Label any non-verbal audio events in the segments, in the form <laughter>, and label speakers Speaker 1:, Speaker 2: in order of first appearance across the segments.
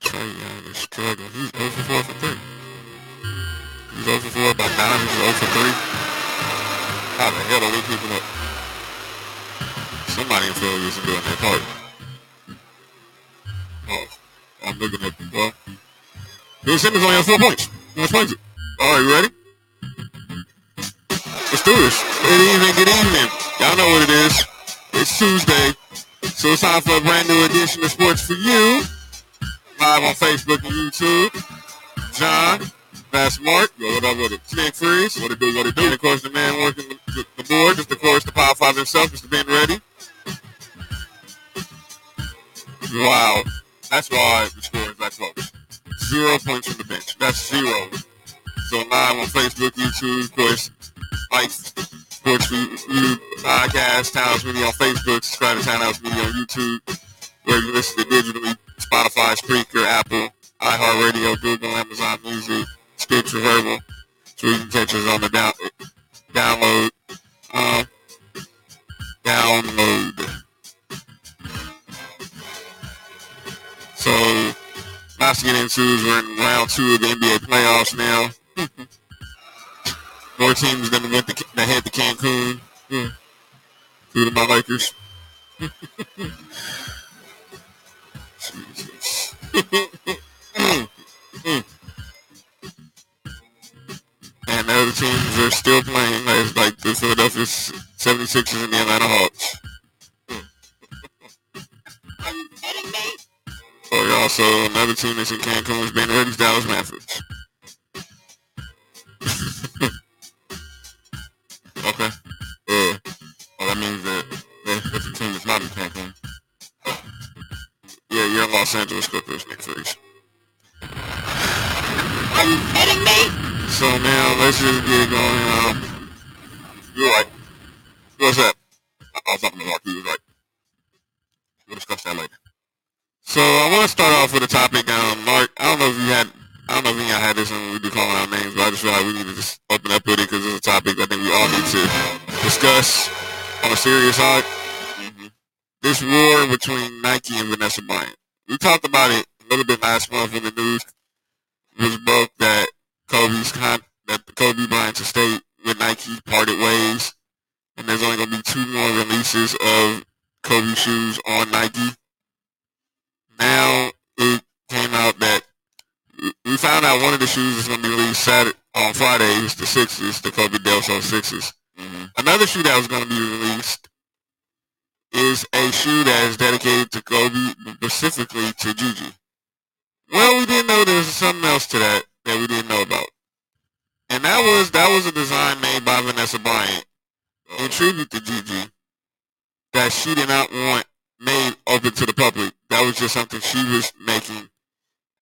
Speaker 1: Trey Young is struggling. He's 0 for 4 for 3. He's 0 for 4 by 9. He's 0 for 3. How the hell are we keeping up? Somebody in Philly isn't doing their part. Oh, I'm looking at the ball. Bill Simmons only has four points. That explains it. All right, you ready? Let's do this. Good evening, good evening. Y'all know what it is. It's Tuesday. So it's time for a brand new edition of Sports for You live on Facebook and YouTube. John, that's Mark. Yo, what up, what up? Snake Freeze. What it do, what it do. And of course, the man working the, the board, just of course, the Power Five himself, Mr. Ben Ready. Wow. That's why the score is that close. Zero points from the bench. That's zero. So live on Facebook, YouTube, of course, like Sports for You podcast, Townhouse Media on Facebook, subscribe to Townhouse Media on YouTube where you listen to digitally, Spotify, Spreaker, Apple, iHeartRadio, Google, Amazon Music, Stitcher, Verbal, so you can catch us on the down- download, um, download. So, lots to get into is we're in round two of the NBA playoffs now. <laughs> More teams than went to, that head to Cancun, Hmm. including my Lakers. Jesus. <laughs> and the other teams are still playing as like the Philadelphia 76ers and the Atlanta Hawks. Oh, yeah, also another team that's in Cancun is being ready is Dallas Mavericks. <laughs> okay. Uh, well, that means that that- that's the team that's not in Cancun. Yeah, you're in Los Angeles Clippers, Nick Freeze. Are you kidding me? So now let's just get going. Um, you're right. What's that? I I was talking to Mark. He was right. We'll discuss that later. So I want to start off with a topic, um, Mark. I don't know if you had, I don't know if you had this when we do calling out names, but I just feel like we need to just open up with it because it's a topic I think we all need to discuss on a serious side Mm-hmm. this war between Nike and Vanessa Bryant. We talked about it a little bit last month when the news was broke that Kobe's con- that Kobe Bryant's estate with Nike parted ways, and there's only going to be two more releases of Kobe shoes on Nike. Now it came out that we- we found out one of the shoes is going to be released Saturday on Friday. It's the Sixes, the Kobe Del Sol 6s Another shoe that was going to be released is a shoe that is dedicated to Kobe, specifically to Gigi. Well, we didn't know there was something else to that that we didn't know about, and that was that was a design made by Vanessa Bryant in tribute to Gigi that she did not want made open to the public. That was just something she was making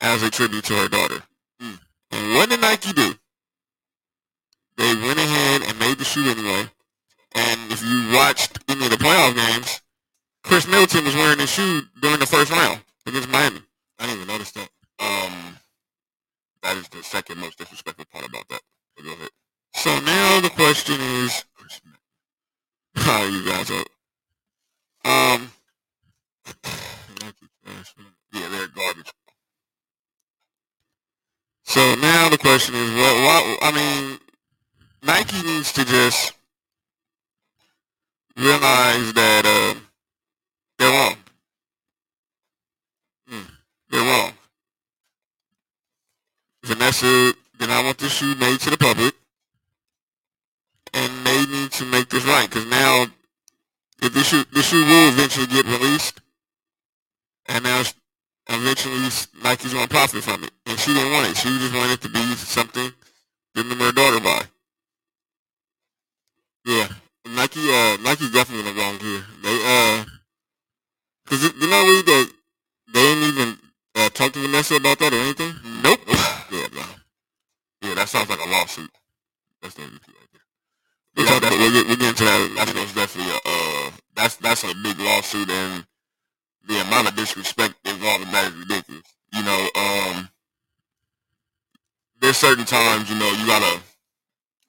Speaker 1: as a tribute to her daughter. Hmm. And what did Nike do? They went ahead and made the shoe anyway. And if you watched any of the playoff games, Chris Middleton was wearing his shoe during the first round against Miami. I didn't even notice that. Um, that is the second most disrespectful part about that. But go ahead. So now the question is, <laughs> how you guys up? Um, <sighs> yeah, they're garbage. So now the question is, what? Why, I mean, Nike needs to just realize that uh, they're wrong. Mm, they're wrong. Vanessa did not want this shoe made to the public, and they need to make this right because now, if this shoe, this shoe will eventually get released, and now s- eventually s- Nike's going to profit from it. And she didn't want it. She just wanted it to be something to remember her daughter by. Yeah, Nike. Uh, Nike definitely went wrong here. They uh, cause you know we that they didn't even talk to Vanessa about that or anything? <laughs> Nope. Good. No. Yeah, that sounds like a lawsuit. That's the only thing. We're, talking about, we're, get- we're getting to that. That's most definitely a, uh, that's, that's a big lawsuit and the amount of disrespect involved in that is ridiculous. You know, um, there's certain times, you know, you gotta,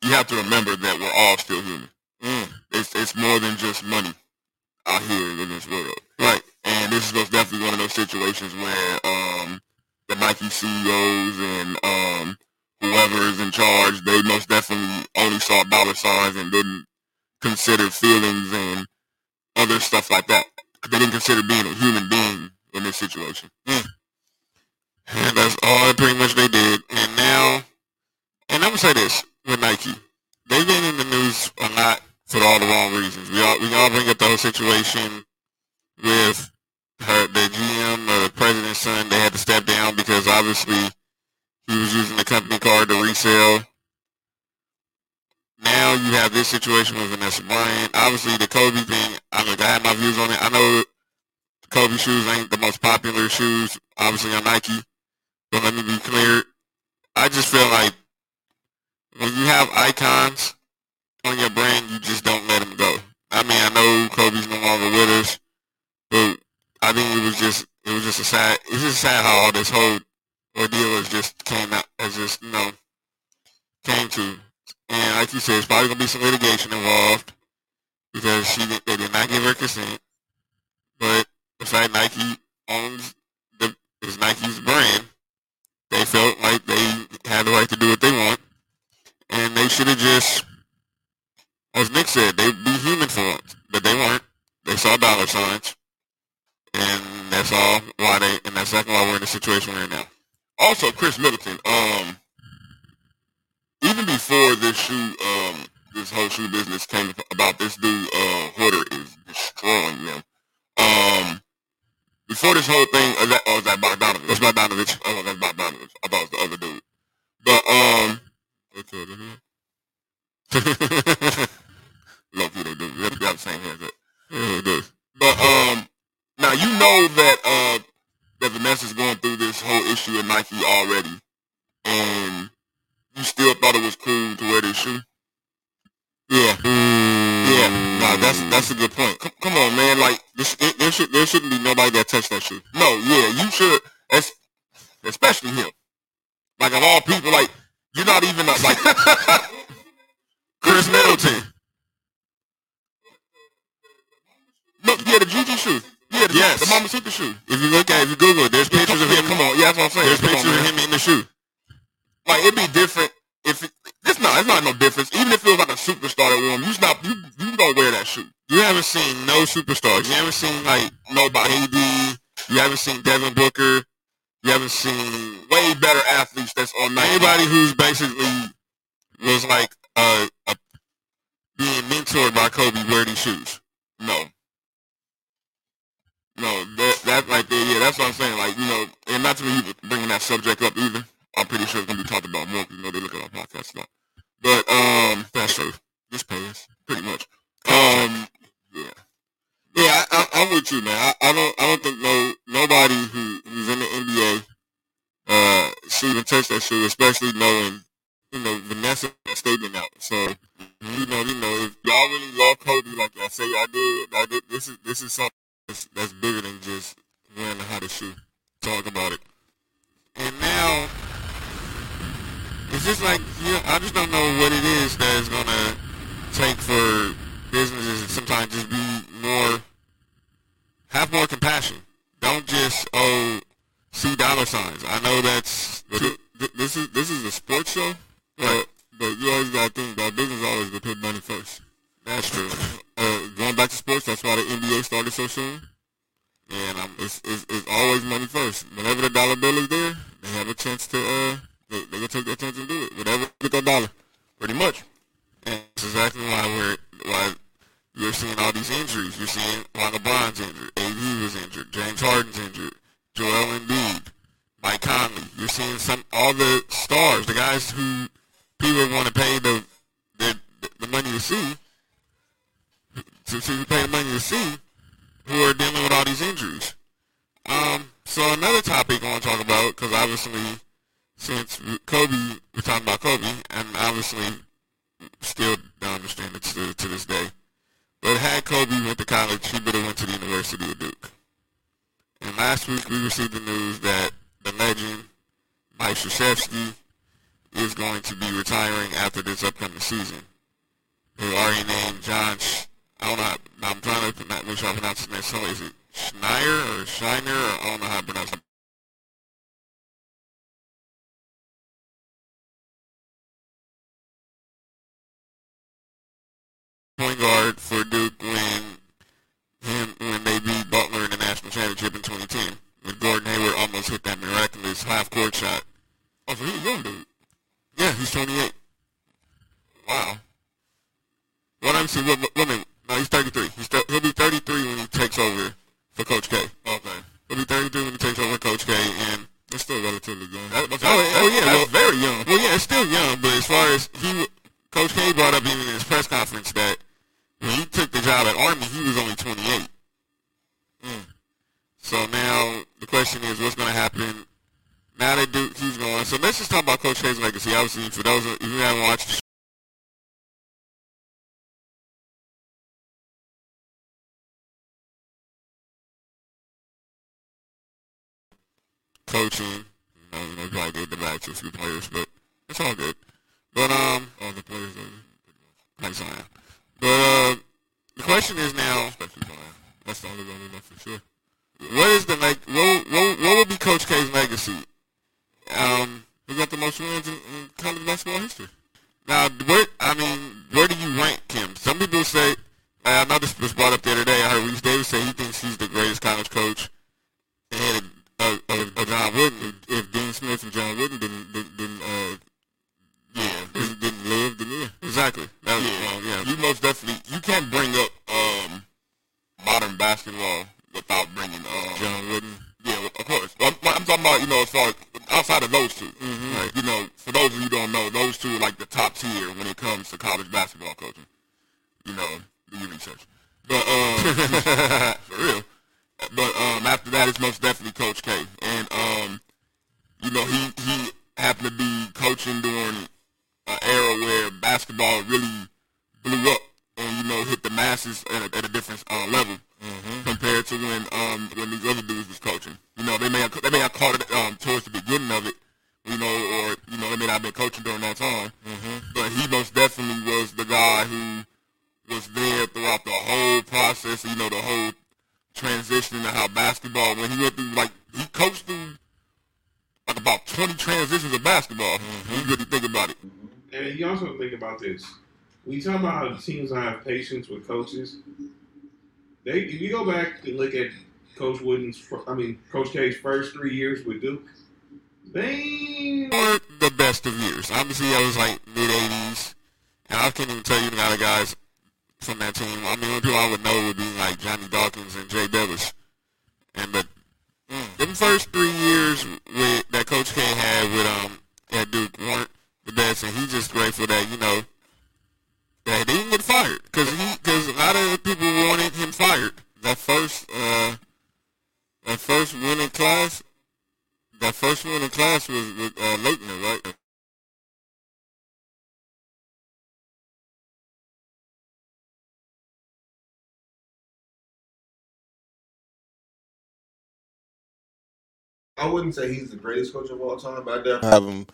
Speaker 1: you have to remember that we're all still human. Mm. It's, it's more than just money out here in this world. Right. And um, this is most definitely one of those situations where um, the Nike CEOs and um, whoever is in charge, they most definitely only saw dollar signs and didn't consider feelings and other stuff like that. They didn't consider being a human being in this situation. Mm. And that's all that pretty much they did. And now, and I'm gonna say this with Nike, they've been in the news a lot for all the wrong reasons. We all we all bring up the whole situation with her, the GM or the president's son. They had to step down because obviously he was using the company card to resell. Now you have this situation with Vanessa Bryant. Obviously the Kobe thing. I mean, I have my views on it. I know Kobe shoes ain't the most popular shoes, obviously on Nike. But let me be clear. I just feel like when you have icons on your brand, you just don't let them go. I mean, I know Kobe's no longer with us, but I think it was just it was just a sad. It's just sad how all this whole ordeal has just came out has just you know came to. And like you said, it's probably gonna be some litigation involved because she did- they did not give her consent. But the fact Nike owns the is Nike's brand, they felt like they had the right to do what they want, and they should have just as Nick said, they be human for once, but they weren't. They saw dollar signs, and that's all why they, and that's exactly why we're in the situation we're in now. Also, Chris Middleton, um, even before this shoe, um, this whole shoe business came about, this dude, uh, Hoarder is destroying them. Um, before this whole thing, oh, that, oh, is that Bogdanovich? That's Bogdanovich. Oh, that's Bogdanovich. I thought it was the other dude. But, um, okay, then, yeah. <laughs> Look who they do. They got the same haircut. Yeah, they do. But um, now you know that uh that Vanessa's going through this whole issue at Nike already, and you still thought it was cool to wear this shoe. Yeah, yeah. Nah, that's that's a good point. Come, come on, man. Like this, it, there should there shouldn't be nobody that touched that shoe. No, yeah, you should. es- Especially him. Like of all people, like you're not even a, like. <laughs> Chris Middleton. No, yeah, the Juju shoe. Yeah, the, yes. the Mama Super shoe. If you look at, if you Google it, there's pictures of him. Come on, yeah, that's what I'm saying. There's pictures of him in the shoe. Like it'd be different if it, it's not. It's not no difference. Even if it was like a superstar that wore him, you stop. You you don't wear that shoe. You haven't seen no superstars. You haven't seen like nobody. AD. You haven't seen Devin Booker. You haven't seen way better athletes that's on Nike. Anybody who's basically was like uh, a being mentored by Kobe wear these shoes. No. No, that, that right there, yeah, that's what I'm saying. Like, you know, and not to be bringing that subject up either. I'm pretty sure it's going to be talked about more 'cause, you know, they look at our podcast a lot. But, um, that's true. This pays, pretty much. Um, yeah. Yeah, I, I, I'm with you, man. I, I don't, I don't think no, nobody who, who's in the NBA, uh, should even touch that shoe, especially knowing, you know, Vanessa statement out. So, you know, you know, if y'all really love Kobe like I say I did, I did this is this is something that's, that's bigger than just learning how to shoot. Talk about it. And now it's just like yeah, I just don't know what it is that is gonna take for businesses to sometimes just be more have more compassion. Don't just oh see dollar signs. I know that's th- th- this is this is a sports show, but but you always gotta think about business always gonna put money first. That's true. Uh, going back to sports, that's why the NBA started so soon. And um, it's, it's it's always money first. Whenever the dollar bill is there, they have a chance to uh they they gonna take their chance and do it. Whatever get their dollar, pretty much. And that's exactly why we're why you're seeing all these injuries. You're seeing why LeBron's injured, AD was injured, James Harden's injured, Joel Embiid, Mike Conley. You're seeing some all the stars, the guys who people want to pay the the, the money to see, to, to pay the money to see, who are dealing with all these injuries. Um, So another topic I want to talk about, because obviously, since Kobe, we're talking about Kobe, and obviously, still don't understand it to, to this day. But had Kobe went to college, he would have went to the University of Duke. And last week we received the news that the legend Mike Krzyzewski is going to be retiring after this upcoming season. They already named John. Sh- I don't know. How, I'm trying to not make sure I pronounce his name. So is it Schneier or Shiner? Or I don't know how to pronounce it. Point guard for Duke when him when they beat Butler in the national championship in 2010. When Gordon Hayward almost hit that miraculous half court shot. Oh, so he was young, dude. Yeah, he's 28. Wow. Well, I'm saying, what, what, what, no, he's 33. He's th- he'll be 33 when he takes over for Coach K. Okay. He'll be 33 when he takes over Coach K, and
Speaker 2: That's still relatively young.
Speaker 1: oh, oh, yeah, well, very young. Well, yeah, it's still young, but as far as he, w- Coach K brought up even in his press conference that when he took the job at Army, he was only 28. Mm. So now the question is, what's going to happen now that Duke he's going? So let's just talk about Coach K's legacy. Obviously, for those of if you haven't watched the coaching. You know, you know, he probably gave the back to a few players, but it's all good. But um,
Speaker 2: All the players are
Speaker 1: thanks Zion. But uh, the question is now,
Speaker 2: especially Zion. That's the only one we know for sure.
Speaker 1: what is the like? What what, what would be Coach K's legacy? Um,
Speaker 2: We got the most wins in, in college basketball history.
Speaker 1: Now, where I mean, where do you rank him? Some people say, I know this was brought up the other day. I heard Reese Davis say he thinks he's the greatest college coach ahead of, of, of John Wooden.
Speaker 2: If, if Dean Smith and John Wooden didn't didn't, didn't uh
Speaker 1: Yeah,
Speaker 2: didn't, didn't live, then yeah.
Speaker 1: exactly. That was,
Speaker 2: Yeah,
Speaker 1: um, yeah.
Speaker 2: You most definitely you can't bring up um modern basketball without bringing um,
Speaker 1: John Wooden.
Speaker 2: Yeah, well, of course. I'm, I'm talking about you know as far as outside of those 2
Speaker 1: Mm-hmm.
Speaker 2: Like, you know, for those of you who don't know, those two are like the top tier when it comes to college basketball coaching. You know, do your research. But uh, <laughs> for real. But um, after that, it's most definitely Coach K, and um, you know he he happened to be coaching during an era where basketball really blew up and you know hit the masses at a, at a different uh, level compared to when um when these other dudes was coaching. You know they may have, they may have caught it um towards the beginning of it, you know, or you know they may not have been coaching during that time. But he most definitely was the guy who was there throughout the whole process. You know the whole transition to how basketball when he went through like he coached through like about 20 transitions of basketball. When you really think about it.
Speaker 3: And you also think about this. When you talk about how teams don't have patience with coaches, they if you go back and look at Coach Wooden's, fir- I mean Coach K's first three years with Duke, they
Speaker 1: weren't the best of years. Obviously, I was like mid '80s, and I can't even tell you the amount of guys from that team. I mean, the only people I would know would be like Johnny Dawkins and Jay Billis. And but mm, them first three years with, that Coach K had with um at Duke weren't the best, and he's just grateful that you know that they didn't get fired because he because a lot of people wanted him fired. That first uh that first winning class. That first one in class was, was uh, Leitner, right?
Speaker 4: I wouldn't say he's the greatest coach of all time, but I definitely have him.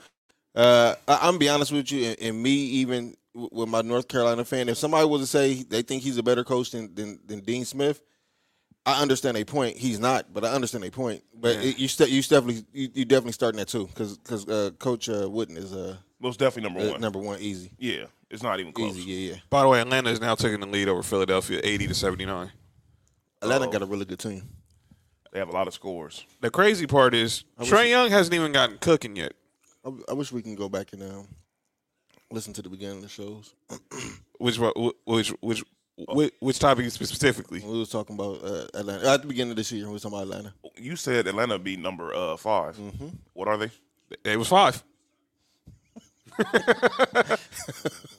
Speaker 4: Uh, I, I'm gonna be honest with you, and, and me even w- with my North Carolina fan, if somebody was to say they think he's a better coach than than, than Dean Smith, I understand a point. He's not, but I understand a point. But
Speaker 5: Yeah.
Speaker 4: it, you st- you definitely you, you definitely starting that too, because uh, Coach uh, Wooden is uh,
Speaker 5: Most definitely number
Speaker 4: uh,
Speaker 5: one.
Speaker 4: number one, easy,
Speaker 5: yeah, it's not even close.
Speaker 4: easy, yeah, yeah.
Speaker 6: By the way, Atlanta is now taking the lead over Philadelphia, eighty to seventy nine.
Speaker 4: Atlanta got a really good team.
Speaker 5: They have a lot of scores.
Speaker 6: The crazy part is Trey Young hasn't even gotten cooking yet.
Speaker 4: I, w- I wish we can go back and um, listen to the beginning of the shows.
Speaker 6: Which wa- which which which, which topic specifically?
Speaker 4: We was talking about uh, Atlanta at the beginning of this year. We was talking about Atlanta.
Speaker 5: You said Atlanta be number uh, 5 What are they?
Speaker 6: It was five.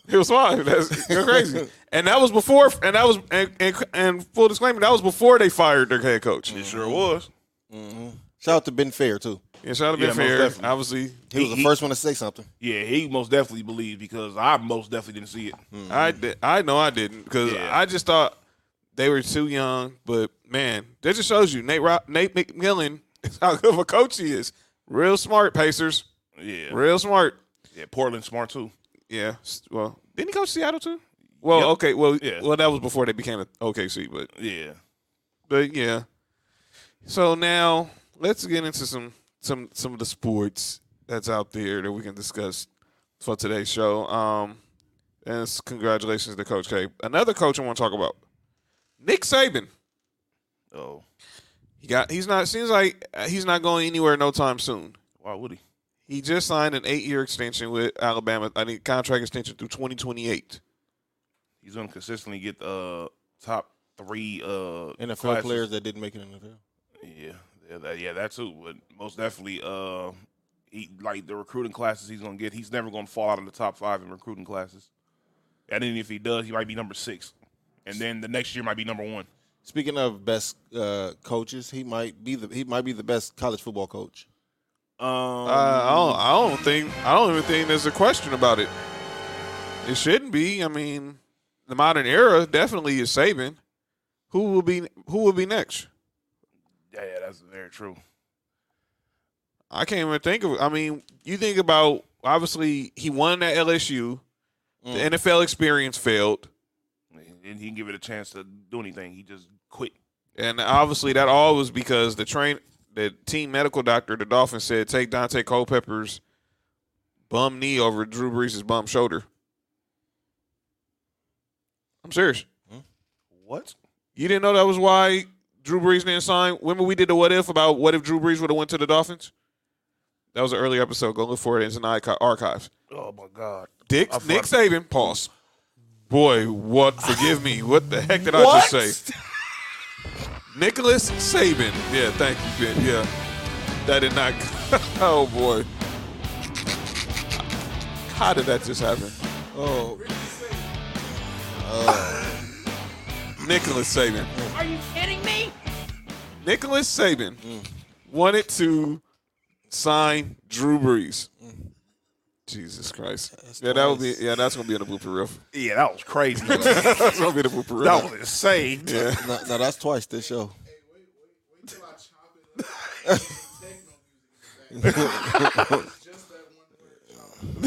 Speaker 6: it was five. That's you're crazy. And that was before. And that was and, and and full disclaimer. That was before they fired their head coach.
Speaker 5: It sure was.
Speaker 4: Shout out to Ben Fair too.
Speaker 6: Yeah, shout out to
Speaker 5: Yeah,
Speaker 6: Ben
Speaker 5: most
Speaker 6: Fair.
Speaker 5: definitely.
Speaker 6: Obviously,
Speaker 4: He was the
Speaker 5: He-
Speaker 4: first one to say something.
Speaker 5: Yeah, he most definitely believed because I most definitely didn't see it.
Speaker 6: I di- I know I didn't because
Speaker 5: Mm-hmm. Yeah.
Speaker 6: I just thought they were too young. But man, that just shows you Nate Ro- Nate McMillan is how good of a coach he is. Real smart Pacers.
Speaker 5: Yeah,
Speaker 6: Real smart.
Speaker 5: yeah Portland smart too.
Speaker 6: Yeah. s- Well, didn't he coach Seattle too? Well,
Speaker 5: Yep.
Speaker 6: okay. Well,
Speaker 5: Yeah.
Speaker 6: well, that was before they became a OKC, but
Speaker 5: Yeah,
Speaker 6: but yeah. So now let's get into some some some of the sports that's out there that we can discuss for today's show. Um, and it's congratulations to Coach K. Another coach I want to talk about, Nick Saban.
Speaker 5: oh,
Speaker 6: He got he's not seems like uh, he's not going anywhere no time soon.
Speaker 5: why would he?
Speaker 6: He just signed an eight year extension with Alabama. I mean contract extension through twenty twenty eight.
Speaker 5: He's gonna consistently get the uh, top three uh,
Speaker 4: NFL
Speaker 5: classes.
Speaker 4: players that didn't make it in the NFL.
Speaker 5: Yeah, yeah that, yeah, that too. But most definitely, uh, he like the recruiting classes he's gonna get. He's never gonna fall out of the top five in recruiting classes. And then if he does, he might be number six, and then the next year might be number one.
Speaker 4: Speaking of best uh, coaches, he might be the he might be the best college football <laughs> coach.
Speaker 5: Um,
Speaker 6: Uh, I, don't, I don't think I don't even think there's a question about it. It shouldn't be. I mean, the modern era definitely is Saban. Who will be Who will be next?
Speaker 5: yeah, yeah, that's very true.
Speaker 6: I can't even think of. I mean, you think about obviously he won at LSU.
Speaker 4: Mm.
Speaker 6: The NFL experience failed,
Speaker 5: And he can give it a chance to do anything. He just quit.
Speaker 6: and obviously that all was because the train the team medical doctor, the Dolphins said take Dante Culpepper's bum knee over Drew Brees' bum shoulder. I'm serious.
Speaker 5: What?
Speaker 6: You didn't know that was why Drew Brees didn't sign. Remember we did the what if about what if Drew Brees would have went to the Dolphins? That was an earlier episode. Go look for it. It's in the archi- archives.
Speaker 5: Oh my god.
Speaker 6: Dick
Speaker 5: I forgot-
Speaker 6: Nick Saban. Pause. Boy, what? Forgive me. What the heck did I just say? Nicholas Saban. Yeah, thank you, Ben. Yeah, that did not. <laughs> oh boy, how did that just happen?
Speaker 4: Oh,
Speaker 6: Oh. Nicholas Saban.
Speaker 7: Are you kidding me?
Speaker 6: Nicholas Saban wanted to sign Drew Brees. Jesus Christ! yeah, that would be. Yeah, Mm. that's gonna be in the blooper reel.
Speaker 5: Yeah, that was <laughs> crazy. that
Speaker 6: that's gonna be in the blooper reel.
Speaker 5: was insane. <laughs> Yeah.
Speaker 4: no, no, that's twice this show.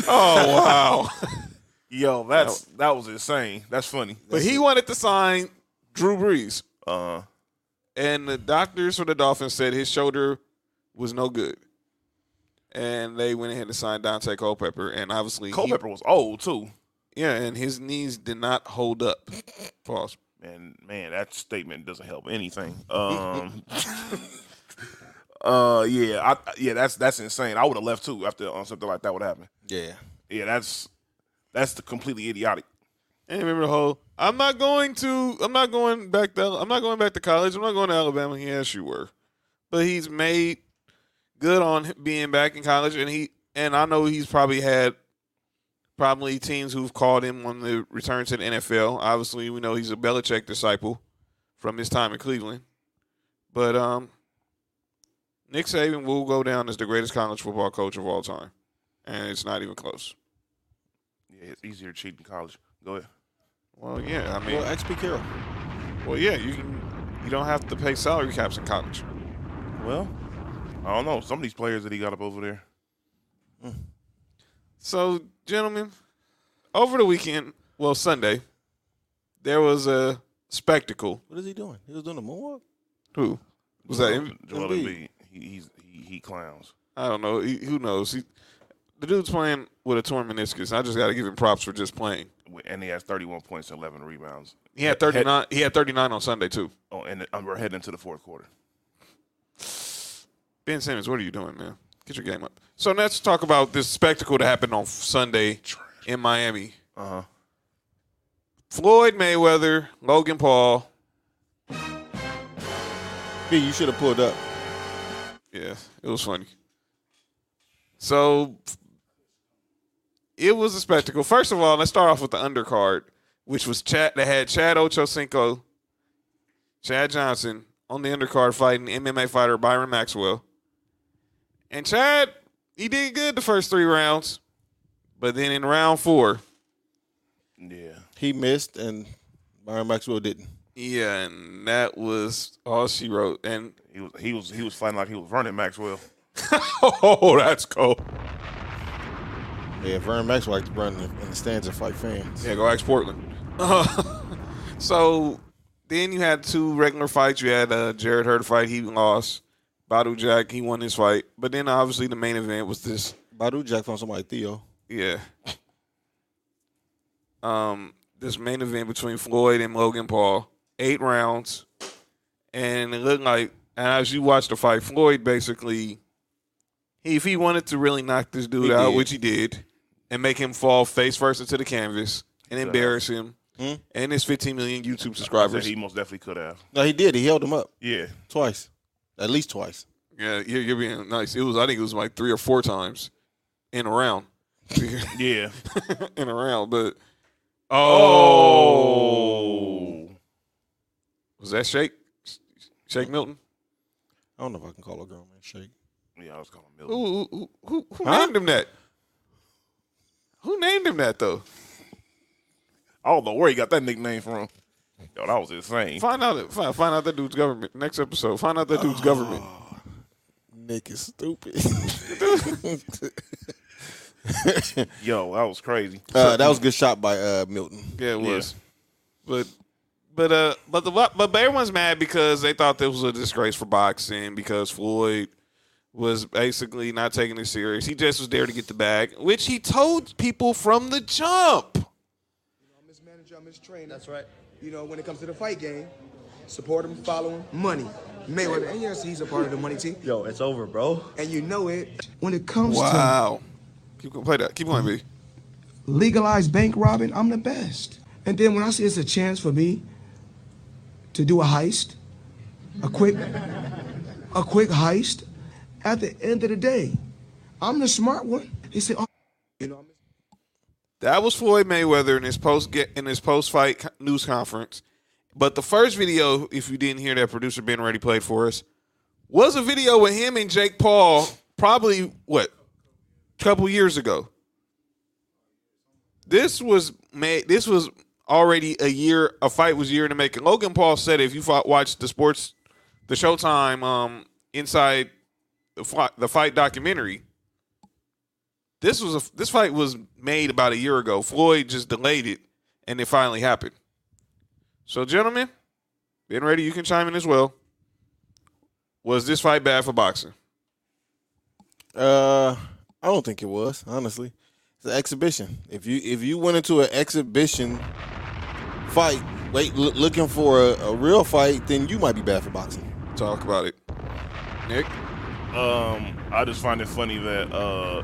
Speaker 6: Oh wow!
Speaker 5: <laughs> Yo, that's that was insane. That's funny.
Speaker 6: but he wanted to sign Drew Brees,
Speaker 5: Uh,
Speaker 6: and the doctors for the Dolphins said his shoulder was no good, and they went ahead and signed Dante Culpepper, and obviously, he-
Speaker 5: Culpepper was old too.
Speaker 6: yeah, and his knees did not hold up. Pause.
Speaker 5: And man, that statement doesn't help <laughs> anything. Um, uh, yeah, I, yeah, that's that's insane. I would have left too after um, something like that would happen.
Speaker 4: Yeah,
Speaker 5: Yeah, that's that's the completely idiotic.
Speaker 6: And remember the whole I'm not going to I'm not going back to I'm not going back to college. I'm not going to Alabama. Yes, you were. But he's made good on being back in college and he and I know he's probably had probably teams who've called him on the return to the NFL. Obviously, we know he's a Belichick disciple from his time in Cleveland. But um Nick Saban will go down as the greatest college football coach of all time. And it's not even close.
Speaker 5: Yeah, it's easier to cheat in college. Go ahead.
Speaker 6: Well, yeah, I mean,
Speaker 4: well, XP Carroll.
Speaker 6: Well, yeah, you can. You don't have to pay salary caps in college.
Speaker 5: Well, I don't know. Some of these players that he got up over there.
Speaker 6: So, gentlemen, over the weekend, well, Sunday, there was a spectacle.
Speaker 4: What is he doing? He was doing a moonwalk.
Speaker 6: Who was that? him?
Speaker 5: Joel
Speaker 4: Embiid.
Speaker 5: Embiid. He, he's he, he clowns.
Speaker 6: I don't know. He, who knows? He, the dude's playing with a torn meniscus. I just got to give him props for just playing.
Speaker 5: and he has 31 points and 11 rebounds.
Speaker 6: He had thirty nine. He had thirty nine on Sunday too.
Speaker 5: Oh, and uh, we're heading into the fourth quarter.
Speaker 6: Ben Simmons, what are you doing, man? Get your game up. So let's talk about this spectacle that happened on Sunday in Miami.
Speaker 5: Uh huh.
Speaker 6: Floyd Mayweather, Logan Paul.
Speaker 4: B, you should have pulled up.
Speaker 6: Yeah, it was funny. So it was a spectacle. First of all, let's start off with the undercard, which was Chad that had Chad Ochocinco, Chad Johnson on the undercard fighting MMA fighter Byron Maxwell. And Chad, he did good the first three rounds, but then in round four,
Speaker 5: Yeah.
Speaker 4: He missed, and Byron Maxwell didn't.
Speaker 6: yeah, and that was all she wrote. And <laughs>
Speaker 5: He was he was he was fighting like he was running Maxwell.
Speaker 6: oh, that's cold.
Speaker 4: Yeah, Vern Maxwell likes to run in in the stands and fight fans.
Speaker 6: Yeah, go ask Portland. <laughs> so then you had two regular fights. You had uh, Jared Hurd fight. He lost. Badu Jack, he won his fight. But then obviously the main event was this.
Speaker 4: Badu Jack found somebody Theo.
Speaker 6: Yeah. Um, this main event between Floyd and Logan Paul, eight rounds, and it looked like, and as you watched the fight, Floyd basically, he, if he wanted to really knock this dude
Speaker 4: He
Speaker 6: out,
Speaker 4: did.
Speaker 6: which he did, and make him fall face first into the canvas and embarrass him,
Speaker 4: Hmm?
Speaker 6: and his 15 million YouTube
Speaker 5: So
Speaker 6: subscribers,
Speaker 5: he most definitely could have.
Speaker 4: No, he did. He held him up
Speaker 5: Yeah.
Speaker 4: twice, at least twice.
Speaker 6: yeah, you're, you're being nice. It was, I think, it was like three or four times in a
Speaker 4: <laughs>
Speaker 6: round,
Speaker 5: Yeah.
Speaker 6: <laughs> in a round, but
Speaker 5: Oh.
Speaker 6: was that Shake, Shake Milton?
Speaker 4: I don't know if I can call a grown man shake.
Speaker 5: Yeah, I was calling Milton.
Speaker 6: Who who who, who named him that? Who named him that though?
Speaker 5: I don't know where he got that nickname from. Yo, that was insane.
Speaker 6: Find out find, find out that dude's government. Next episode, find out that dude's government.
Speaker 4: Nick is <laughs> stupid.
Speaker 5: Yo, that was crazy.
Speaker 4: uh, that was a good shot by uh, Milton.
Speaker 6: Yeah, it was. But but uh but the but, but everyone's mad because they thought this was a disgrace for boxing because Floyd was basically not taking it serious. He just was there to get the bag, which he told people from the jump.
Speaker 7: I mismanager, I mistrain. That's right. You know, when it comes to the fight game, support him, follow him. Money. Mayweather. And yes, he's a part of the money team.
Speaker 8: Yo, it's over, bro.
Speaker 7: And you know it. When it comes
Speaker 6: Wow. Keep going play that. Keep going, B.
Speaker 7: to legalized bank robbing, I'm the best. And then when I see it's a chance for me to do a heist, a quick, a quick heist, at the end of the day, I'm the smart one. They say, oh, you know, I'm
Speaker 6: That was Floyd Mayweather in his post get in his post fight news conference. But the first video, if you didn't hear that, producer Ben already played for us, was a video with him and Jake Paul, probably what, a couple years ago. This was made. This was already a year. A fight was a year in the making. Logan Paul said, if you fought, watched the sports, the Showtime um, inside the fight, the fight documentary, this was a this fight was made about a year ago. Floyd just delayed it, and it finally happened. So, gentlemen, getting ready. You can chime in as well. Was this fight bad for boxing?
Speaker 4: Uh, I don't think it was honestly. It's an exhibition. If you if you went into an exhibition fight, wait, loo- looking for a, a real fight, then you might be bad for boxing.
Speaker 6: Talk about it, Nick.
Speaker 5: Um, I just find it funny that uh,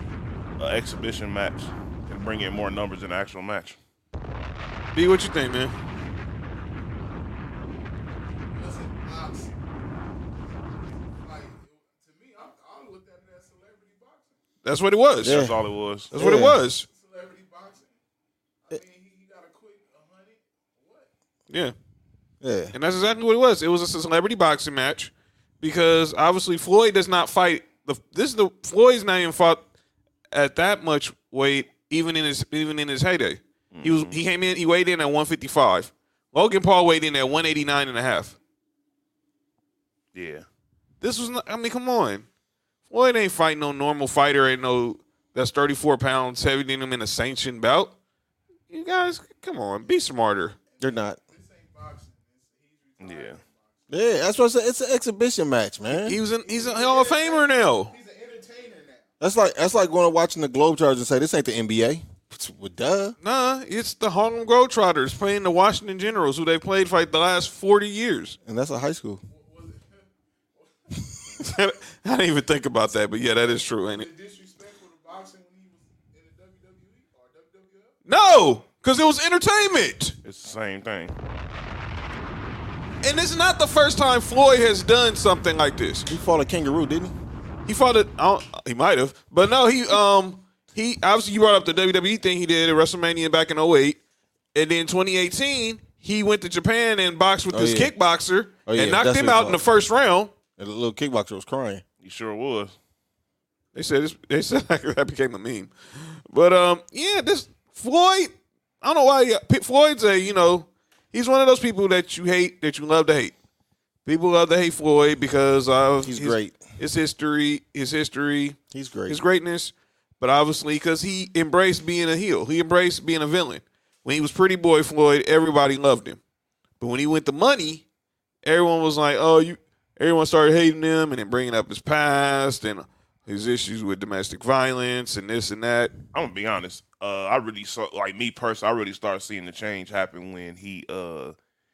Speaker 5: an exhibition match can bring in more numbers than an actual match.
Speaker 6: B, what you think, man? That's what it was.
Speaker 4: Yeah.
Speaker 5: That's all it was.
Speaker 6: That's what it
Speaker 4: Yeah.
Speaker 6: was. Yeah.
Speaker 4: Yeah,
Speaker 6: And that's exactly what it was. It was a celebrity boxing match because obviously Floyd does not fight the this is the Floyd's not even fought at that much weight even in his even in his heyday. He was he came in he weighed in at 155. Logan Paul weighed in at 189 and a half.
Speaker 5: Yeah.
Speaker 6: This was not I mean come on. Floyd ain't fighting no normal fighter ain't no that's 34 pounds heavier than him in a sanctioned bout. You guys come on, be smarter.
Speaker 4: they're not.
Speaker 5: Yeah.
Speaker 4: Yeah, that's what I said. It's an exhibition match, man.
Speaker 6: He was in, he's a Hall of Famer now.
Speaker 4: That's like that's like going and watching the Globetrotters and say this ain't the NBA. Well, duh.
Speaker 6: Nah, it's the Harlem Globetrotters playing the Washington Generals, who they played for like the last forty years. <laughs>
Speaker 4: And that's a high school.
Speaker 6: I didn't even think about that, but yeah, that is true, ain't it? No, because it was entertainment,
Speaker 5: It's the same thing.
Speaker 6: and it's not the first time Floyd has done something like this.
Speaker 4: He fought a kangaroo, didn't he?
Speaker 6: He fought it. I don't, he might have, but no, he um he obviously you brought up the WWE thing he did at WrestleMania back in 08. and then 2018 he went to Japan and boxed with
Speaker 4: Oh,
Speaker 6: this
Speaker 4: yeah.
Speaker 6: kickboxer
Speaker 4: Oh, yeah,
Speaker 6: and knocked
Speaker 4: that's
Speaker 6: him
Speaker 4: what he
Speaker 6: out in the
Speaker 4: fought.
Speaker 6: first round.
Speaker 4: And the little kickboxer was crying.
Speaker 5: He sure was.
Speaker 6: They said it's, they said <laughs> that became a meme. But um, yeah, this Floyd. I don't know why he, P- Floyd's a you know he's one of those people that you hate that you love to hate. People love to hate Floyd because of
Speaker 4: He's
Speaker 6: his-
Speaker 4: great.
Speaker 6: His history, his history,
Speaker 4: He's great.
Speaker 6: his greatness. But obviously, because he embraced being a heel, he embraced being a villain. When he was Pretty Boy Floyd, everybody loved him. But when he went to money, everyone was like, "Oh, you." Everyone started hating him and then bringing up his past and his issues with domestic violence and this and that.
Speaker 5: I'm gonna be honest. Uh, I really saw, like me personally, I really started seeing the change happen when he, uh,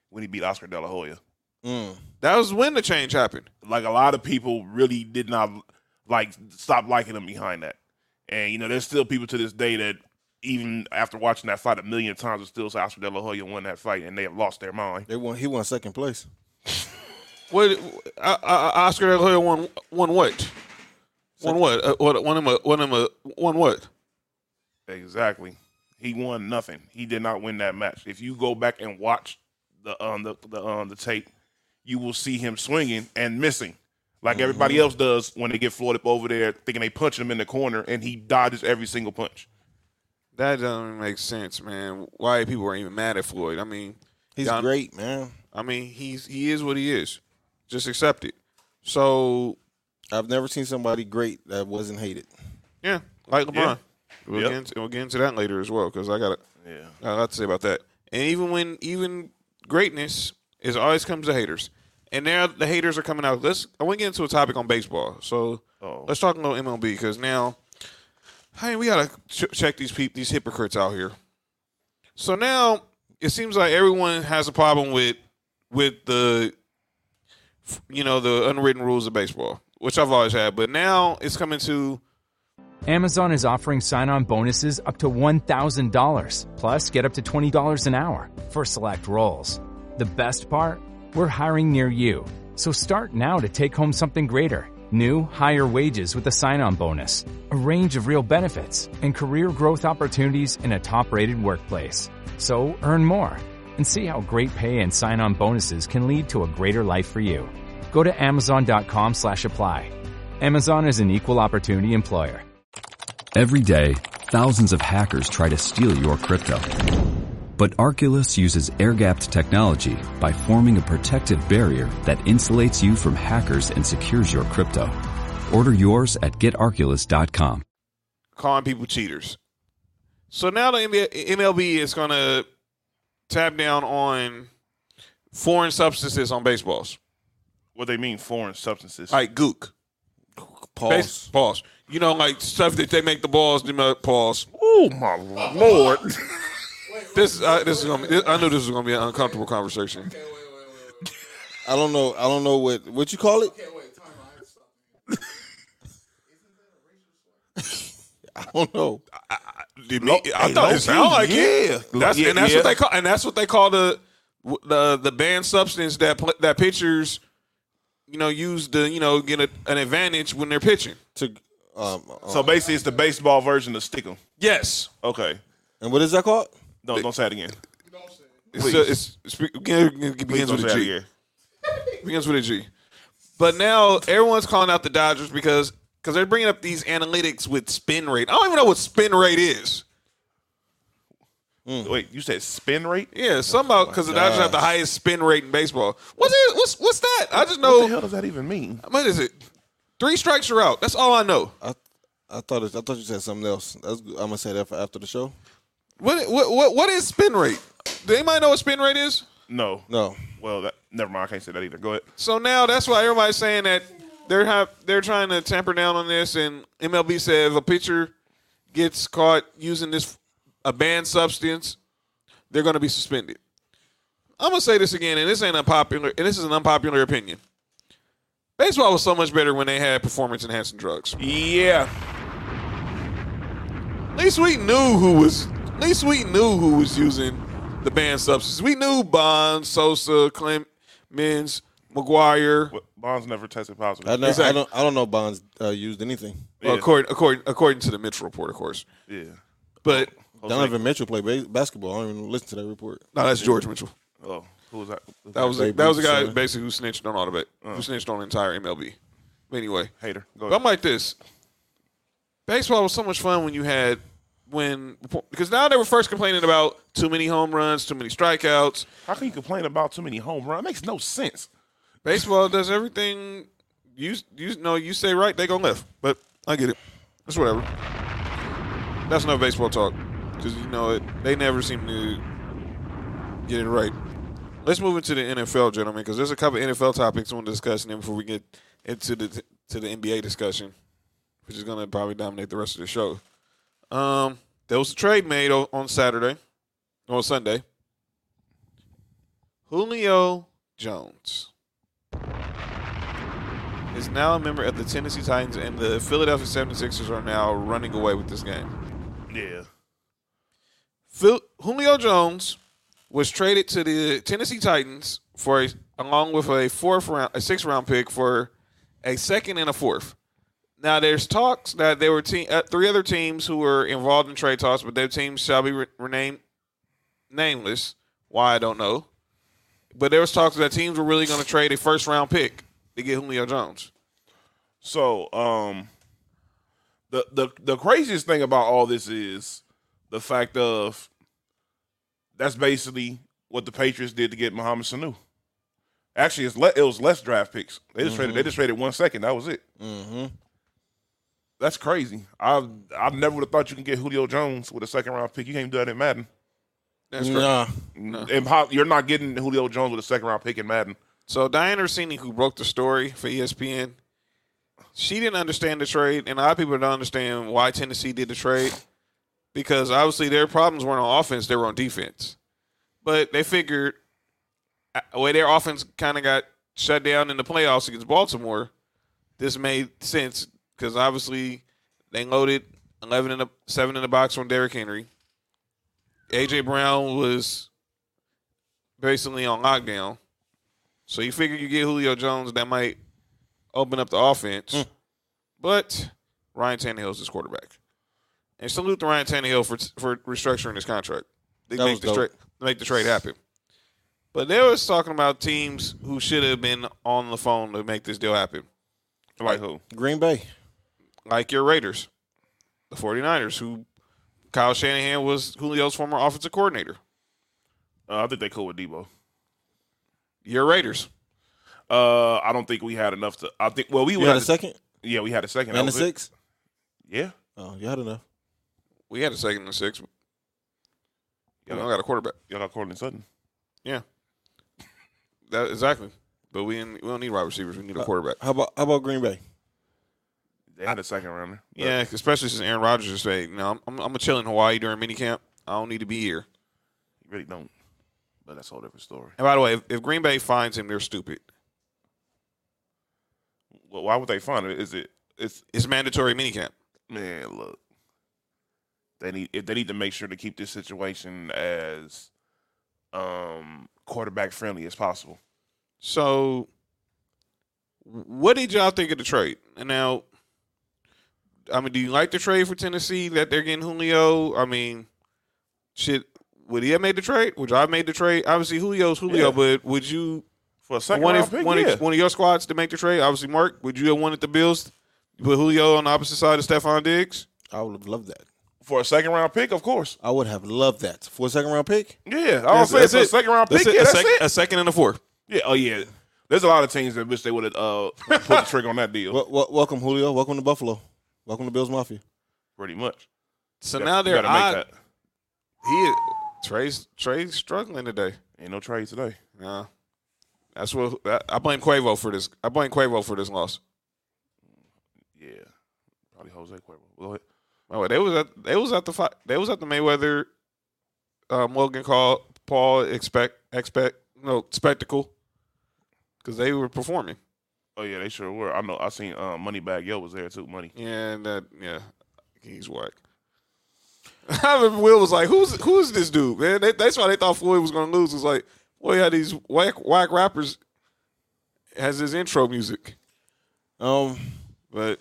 Speaker 5: when he beat Oscar De La Hoya.
Speaker 4: Mm.
Speaker 6: That was when the change happened.
Speaker 5: Like a lot of people really did not like stop liking him behind that. And you know, there's still people to this day that even after watching that fight a million times, would still say Oscar De La Hoya won that fight, and they have lost their mind.
Speaker 4: They won. He won second place.
Speaker 6: What I, I, Oscar De La Hoya won? Won what? Won what? Uh, what? Won him a? Won him a? Won what?
Speaker 5: Exactly. He won nothing. He did not win that match. If you go back and watch the um the the um the tape, you will see him swinging and missing, like
Speaker 6: Mm-hmm.
Speaker 5: everybody else does when they get Floyd up over there, thinking they punching him in the corner, and he dodges every single punch.
Speaker 6: That doesn't even make sense, man. Why people are even mad at Floyd? I mean,
Speaker 4: He's
Speaker 6: Don-
Speaker 4: great, man.
Speaker 6: I mean, he's he is what he is. Just accept it. So
Speaker 4: I've never seen somebody great that wasn't hated.
Speaker 6: yeah, like LeBron.
Speaker 5: Yeah.
Speaker 6: We'll,
Speaker 5: Yep.
Speaker 6: get into, we'll get into that later as well because I got a,
Speaker 5: Yeah.
Speaker 6: got a lot to say about that. And even when even greatness is always comes to haters, and now the haters are coming out. Let's I want to get into a topic on baseball. So
Speaker 5: Oh.
Speaker 6: let's talk a little MLB because now, hey, we gotta ch- check these peop these hypocrites out here. So now it seems like everyone has a problem with with the f- you know the unwritten rules of baseball, which I've always had, but now it's coming to
Speaker 8: Amazon is offering sign on bonuses up to $1,000, plus get up to $20 an hour for select roles. The best part? We're hiring near you. So start now to take home something greater. New, higher wages with a sign on bonus, a range of real benefits, and career growth opportunities in a top rated workplace. So earn more and see how great pay and sign on bonuses can lead to a greater life for you. Go to amazon.com slash apply. Amazon is an equal opportunity employer.
Speaker 9: Every day, thousands of hackers try to steal your crypto. But Arculus uses air gapped technology by forming a protective barrier that insulates you from hackers and secures your crypto. Order yours at getarculus.com.
Speaker 6: calling people cheaters. So now the NBA, MLB is going to tap down on foreign substances on baseballs,
Speaker 5: What they mean foreign substances?
Speaker 6: like gook.
Speaker 4: Pause.
Speaker 6: Base, balls. You know, like stuff that they make the balls. Them uh, balls.
Speaker 5: oh my lord!
Speaker 6: This uh, this is gonna. Be, this, I knew this was gonna be an uncomfortable conversation.
Speaker 4: I don't know. I don't know what what you call it. I don't know.
Speaker 6: I thought it sounded like it. That's, and that's
Speaker 5: yeah.
Speaker 6: what they call. And that's what they call the the the banned substance that pla- that pitchers, you know, use to you know get a, an advantage when they're pitching.
Speaker 4: To um, uh,
Speaker 5: So basically, it's the baseball version of stick 'em.
Speaker 6: Yes.
Speaker 5: Okay,
Speaker 4: and what is that called?
Speaker 5: no, don't say it again.
Speaker 6: It's, uh, it's, it's be- begin- it begins
Speaker 5: Don't
Speaker 6: with a
Speaker 5: say it
Speaker 6: G.
Speaker 5: again.
Speaker 6: Begins with a G. But now everyone's calling out the Dodgers because because they're bringing up these analytics with spin rate. I don't even know what spin rate is. Mm.
Speaker 5: Wait, you said spin rate?
Speaker 6: Yeah, somehow because the Dodgers have the highest spin rate in baseball. What's it, what's what's that? I just
Speaker 5: What the
Speaker 6: know
Speaker 5: hell does that even mean?
Speaker 6: what is it? Three strikes you're out. That's all I know.
Speaker 4: I I thought it, I thought you said something else. That's, I'm gonna say that for after the show.
Speaker 6: What what what, what is spin rate? Do anybody know what spin rate is?
Speaker 5: No,
Speaker 4: No,
Speaker 5: Well, that, never mind. I can't say that either. Go ahead.
Speaker 6: So now that's why everybody's saying that they're have, they're trying to tamper down on this, and MLB said if a pitcher gets caught using this a banned substance, they're going to be suspended. I'm gonna say this again, and this ain't unpopular, and this is an unpopular opinion. Baseball was so much better when they had performance enhancing drugs.
Speaker 5: Yeah.
Speaker 6: At least we knew who was. At least we knew who was using the banned substance. We knew Bonds, Sosa, Clemens, McGuire.
Speaker 5: But Bonds never tested positive.
Speaker 4: I, know, I
Speaker 6: Exactly.
Speaker 4: don't. I don't know. Bonds uh, used anything.
Speaker 6: Well,
Speaker 5: Yeah.
Speaker 6: according, according according to the Mitchell report, of course.
Speaker 5: yeah.
Speaker 6: But
Speaker 4: Donovan Mitchell played ba- basketball. I don't even listen to that report.
Speaker 6: no, that's George Mitchell.
Speaker 5: Oh, who was that?
Speaker 6: That was a,
Speaker 4: Babe
Speaker 6: that was a
Speaker 4: Ruth,
Speaker 6: guy
Speaker 4: son.
Speaker 6: basically who snitched on all the ba- who snitched on the entire MLB. Anyway,
Speaker 5: hater. Go
Speaker 6: but I'm
Speaker 5: ahead.
Speaker 6: like this. baseball was so much fun when you had when because now they were first complaining about too many home runs, too many strikeouts.
Speaker 5: How can you complain about too many home runs? It makes no sense.
Speaker 6: Baseball does everything. You you know you say right, they go left. But I get it. It's whatever. That's enough baseball talk because you know it. They never seem to get it right. Let's move into the NFL, gentlemen, because there's a couple NFL topics I want to discuss and then before we get into the to the NBA discussion, which is going to probably dominate the rest of the show. Um, there was a trade made o- on Saturday, on Sunday. Julio Jones is now a member of the Tennessee Titans, and the Philadelphia 76ers are now running away with this game.
Speaker 5: Yeah.
Speaker 6: Phil, Julio Jones was traded to the Tennessee Titans for a, along with a fourth round, a sixth round pick for a second and a fourth. Now there's talks that there were te- uh, three other teams who were involved in trade talks, but their teams shall be re- renamed nameless. Why I don't know, but there was talks that teams were really going to trade a first round pick to get Julio Jones.
Speaker 5: So, um, the the the craziest thing about all this is the fact of that's basically what the Patriots did to get Mohamed Sanu. Actually, it's le- it was less draft picks. They just traded. They just traded one second. That was it.
Speaker 4: Mm-hmm.
Speaker 5: That's crazy. I I never would have thought you can get Julio Jones with a second round pick. You can't do that in Madden.
Speaker 6: That's correct.
Speaker 4: Nah.
Speaker 5: And how, you're not getting Julio Jones with a second round pick in Madden.
Speaker 6: So Diane Orsini, who broke the story for E ESPN, she didn't understand the trade, and a lot of people don't understand why Tennessee did the trade because obviously their problems weren't on offense; they were on defense. But they figured uh, the way their offense kind of got shut down in the playoffs against Baltimore, this made sense because obviously they loaded eleven in the seven in the box on Derrick Henry. AJ Brown was basically on lockdown. So you figure you get Julio Jones, that might open up the offense.
Speaker 4: Hmm.
Speaker 6: But Ryan Tannehill is his quarterback. And salute to Ryan Tannehill for for restructuring his contract. They
Speaker 4: That
Speaker 6: make
Speaker 4: was
Speaker 6: the
Speaker 4: dope.
Speaker 6: trade make the trade happen. But they was talking about teams who should have been on the phone to make this deal happen.
Speaker 5: Like who?
Speaker 4: Green Bay.
Speaker 6: Like your Raiders, the 49ers, who Kyle Shanahan was Julio's former offensive coordinator.
Speaker 5: Uh, I think they cool with Debo.
Speaker 6: Your Raiders.
Speaker 5: Uh, I don't think we had enough to. I think well we
Speaker 4: You had
Speaker 5: had
Speaker 4: a second
Speaker 5: Yeah, we had a second. That
Speaker 4: and a
Speaker 5: was it.
Speaker 4: six.
Speaker 5: Yeah.
Speaker 4: Oh, you had enough.
Speaker 6: We had a second and six.
Speaker 5: Yeah.
Speaker 6: We don't got a quarterback.
Speaker 5: Y'all got Cortland Sutton.
Speaker 6: Yeah. That exactly. But we didn't, we don't need wide receivers. We need a quarterback.
Speaker 4: How about how about Green Bay?
Speaker 5: They had a second rounder. But-
Speaker 6: Yeah, especially since Aaron Rodgers is saying, "No, I'm I'm gonna chill in Hawaii during minicamp. I don't need to be here."
Speaker 5: You really don't. But that's a whole different story.
Speaker 6: And by the way, if, if Green Bay finds him, they're stupid.
Speaker 5: Well, why would they find it? Is it? It's
Speaker 6: It's mandatory minicamp.
Speaker 5: man. Look, they need. If they need to make sure to keep this situation as um quarterback friendly as possible.
Speaker 6: So, what did y'all think of the trade? And now, I mean, do you like the trade for Tennessee that they're getting Julio? I mean, shit, would he have made the trade? Would y'all have made the trade? Obviously, Julio's Julio,
Speaker 5: Yeah.
Speaker 6: but would you
Speaker 5: For a second
Speaker 6: one
Speaker 5: round
Speaker 6: of
Speaker 5: pick,
Speaker 6: one,
Speaker 5: yeah.
Speaker 6: of, one of your squads to make the trade? Obviously, Mark, would you have wanted the Bills? Put Julio on the opposite side of Stephon Diggs.
Speaker 4: I would have loved that.
Speaker 5: for a second round pick, of course.
Speaker 4: I would have loved that for a second round pick.
Speaker 5: Yeah, I
Speaker 6: That's-
Speaker 5: was saying
Speaker 6: that's
Speaker 5: for a
Speaker 6: it.
Speaker 5: second round
Speaker 6: That's
Speaker 5: pick.
Speaker 6: it.
Speaker 5: Yeah,
Speaker 6: a,
Speaker 5: that's
Speaker 6: sec-
Speaker 5: it.
Speaker 6: a second and a fourth.
Speaker 5: Yeah. Oh yeah. There's a lot of teams that wish they would have uh, <laughs> put the trigger on that deal.
Speaker 4: Wel- wel- welcome Julio. Welcome to Buffalo. Welcome to Bills Mafia.
Speaker 5: pretty much.
Speaker 6: So
Speaker 5: You
Speaker 6: now
Speaker 5: gotta-
Speaker 6: they're
Speaker 5: you
Speaker 6: odd.
Speaker 5: gotta make that.
Speaker 6: He Trey's Trey's struggling today.
Speaker 5: Ain't no trade today.
Speaker 6: Nah. That's what I- I blame Quavo for this. I blame Quavo for this loss.
Speaker 5: Yeah. Probably Jose Cuervo. Go ahead.
Speaker 6: By the way, they was at they was at the fi- they was at the Mayweather, um, Logan call Paul expect expect no spectacle, because they were performing.
Speaker 5: Oh yeah, they sure were. I know. I seen uh, Moneybag Yo was there too. Money.
Speaker 6: Yeah, and that yeah, he's whack. <laughs> I remember Will was like, "Who's who's this dude, man?" They, that's why they thought Floyd was gonna lose. It was like, "Boy, had these whack whack rappers has his intro music."
Speaker 4: Um,
Speaker 6: But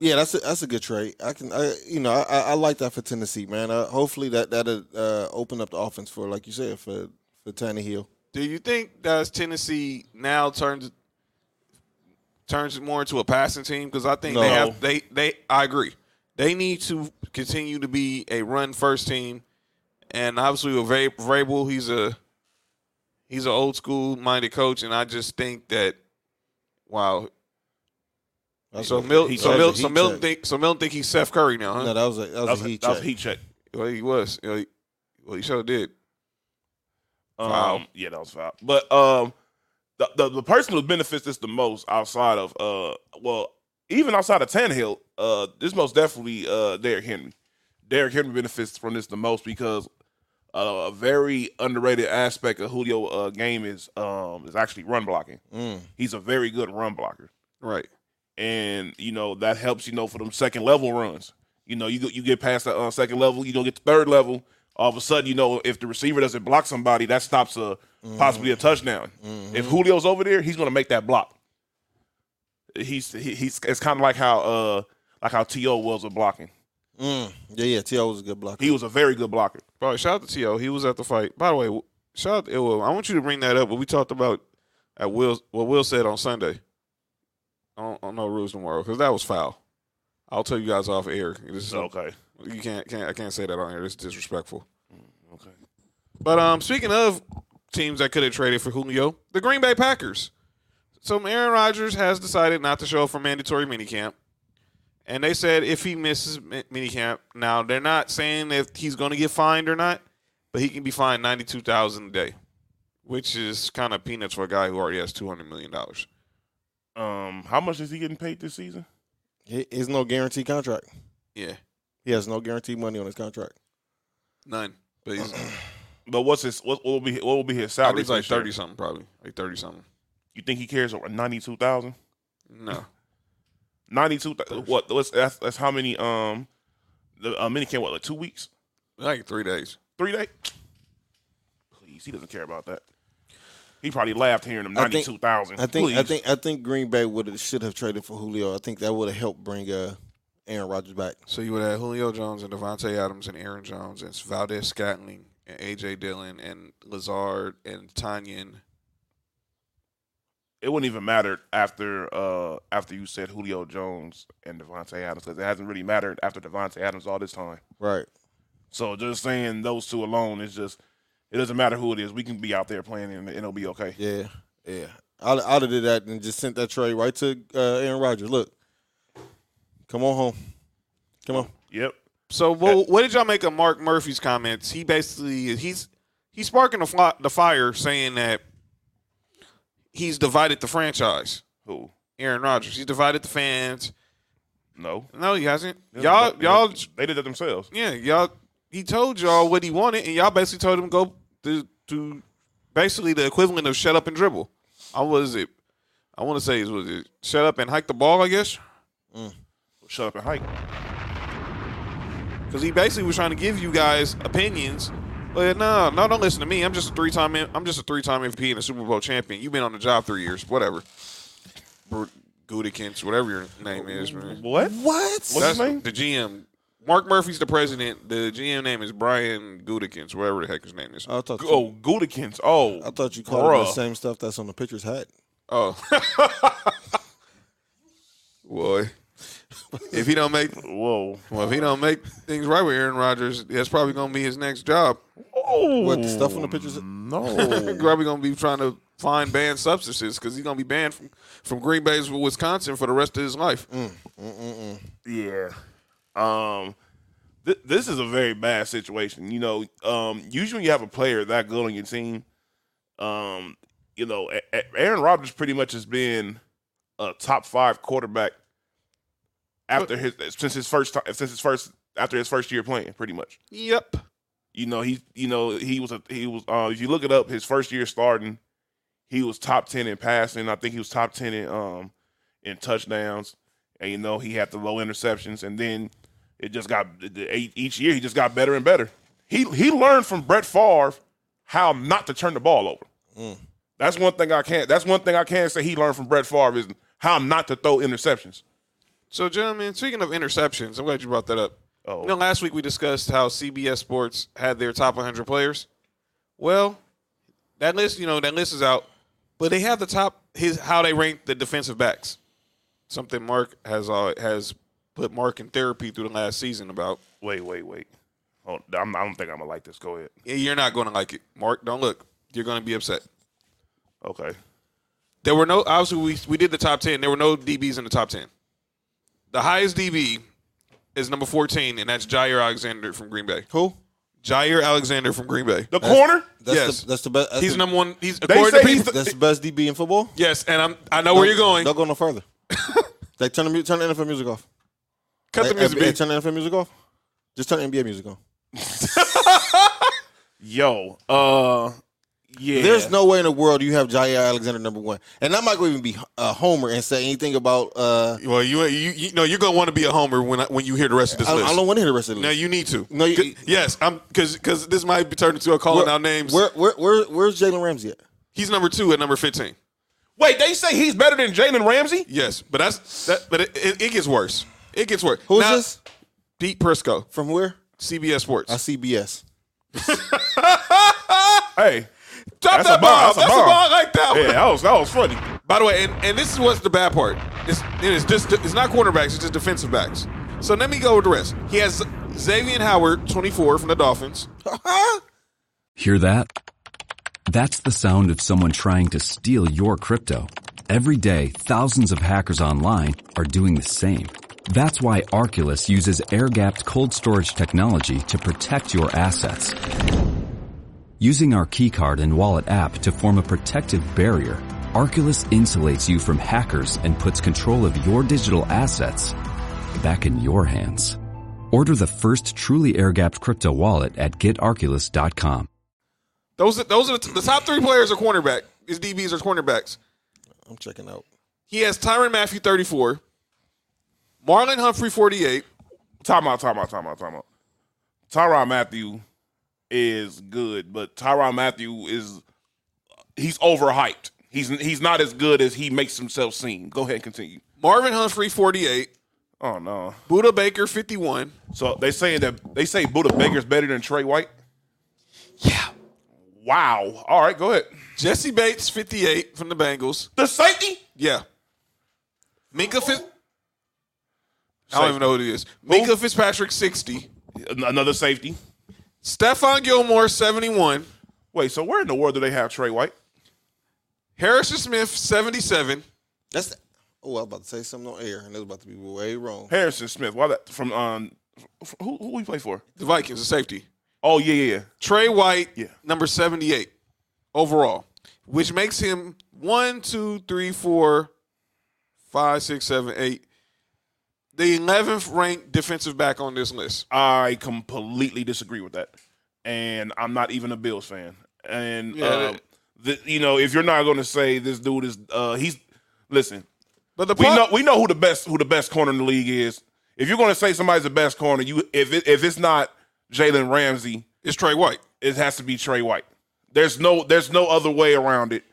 Speaker 4: yeah, that's a, that's a good trade. I can, I, you know, I, I I like that for Tennessee, man. Uh, hopefully that that'll uh, open up the offense for, like you said, for for Tannehill.
Speaker 6: do you think does Tennessee now turns turns it more into a passing team? Because I think they
Speaker 4: No.
Speaker 6: have they they I agree They need to continue to be a run first team, and obviously with Vra- Vrabel, he's a he's an old school minded coach, and I just think that wow.
Speaker 4: That's
Speaker 6: So
Speaker 4: a-
Speaker 6: Milton,
Speaker 4: that
Speaker 6: so
Speaker 4: was a
Speaker 6: Milton,
Speaker 4: heat
Speaker 6: so Milton
Speaker 4: check.
Speaker 6: think so Milton think he's Seth Curry now, huh?
Speaker 4: No, that was a that was,
Speaker 5: That was,
Speaker 4: a heat
Speaker 5: that was
Speaker 4: check.
Speaker 5: heat check.
Speaker 6: Well, he was. You know, he, well, he sure did.
Speaker 5: Um,
Speaker 6: Foul.
Speaker 5: Yeah, that was foul. But um, the, the the person who benefits this the most outside of uh, well, even outside of Tannehill, uh, this most definitely uh Derrick Henry. Derrick Henry benefits from this the most because uh, a very underrated aspect of Julio uh, game is um is actually run blocking.
Speaker 4: Mm.
Speaker 5: He's a very good run blocker,
Speaker 6: Right.
Speaker 5: and you know that helps you know for them second level runs. You know, you go- you get past the uh, second level, you don't get to third level. All of a sudden, you know, if the receiver doesn't block somebody, that stops a possibly a touchdown.
Speaker 6: Mm-hmm.
Speaker 5: If Julio's over there, he's going to make that block. He's he, he's it's kind of like how uh like how To was a blocking.
Speaker 4: Mm. Yeah, yeah. T.O. was a good blocker.
Speaker 5: He was a very good blocker.
Speaker 6: Bro, shout out to T.O. He was at the fight. By the way, w- shout out to Will. I want you to bring that up. What we talked about at Will, what Will said on Sunday on, on No Rules Tomorrow, because that was foul. I'll tell you guys off air. This is
Speaker 5: Okay,
Speaker 6: You can't, can't, I can't say that on air. It's disrespectful. Mm,
Speaker 5: okay.
Speaker 6: But um, speaking of teams that could have traded for Julio, the Green Bay Packers. So Aaron Rodgers has decided not to show up for mandatory minicamp, and they said if he misses mi- minicamp, now they're not saying if he's going to get fined or not, but he can be fined ninety two thousand a day, which is kind of peanuts for a guy who already has two hundred million dollars.
Speaker 5: Um, how much is he getting paid this season?
Speaker 4: He is no guaranteed contract.
Speaker 6: Yeah,
Speaker 4: He has no guaranteed money on his contract.
Speaker 6: none. But <clears throat> he's
Speaker 5: But what's his what, what will be what will be his
Speaker 6: I
Speaker 5: salary?
Speaker 6: think it's
Speaker 5: for
Speaker 6: like
Speaker 5: this year?
Speaker 6: thirty something, probably like thirty something.
Speaker 5: You think he cares over ninety two thousand?
Speaker 6: No, <laughs>
Speaker 5: Ninety two. What? What's that's, that's how many? Um, the uh, mini camp. What? Like two weeks?
Speaker 6: like three days.
Speaker 5: Three days? Please, he doesn't care about that. He probably laughed hearing him
Speaker 4: I think-
Speaker 5: ninety two thousand.
Speaker 4: I think I think I think Green Bay would have should have traded for Julio. I think that would have helped bring uh, Aaron Rodgers back.
Speaker 6: So you would have Julio Jones and Devontae Adams and Aaron Jones and Valdez Scantling and AJ Dillon and Lazard and Tanyan.
Speaker 5: it wouldn't even matter after uh after you said Julio Jones and Devontae Adams because it hasn't really mattered after Devontae Adams all this time.
Speaker 4: Right.
Speaker 5: So just saying those two alone is just it doesn't matter who it is. We can be out there playing and, and it'll be okay.
Speaker 4: Yeah. Yeah. I'd, I'd have did that and just sent that trade right to uh, Aaron Rodgers. Look, come on home. Come on.
Speaker 5: Yep.
Speaker 6: So what, what did y'all make of Mark Murphy's comments? He basically he's he's sparking the, fly, the fire, saying that he's divided the franchise.
Speaker 5: Who?
Speaker 6: Aaron Rodgers, he's divided the fans.
Speaker 5: No.
Speaker 6: No, he hasn't. Y'all, y'all,
Speaker 5: they did that themselves.
Speaker 6: yeah, y'all. He told y'all what he wanted, and y'all basically told him go to, to basically the equivalent of shut up and dribble. I was it. I want to say it was it shut up and hike the ball, I guess,
Speaker 5: Shut up and hike.
Speaker 6: because he basically was trying to give you guys opinions. But no, no, don't listen to me. I'm just a three time. I'm just a three time MVP and a Super Bowl champion. You've been on the job three years, whatever. Bur- Gudikins, whatever your name is, man.
Speaker 4: What?
Speaker 5: What? What's his
Speaker 6: That's
Speaker 5: name?
Speaker 6: the GM. Mark Murphy's the president. The GM name is Brian Gudikins, whatever the heck his name is.
Speaker 4: I thought you,
Speaker 5: Oh, Gudikins. Oh,
Speaker 4: I thought you called him the
Speaker 5: bruh.
Speaker 4: same stuff that's on the pitcher's hat.
Speaker 6: Oh. Boy. If he don't make
Speaker 5: Whoa.
Speaker 6: well, if he don't make things right with Aaron Rodgers, that's probably gonna be his next job.
Speaker 5: Oh,
Speaker 4: What, the stuff on the pitcher's hat?
Speaker 5: No.
Speaker 6: Probably gonna be trying to find banned substances because he's gonna be banned from, from Green Bay's Wisconsin for the rest of his life.
Speaker 5: Yeah. Um, th- this is a very bad situation. You know, um, usually when you have a player that good on your team. Um, you know, A- A- Aaron Rodgers pretty much has been a top five quarterback after his since his first time since his first after his first year playing, pretty much.
Speaker 6: Yep.
Speaker 5: You know, he you know he was a he was uh, if you look it up, his first year starting, he was top ten in passing. I think he was top ten in um in touchdowns, and you know he had the low interceptions, and then it just got the- the- e- each year he just got better and better. He he learned from Brett Favre how not to turn the ball over. That's one thing I can't. That's one thing I can say. He learned from Brett Favre is how not to throw interceptions.
Speaker 6: So, gentlemen, speaking of interceptions, I'm glad you brought that up.
Speaker 5: Oh.
Speaker 6: You know, last week we discussed how CBS Sports had their top 100 players. Well, that list, you know, that list is out, but they have the top his how they rank the defensive backs. Something Mark uh, has all has put Mark in therapy through the last season about.
Speaker 5: Wait, wait, wait. Oh, I'm, I don't think I'm gonna like this. Go ahead.
Speaker 6: Yeah, you're not going to like it, Mark. Don't look. You're going to be upset.
Speaker 5: Okay.
Speaker 6: There were no obviously we we did the top ten. There were no DBs in the top ten. The highest DB is number fourteen, and that's Jair Alexander from Green Bay.
Speaker 4: Who?
Speaker 6: Jair Alexander from Green Bay.
Speaker 5: The corner.
Speaker 4: That's
Speaker 6: Yes.
Speaker 4: the, that's the best. that's
Speaker 6: He's
Speaker 4: the-
Speaker 6: number one. He's
Speaker 5: They
Speaker 6: according
Speaker 5: say
Speaker 6: to
Speaker 5: he's
Speaker 6: people.
Speaker 5: the,
Speaker 4: That's the best DB in football.
Speaker 6: yes, and I'm I know where you're going.
Speaker 4: Don't go
Speaker 6: <laughs>
Speaker 4: no further. like turn the mu- turn the NFL music off.
Speaker 6: Cut the
Speaker 4: Hey,
Speaker 6: music.
Speaker 4: hey,
Speaker 6: beat.
Speaker 4: turn the NFL music off. Just turn NBA music on.
Speaker 5: yo. Uh. Yeah.
Speaker 4: There's no way in the world you have Jair Alexander number one, and I'm not going to even be a homer and say anything about. Uh,
Speaker 6: Well, you you you know you're gonna want to be a homer when I, when you hear the rest of this
Speaker 4: I,
Speaker 6: list.
Speaker 4: I don't want to hear the rest of the
Speaker 6: no,
Speaker 4: list.
Speaker 6: you need to.
Speaker 4: No, you-
Speaker 6: C- yes, I'm because because this might be turned into a calling out names.
Speaker 4: Where, where, where, where's Jalen Ramsey at?
Speaker 6: He's number two at number fifteen.
Speaker 5: Wait, they say he's better than Jalen Ramsey.
Speaker 6: Yes, but that's that. But it, it, it gets worse. It gets worse.
Speaker 4: Who's
Speaker 6: Now,
Speaker 4: this?
Speaker 6: Pete Prisco,
Speaker 4: From where? Ah,
Speaker 6: CBS Sports.
Speaker 4: I CBS.
Speaker 5: Hey.
Speaker 6: Drop
Speaker 5: That's
Speaker 6: that
Speaker 5: a bomb.
Speaker 6: ball.
Speaker 5: That's a
Speaker 6: That's a
Speaker 5: bomb.
Speaker 6: ball like that.
Speaker 5: Yeah,
Speaker 6: one.
Speaker 5: that was that was funny.
Speaker 6: By the way, and, and this is what's the bad part. It's, it's just it's not cornerbacks. It's just defensive backs. So let me go with the rest. He has Xavier Howard, twenty four from the Dolphins.
Speaker 9: Hear that? That's the sound of someone trying to steal your crypto. Every day, thousands of hackers online are doing the same. That's why Arculus uses air-gapped cold storage technology to protect your assets. Using our keycard and wallet app to form a protective barrier, Arculus insulates you from hackers and puts control of your digital assets back in your hands. Order the first truly air-gapped crypto wallet at getarculus.com.
Speaker 6: Those are, those are the, the top three players are cornerback. His DBs are cornerbacks.
Speaker 4: I'm checking out.
Speaker 6: He has Tyron Matthew thirty four, Marlon Humphrey forty eight.
Speaker 5: Time out. Time out. Time out. Time out. Tyron Matthew is good, but Tyron Matthew is he's overhyped. He's he's not as good as he makes himself seem. Go ahead and continue.
Speaker 6: Marvin Humphrey forty eight,
Speaker 5: Oh no.
Speaker 6: Buda Baker fifty one.
Speaker 5: So they saying that they say Buda Baker's better than Trey White. Yeah. Wow. All right, go ahead.
Speaker 6: Jesse Bates, 58 from the Bengals.
Speaker 5: The safety.
Speaker 6: Yeah. Minka Fitz. I don't even know who it is. Minka Fitzpatrick, 60.
Speaker 5: An- Another safety.
Speaker 6: Stephon Gilmore, 71.
Speaker 5: Wait. So where in the world do they have Trey White?
Speaker 6: Harrison Smith, 77.
Speaker 4: That's. Oh, I was about to say something on air, and it was about to be way wrong.
Speaker 5: Harrison Smith. Why that from um f- who who we play for?
Speaker 6: The Vikings, the safety.
Speaker 5: Oh yeah yeah. yeah.
Speaker 6: Trey White,
Speaker 5: Yeah.
Speaker 6: number 78 overall, which makes him one, two, three, four, five, six, seven, eight. The 11th ranked defensive back on this list.
Speaker 5: I completely disagree with that, and I'm not even a Bills fan. And
Speaker 6: Yeah,
Speaker 5: uh, the, you know, if you're not going to say this dude is, uh, he's listen.
Speaker 6: But the
Speaker 5: We
Speaker 6: pro-
Speaker 5: know we know who the best who the best corner in the league is. If you're going to say somebody's the best corner, you if it, if it's not Jalen Ramsey,
Speaker 6: is Trey White.
Speaker 5: it has to be Trey White. There's no there's no other way around it.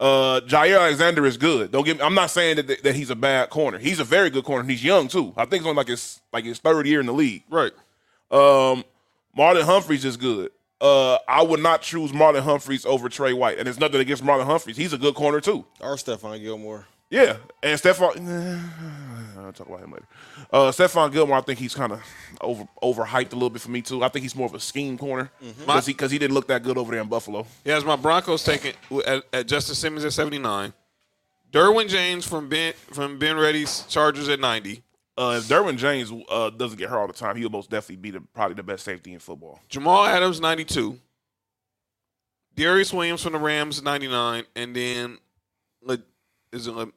Speaker 5: Uh, Jair Alexander is good. Don't get me. I'm not saying that, that he's a bad corner. He's a very good corner. and He's young too. I think it's only like his like his third year in the league.
Speaker 6: Right.
Speaker 5: Um, Marlon Humphreys is good. Uh, I would not choose Marlon Humphreys over Trey White, and there's nothing against Marlon Humphreys. He's a good corner too.
Speaker 4: Our Stephon Gilmore.
Speaker 5: Yeah, and Stephon. I'll talk about him later. Uh, Stephon Gilmore, I think he's kind of over overhyped a little bit for me too. I think he's more of a scheme corner because he because he didn't look that good over there in Buffalo.
Speaker 6: He has my Broncos taken at, at Justin Simmons at 79. Derwin James from Ben from Ben Reddy's Chargers at 90.
Speaker 5: Uh, if Derwin James uh, doesn't get hurt all the time, he'll most definitely be the, probably the best safety in football.
Speaker 6: Jamal Adams 92. Darius Williams from the Rams 99 and then Le, is it Le,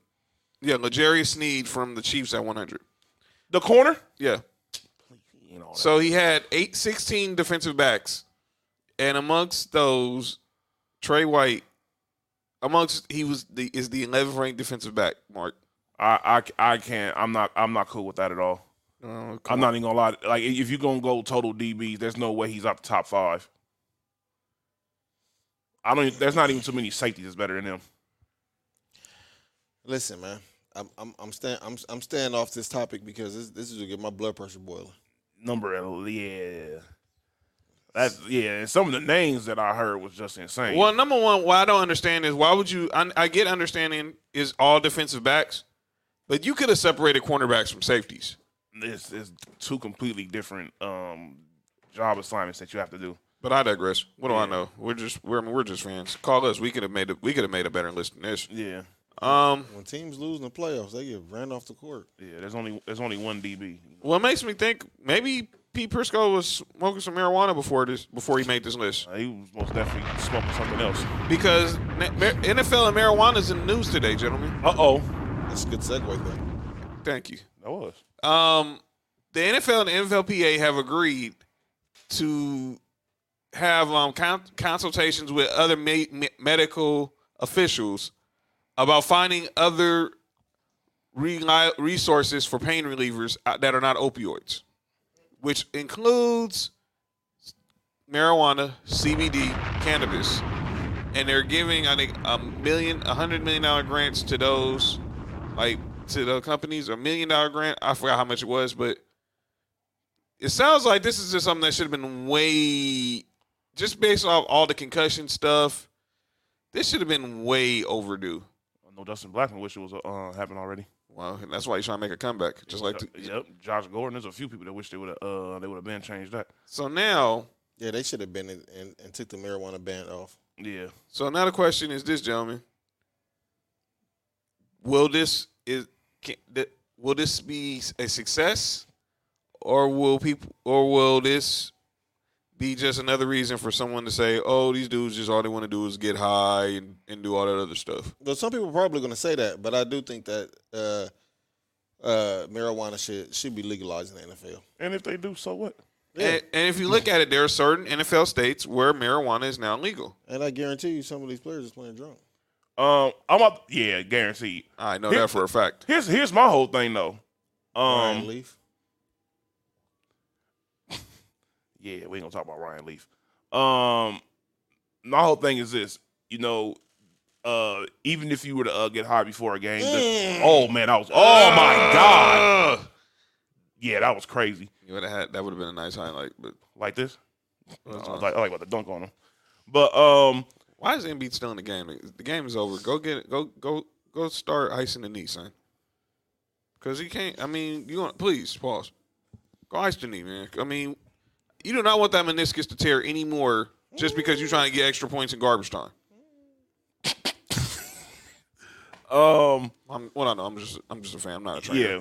Speaker 6: yeah, Legarius Sneed from the Chiefs at 100.
Speaker 5: The corner,
Speaker 6: Yeah.
Speaker 5: you know,
Speaker 6: So he had 8 16 defensive backs. And amongst those Trey White amongst he was the is the 11th ranked defensive back, Mark.
Speaker 5: I, I I can't. I'm not I'm not cool with that at all.
Speaker 6: Oh,
Speaker 5: I'm not even gonna lie. Like if you're gonna go total DBs, there's no way he's out the top five. I don't. Even, there's not even too many safeties that's better than him.
Speaker 4: Listen, man, I'm I'm I'm staying I'm I'm staying off this topic because this this is gonna get my blood pressure boiling.
Speaker 5: Number el- yeah. That's yeah. And some of the names that I heard was just insane.
Speaker 6: Well, number one, what I don't understand is why would you? I, I get understanding is all defensive backs, but you could have separated cornerbacks from safeties.
Speaker 5: it's, it's two completely different um, job assignments that you have to do.
Speaker 6: But I digress. What do I know? We're just we're I mean, we're just fans. Call us. We could have made a, we could have made a better list than this.
Speaker 5: Yeah,
Speaker 6: Um,
Speaker 4: When teams lose in the playoffs, they get ran off the court.
Speaker 5: yeah. There's only there's only one DB.
Speaker 6: what makes me think maybe Pete Prisco was smoking some marijuana before this before he made this list
Speaker 5: Uh, he was most definitely smoking something else.
Speaker 6: because na- mar- NFL and marijuana is in the news today, gentlemen.
Speaker 5: Uh oh,
Speaker 4: That's a good segue thing.
Speaker 6: Thank you.
Speaker 5: that was.
Speaker 6: Um, the NFL and the NFLPA have agreed to have um con- consultations with other me- me- medical officials about finding other reli resources for pain relievers uh, that are not opioids, which includes marijuana, CBD, cannabis, and they're giving I think a million, a hundred million dollar grants to those like to the companies a million dollar grant. I forgot how much it was, but it sounds like this is just something that should have been way just based off all the concussion stuff. This should have been way overdue.
Speaker 5: No, Dustin Blackman wish it was uh, happened already.
Speaker 6: Wow, and that's why he's trying to make a comeback. Just like
Speaker 5: Uh, yep, Josh Gordon. There's a few people that wish they would have uh, they would have been changed that.
Speaker 6: so now,
Speaker 4: Yeah, they should have been in, and, and took the marijuana ban off.
Speaker 5: Yeah,
Speaker 6: so now the question is this, gentlemen: Will this is can, th- will this be a success, or will people or will this be just another reason for someone to say, "Oh, these dudes just all they want to do is get high and, and do all that other stuff"?
Speaker 4: Well, some people are probably going to say that, but I do think that uh, uh, marijuana should should be legalized in the NFL.
Speaker 5: and if they do, so what?
Speaker 4: Yeah.
Speaker 6: And, and if you look at it, there are certain NFL states where marijuana is now legal.
Speaker 4: And I guarantee you, some of these players is playing drunk.
Speaker 5: Um, I'm up. Yeah, guaranteed.
Speaker 6: I know
Speaker 5: Here-
Speaker 6: that for a fact.
Speaker 5: Here's here's my whole thing though. Um,
Speaker 4: Ryan Leaf.
Speaker 5: yeah, we ain't gonna talk about Ryan Leaf. Um, my whole thing is this, you know, uh, even if you were to uh, get high before a game, the- oh man, I was, oh my god, yeah, that was crazy.
Speaker 6: You would have had that would have been a nice highlight, but
Speaker 5: Like this, I
Speaker 6: Uh-uh.
Speaker 5: was like, I like about to dunk on him, but um,
Speaker 6: Why is Embiid still in the game? The game is over. Go get it. Go go go start icing the knee, son. Because he can't. I mean, you want please pause. Go ice the knee, man. I mean, you do not want that meniscus to tear anymore just because you're trying to get extra points in garbage time.
Speaker 5: um,
Speaker 6: I'm, well, I know. I'm just I'm just a fan. I'm not a trainer.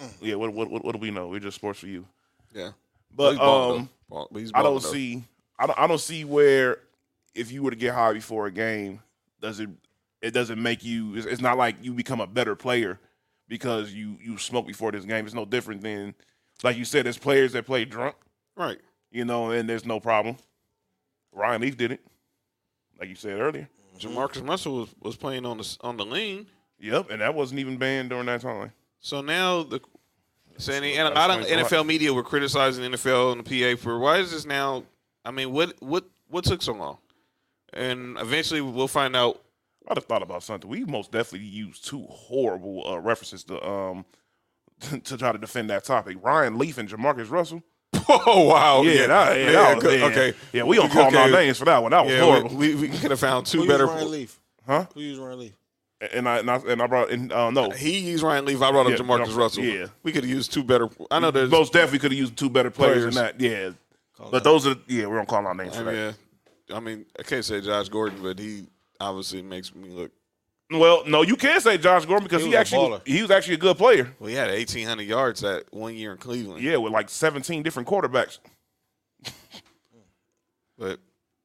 Speaker 5: yeah, yeah. What what what, what do we know? We're just sports for you,
Speaker 6: yeah.
Speaker 5: but
Speaker 6: He's bald,
Speaker 5: um.
Speaker 6: though. Bald, but he's
Speaker 5: I
Speaker 6: bald,
Speaker 5: don't
Speaker 6: though.
Speaker 5: see. I don't, I don't see where if you were to get high before a game, does it? It doesn't make you. It's, it's not like you become a better player because you you smoke before this game. It's no different than, like you said, there's players that play drunk,
Speaker 6: right.
Speaker 5: you know, and there's no problem. Ryan Leaf did it, like you said earlier.
Speaker 6: Jamarcus Russell was, was playing on the s- on the lane.
Speaker 5: Yep, and that wasn't even banned during that time.
Speaker 6: So now the saying and a lot of
Speaker 5: explains a lot.
Speaker 6: NFL media were criticizing NFL and the PA for why is this now? I mean, what what what took so long? And eventually we'll find out. <laughs>
Speaker 5: I'd have thought about something. We most definitely used two horrible uh, references to um <laughs> to try to defend that topic. Ryan Leaf and Jamarcus Russell.
Speaker 6: Oh wow!
Speaker 5: Yeah, that, yeah, that was, yeah.
Speaker 6: okay.
Speaker 5: Yeah, we don't call
Speaker 6: Okay.
Speaker 5: no names for that one. That was
Speaker 6: Yeah,
Speaker 5: horrible.
Speaker 6: we, we, we could have found two
Speaker 4: Who
Speaker 6: better.
Speaker 4: used Ryan Leaf?
Speaker 5: Huh?
Speaker 4: Who used Ryan Leaf?
Speaker 5: and I and I, and I brought in uh, no.
Speaker 6: He used Ryan Leaf. I brought up
Speaker 5: Yeah,
Speaker 6: Jamarcus
Speaker 5: Jam-
Speaker 6: Russell.
Speaker 5: yeah.
Speaker 6: we could have used two better. I know there's
Speaker 5: Most definitely could have used two better players, than that. Yeah, but those are yeah. We don't call no names
Speaker 6: I
Speaker 5: for
Speaker 6: mean,
Speaker 5: that.
Speaker 6: yeah. I mean, I can't say Josh Gordon, but he obviously makes me look.
Speaker 5: Well, no, you can say Josh Gordon because
Speaker 4: He
Speaker 5: he,
Speaker 4: was a
Speaker 5: actually was-
Speaker 4: baller.
Speaker 5: he was actually a good player.
Speaker 6: Well, he had 1,800 yards that one year in Cleveland.
Speaker 5: Yeah, with like seventeen different quarterbacks.
Speaker 6: But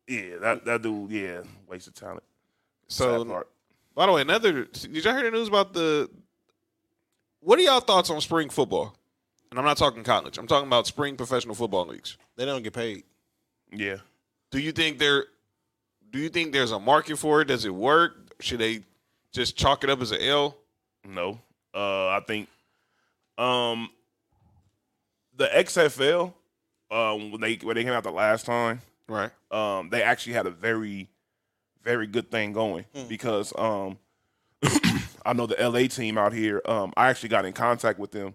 Speaker 5: Yeah, that that dude. Yeah, wasted talent.
Speaker 6: so
Speaker 5: Sad part.
Speaker 6: By the way, another. Did y'all hear the news about the? What are y'all thoughts on spring football? And I'm not talking college. I'm talking about spring professional football leagues.
Speaker 4: They don't get paid.
Speaker 5: Yeah,
Speaker 6: Do you think there? Do you think there's a market for it? Does it work? Should they just chalk it up as an L?
Speaker 5: no. Uh, I think um the XFL um when they when they came out the last time
Speaker 6: Right.
Speaker 5: um, they actually had a very, very good thing going because um, I know the LA team out here. Um, I actually got in contact with them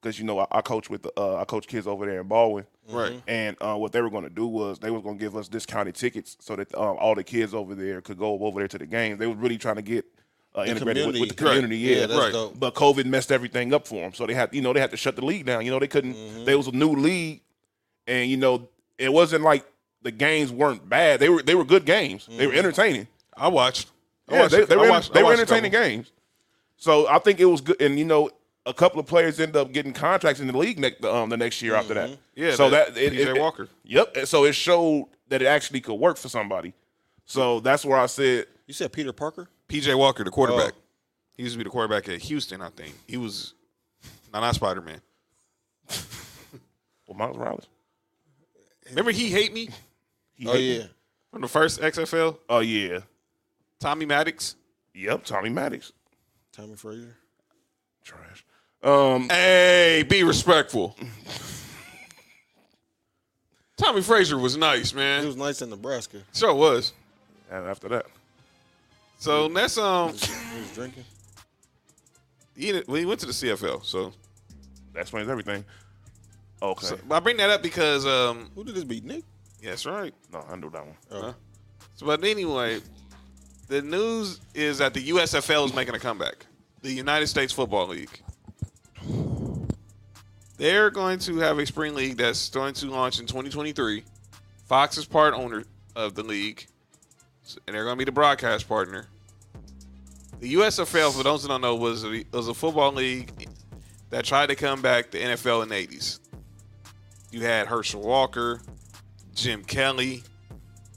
Speaker 5: because you know I, I coach with the, uh, I coach kids over there in Baldwin,
Speaker 4: Mm-hmm.
Speaker 6: Right.
Speaker 5: and uh, what they were going to do was they was going to give us discounted tickets so that um, all the kids over there could go over there to the games. They were really trying to get uh, integrated with,
Speaker 4: community.
Speaker 5: with the community.
Speaker 4: Right.
Speaker 5: Yeah,
Speaker 4: Yeah, that's Right. dope.
Speaker 5: But COVID messed everything up for them, so they had you know they had to shut the league down. You know they couldn't.
Speaker 4: Mm-hmm.
Speaker 5: They was a new league, and you know it wasn't like the games weren't bad. They were they were good games. They
Speaker 4: Mm-hmm.
Speaker 5: were entertaining.
Speaker 6: I watched. I
Speaker 5: Oh, Yeah,
Speaker 6: watched
Speaker 5: they, they
Speaker 6: I
Speaker 5: were,
Speaker 6: watched- I
Speaker 5: they were
Speaker 6: watched a
Speaker 5: entertaining
Speaker 6: couple.
Speaker 5: games. So I think it was good, and you know, a couple of players ended up getting contracts in the league next, um, the next year after that.
Speaker 6: Mm-hmm. Yeah,
Speaker 5: So
Speaker 6: that
Speaker 5: that it,
Speaker 6: PJ
Speaker 5: it-
Speaker 6: Walker.
Speaker 5: Yep. and So it showed that it actually could work for somebody. So that's where I said
Speaker 4: You said Peter Parker?
Speaker 6: PJ Walker, the quarterback.
Speaker 4: Oh.
Speaker 6: He used to be the quarterback at Houston, I think. He was no, not Spider Man.
Speaker 5: well, Miles Morales.
Speaker 6: Remember, he hate me
Speaker 5: He
Speaker 4: Oh
Speaker 5: hit-
Speaker 4: yeah.
Speaker 6: from the first XFL.
Speaker 5: Oh yeah.
Speaker 6: Tommy Maddox.
Speaker 5: Yep. Tommy Maddox.
Speaker 4: Tommy Frazier.
Speaker 5: Trash. Um.
Speaker 6: Hey, be respectful. Tommy Frazier was nice,
Speaker 4: He
Speaker 6: man.
Speaker 4: was nice in Nebraska.
Speaker 6: Sure was.
Speaker 5: And after that,
Speaker 6: So that's um,
Speaker 4: He was drinking.
Speaker 6: he, well, he went to the CFL. So,
Speaker 5: that explains everything. Okay.
Speaker 6: so I bring that up because um,
Speaker 4: Who did this beat? Nick?
Speaker 6: yes, right.
Speaker 5: no, I knew that one.
Speaker 4: Oh.
Speaker 6: So, but anyway, the news is that the USFL is making a comeback, the United States Football League. They're going to have a spring league that's going to launch in 2023. Fox is part owner of the league, s- and they're going to be the broadcast partner. The USFL, for those that don't know, was a, was a football league that tried to come back to NFL in the 80s. You had Herschel Walker, Jim Kelly,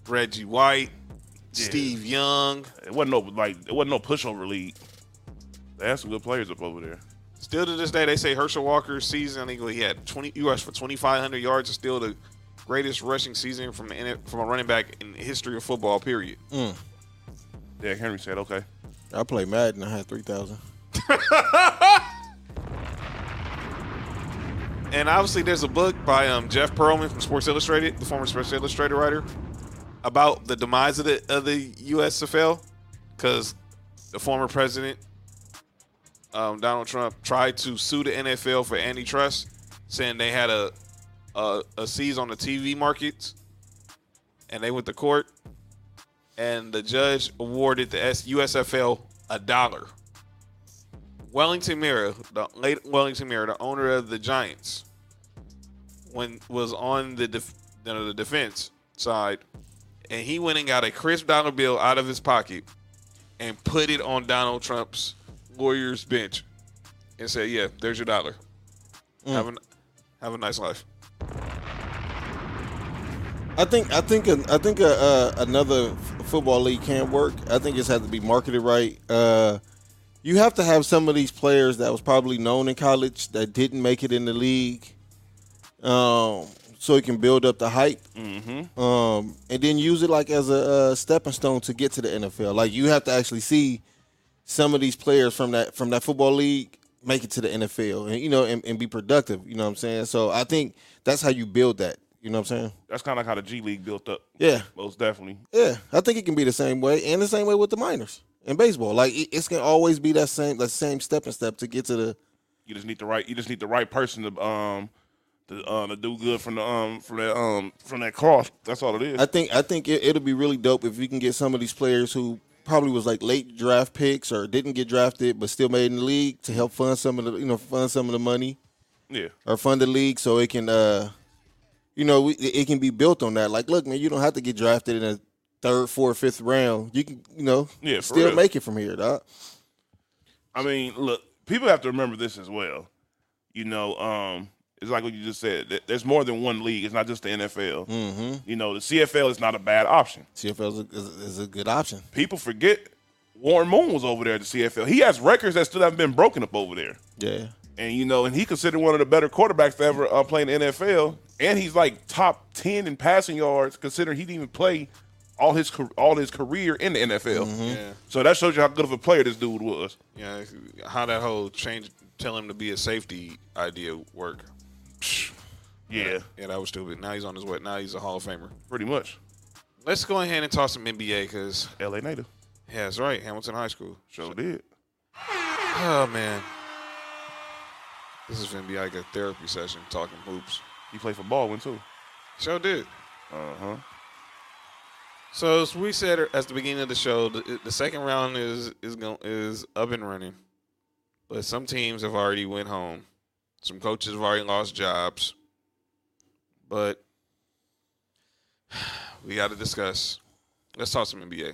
Speaker 6: Reggie White, Steve Young.
Speaker 5: It wasn't no like it wasn't no pushover league. They had some good players up over there.
Speaker 6: Still to this day, they say Herschel Walker's season. I think he had 20. He rushed for 2,500 yards. Is still the greatest rushing season from the N- from a running back in the history of football. Period.
Speaker 5: Derrick Henry said, "Okay,
Speaker 4: I played Madden. I had three thousand.
Speaker 6: And obviously, there's a book by um, Jeff Perlman from Sports Illustrated, the former Sports Illustrated writer, about the demise of the of the USFL, because the former president um, Donald Trump tried to sue the NFL for antitrust, saying they had a a, a seize on the TV markets, and they went to court, and the judge awarded the S- USFL a dollar. Wellington Mira, the late Wellington Mira, the owner of the Giants, when was on the def, you know, the defense side, and he went and got a crisp dollar bill out of his pocket and put it on Donald Trump's lawyer's bench and said, "Yeah, there's your dollar. Have a n- have a nice life."
Speaker 4: I think I think I think uh, uh, another f- football league can work. I think it's had to be marketed right. Uh, you have to have some of these players that was probably known in college that didn't make it in the league, um, so you can build up the hype, mm-hmm. um, and then use it like as a, uh stepping stone to get to the NFL. Like you have to actually see some of these players from that from that football league make it to the NFL, and you know, and, and be productive. You know what I'm saying? So I think that's how you build that. You know what I'm saying?
Speaker 5: that's kind of like how the G League built up."
Speaker 4: Yeah.
Speaker 5: most definitely.
Speaker 4: Yeah, I think it can be the same way, and the same way with the minors in baseball. Like it, it's gonna always be that same that same stepping step to get to the.
Speaker 5: You just need the right. You just need the right person to um to uh to do good from the um from that um from that cross. That's all it is.
Speaker 4: I think I think it, it'll be really dope if we can get some of these players who probably was like late draft picks or didn't get drafted but still made in the league to help fund some of the you know fund some of the money
Speaker 5: yeah,
Speaker 4: or fund the league so it can uh you know we, it it can be built on that. Like, look, man, you don't have to get drafted in a third, fourth, fifth round. You can you know
Speaker 5: Yeah, for
Speaker 4: still
Speaker 5: real.
Speaker 4: make it from here, dog.
Speaker 5: I mean, look, people have to remember this as well. You know, um, it's like what you just said. Th- There's more than one league. It's not just the NFL. Mm-hmm. You know, the CFL is not a bad option.
Speaker 4: CFL is, a- is a good option.
Speaker 5: People forget Warren Moon was over there at the CFL. He has records that still haven't been broken up over there.
Speaker 4: Yeah.
Speaker 5: and you know, and he considered one of the better quarterbacks to ever uh, play in the NFL. And he's like top ten in passing yards, considering he didn't even play all his car- all his career in the NFL.
Speaker 6: Yeah,
Speaker 5: So that shows you how good of a player this dude was.
Speaker 6: yeah. How that whole change, tell him to be a safety idea work.
Speaker 5: Yeah,
Speaker 6: Yeah, that was stupid. Now he's on his way. Now he's a Hall of Famer.
Speaker 5: pretty much.
Speaker 6: Let's go ahead and toss some NBA because
Speaker 5: L.A. native,
Speaker 6: yeah, that's right. Hamilton High School.
Speaker 5: sure did.
Speaker 6: Oh man, this is gonna be like a therapy session talking hoops.
Speaker 5: He played for Baldwin too.
Speaker 6: Sure did.
Speaker 5: Uh huh.
Speaker 6: So as we said at the beginning of the show, the, the second round is is going is up and running, but some teams have already went home. Some coaches have already lost jobs, but <sighs> we got to discuss. Let's talk some NBA.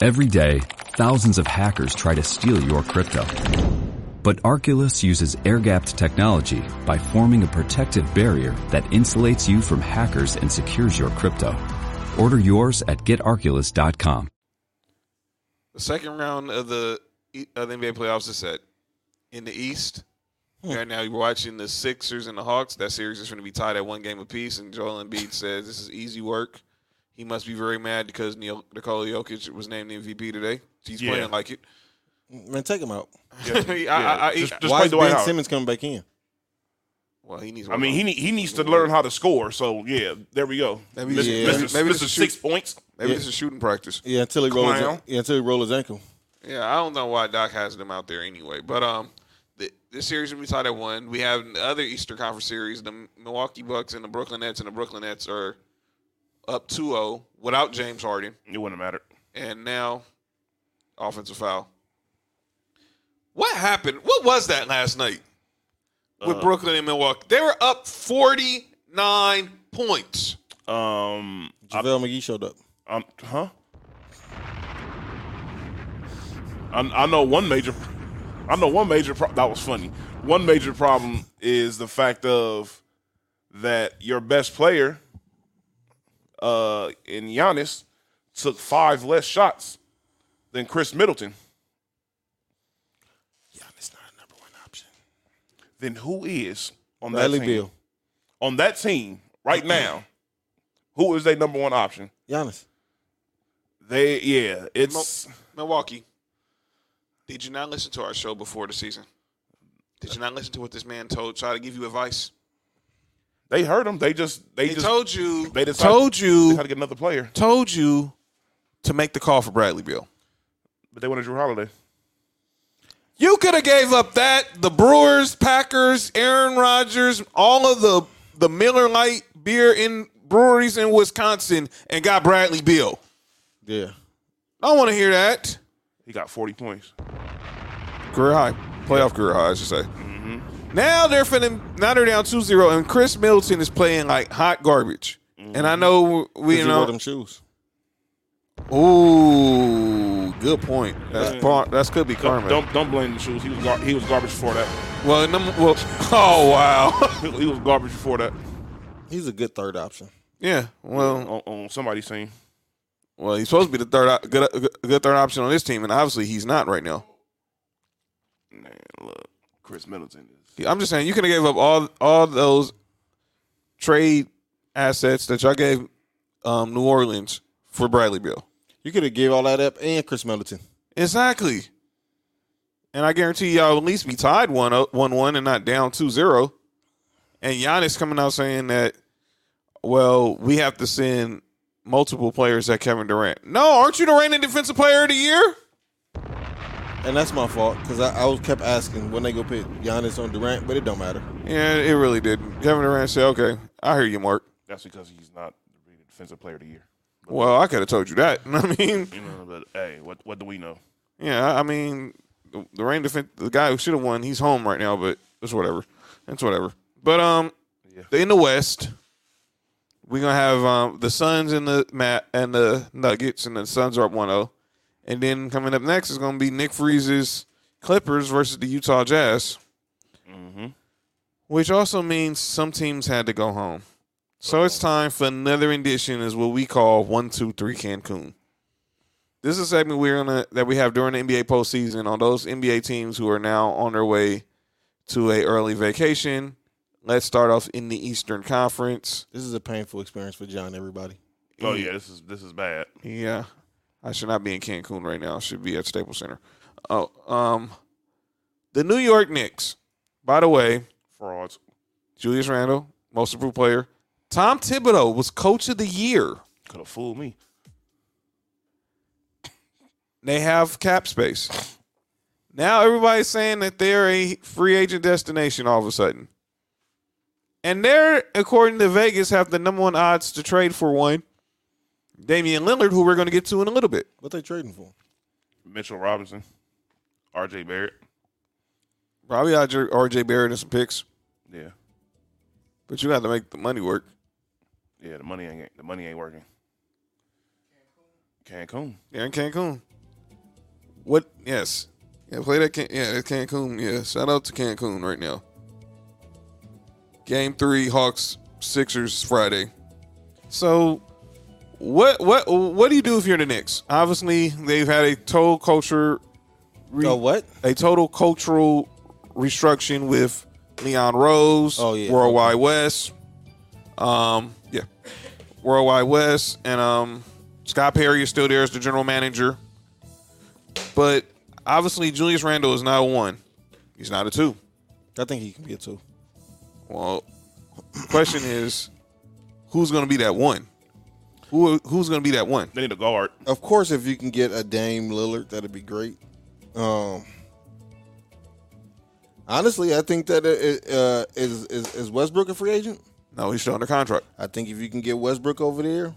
Speaker 9: Every day, thousands of hackers try to steal your crypto. But Arculus uses air gapped technology by forming a protective barrier that insulates you from hackers and secures your crypto. Order yours at getarculus.com.
Speaker 6: The second round of the, E- of the NBA playoffs is set in the East.
Speaker 5: Hmm.
Speaker 6: Right now, you're watching the Sixers and the Hawks. That series is going to be tied at one game apiece. And Joel
Speaker 5: <laughs>
Speaker 6: Embiid says this is easy work. He must be very mad because Neil, Nikola Jokic was named the MVP today. He's
Speaker 5: Yeah.
Speaker 6: playing like it.
Speaker 4: Man, take him out.
Speaker 6: <laughs> I, I, I,
Speaker 5: just-
Speaker 6: I-
Speaker 5: just
Speaker 4: Why
Speaker 5: play
Speaker 4: is
Speaker 5: Dwight
Speaker 4: Ben
Speaker 5: Howard.
Speaker 4: Simmons coming back in?
Speaker 6: well, he needs.
Speaker 5: I mean, he need, he needs to learn how to score. So yeah, there we go.
Speaker 6: Maybe-
Speaker 5: Mr.
Speaker 4: yeah.
Speaker 5: Mr.
Speaker 4: Maybe-
Speaker 6: maybe
Speaker 5: Mr.
Speaker 6: this is
Speaker 5: six points.
Speaker 6: maybe
Speaker 4: Yeah.
Speaker 6: this is shooting practice.
Speaker 4: Yeah, until he rolls.
Speaker 5: Clown.
Speaker 4: Yeah, until he rolls his ankle.
Speaker 6: Yeah, I don't know why Doc has them out there anyway. But um, the, this series will be tied at one. We have the other Eastern Conference series. The Milwaukee Bucks and the Brooklyn Nets, and the Brooklyn Nets are up 2-0 without James Harden.
Speaker 5: It wouldn't matter.
Speaker 6: And now, offensive foul. What happened? What was that last night with Brooklyn and Milwaukee? They were up 49 points.
Speaker 5: Um,
Speaker 4: JaVale McGee showed up.
Speaker 5: um, huh? I, I know one major. I know one major. Pro- that was funny. One major problem is the fact of that your best player, uh, in Giannis, took five less shots than Chris Middleton.
Speaker 4: Giannis not a number one option.
Speaker 5: Then who is on
Speaker 4: Bradley
Speaker 5: that team?
Speaker 4: Beal,
Speaker 5: on that team right now, who is their number one option?
Speaker 4: Giannis.
Speaker 5: They yeah, it's
Speaker 6: Milwaukee, did you not listen to our show before the season? Did you not listen to what this man told? Try to give you advice.
Speaker 5: they hurt them. They just they,
Speaker 6: They
Speaker 5: just
Speaker 6: told you.
Speaker 5: they decided,
Speaker 6: told
Speaker 5: they
Speaker 6: you.
Speaker 5: had to get another player,
Speaker 6: Told you to make the call for Bradley Beal.
Speaker 5: but they wanted Drew Holiday.
Speaker 6: You could have gave up that the Brewers, Packers, Aaron Rodgers, all of the the Miller Lite beer in breweries in Wisconsin, and got Bradley Beal.
Speaker 4: Yeah.
Speaker 6: I don't want to hear that.
Speaker 5: He got forty points.
Speaker 6: Career high. Playoff career high, I should say.
Speaker 4: Mm-hmm.
Speaker 6: Now they're finna, now they're down 2-0, and Chris Middleton is playing like hot garbage. And I know we
Speaker 4: Mm-hmm. You wore
Speaker 6: know.
Speaker 4: them shoes.
Speaker 6: Ooh, good point. That's par, that's could be karma.
Speaker 5: Don't don't blame the shoes. He was gar- he was garbage before that.
Speaker 6: well, and them- well, <laughs> oh wow. <laughs>
Speaker 5: he was garbage before that
Speaker 4: He's a good third option.
Speaker 6: yeah. Well,
Speaker 5: on, on somebody's team.
Speaker 6: well, he's supposed to be the third op- good good- good third option on this team, and obviously he's not right now.
Speaker 5: Man, look, Chris Middleton is
Speaker 6: I'm just saying you could have gave up all all those trade assets that y'all gave um, New Orleans for Bradley Bill.
Speaker 4: You could have gave all that up and Chris Middleton.
Speaker 6: Exactly. And I guarantee y'all at least be tied 1 up- 1 1 and not down 2 0. And Giannis coming out saying that, well, we have to send multiple players at Kevin Durant. No, aren't you the reigning defensive player of the year?
Speaker 4: And that's my fault because I, I was kept asking when they go put Giannis on Durant, but it don't matter.
Speaker 6: Yeah, it really didn't. Kevin Durant said, okay, I hear you, Mark.
Speaker 5: that's because he's not the defensive player of the year.
Speaker 6: Well, I could have told you that. <laughs> I mean,
Speaker 5: You know, but hey, what what do we know?
Speaker 6: yeah, I I mean, the, the reigning defense, the guy who should have won, he's home right now, but it's whatever. It's whatever. But, um, in the West, we're gonna have um, the Suns and the Matt and the Nuggets, and the Suns are up 1-0. And then coming up next is gonna be Nick Freeze's Clippers versus the Utah Jazz, which also means some teams had to go home. So it's time for another edition is what we call one two three Cancun. This is a segment we're gonna that we have during the NBA postseason on those NBA teams who are now on their way to a early vacation. Let's start off in the Eastern Conference.
Speaker 4: This is a painful experience for John. Everybody,
Speaker 5: Oh yeah, this is this is bad.
Speaker 6: Yeah. I should not be in Cancun right now. I should be at Staples Center. Oh, um, the New York Knicks. By the way,
Speaker 5: Frauds.
Speaker 6: Julius Randle, most improved player. Tom Thibodeau was coach of the year.
Speaker 5: Could have fooled me.
Speaker 6: They have cap space. Now everybody's saying that they're a free agent destination all of a sudden. And they're, according to Vegas, have the number one odds to trade for one. Damian Lillard, who we're going to get to in a little bit.
Speaker 4: What they trading for?
Speaker 5: Mitchell Robinson, R.J. Barrett.
Speaker 6: Probably RJ, RJ Barrett and some picks,
Speaker 5: Yeah,
Speaker 6: but you got to make the money work.
Speaker 5: yeah. The money ain't the money ain't working. Cancun.
Speaker 6: They're in Cancun. What? Yes. Yeah, play that. Can- yeah, that Cancun. Yeah, shout out to Cancun right now. Game three, Hawks Sixers Friday. So, what what what do you do if you're the Knicks? Obviously, they've had a total culture. Re-
Speaker 4: Oh, what?
Speaker 6: A total cultural restructuring with Leon Rose.
Speaker 4: Oh, yeah.
Speaker 6: Worldwide West. Um, yeah. Worldwide West and um, Scott Perry is still there as the general manager. But obviously, Julius Randle is not a one. He's not a two.
Speaker 4: I think he can be a two.
Speaker 6: Well, the question is, who's going to be that one? Who who's going to be that one?
Speaker 5: They need a guard.
Speaker 4: Of course, if you can get a Dame Lillard, that'd be great. Um, honestly, I think that it, uh, is, is is Westbrook a free agent?
Speaker 6: No, he's still under contract.
Speaker 4: I think if you can get Westbrook over there,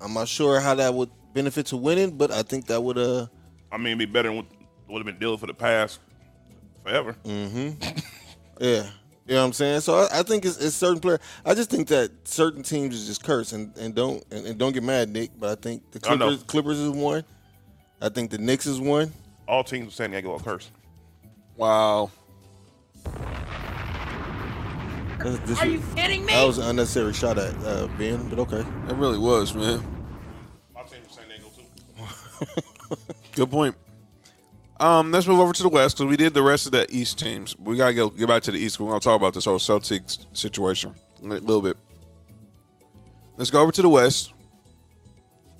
Speaker 4: I'm not sure how that would benefit to winning, but I think that would uh
Speaker 5: I mean, it'd be better than what would have been dealing for the past forever.
Speaker 4: yeah. You know what I'm saying? So I, I think it's, it's certain player. I just think that certain teams is just cursed and, and don't and, and don't get mad, Nick. But I think the
Speaker 5: I know.
Speaker 4: Clippers, Clippers is one. I think the Knicks is one.
Speaker 5: All teams in San Diego are cursed.
Speaker 6: Wow.
Speaker 4: That's- this was-
Speaker 10: kidding
Speaker 4: That was an unnecessary shot at uh, Ben, but okay.
Speaker 6: It really was, man.
Speaker 5: My team in San Diego too.
Speaker 6: Good point. Um, let's move over to the West because we did the rest of the East teams. We gotta go get back to the East. 'cause We're gonna talk about this whole Celtics situation in a little bit. Let's go over to the West.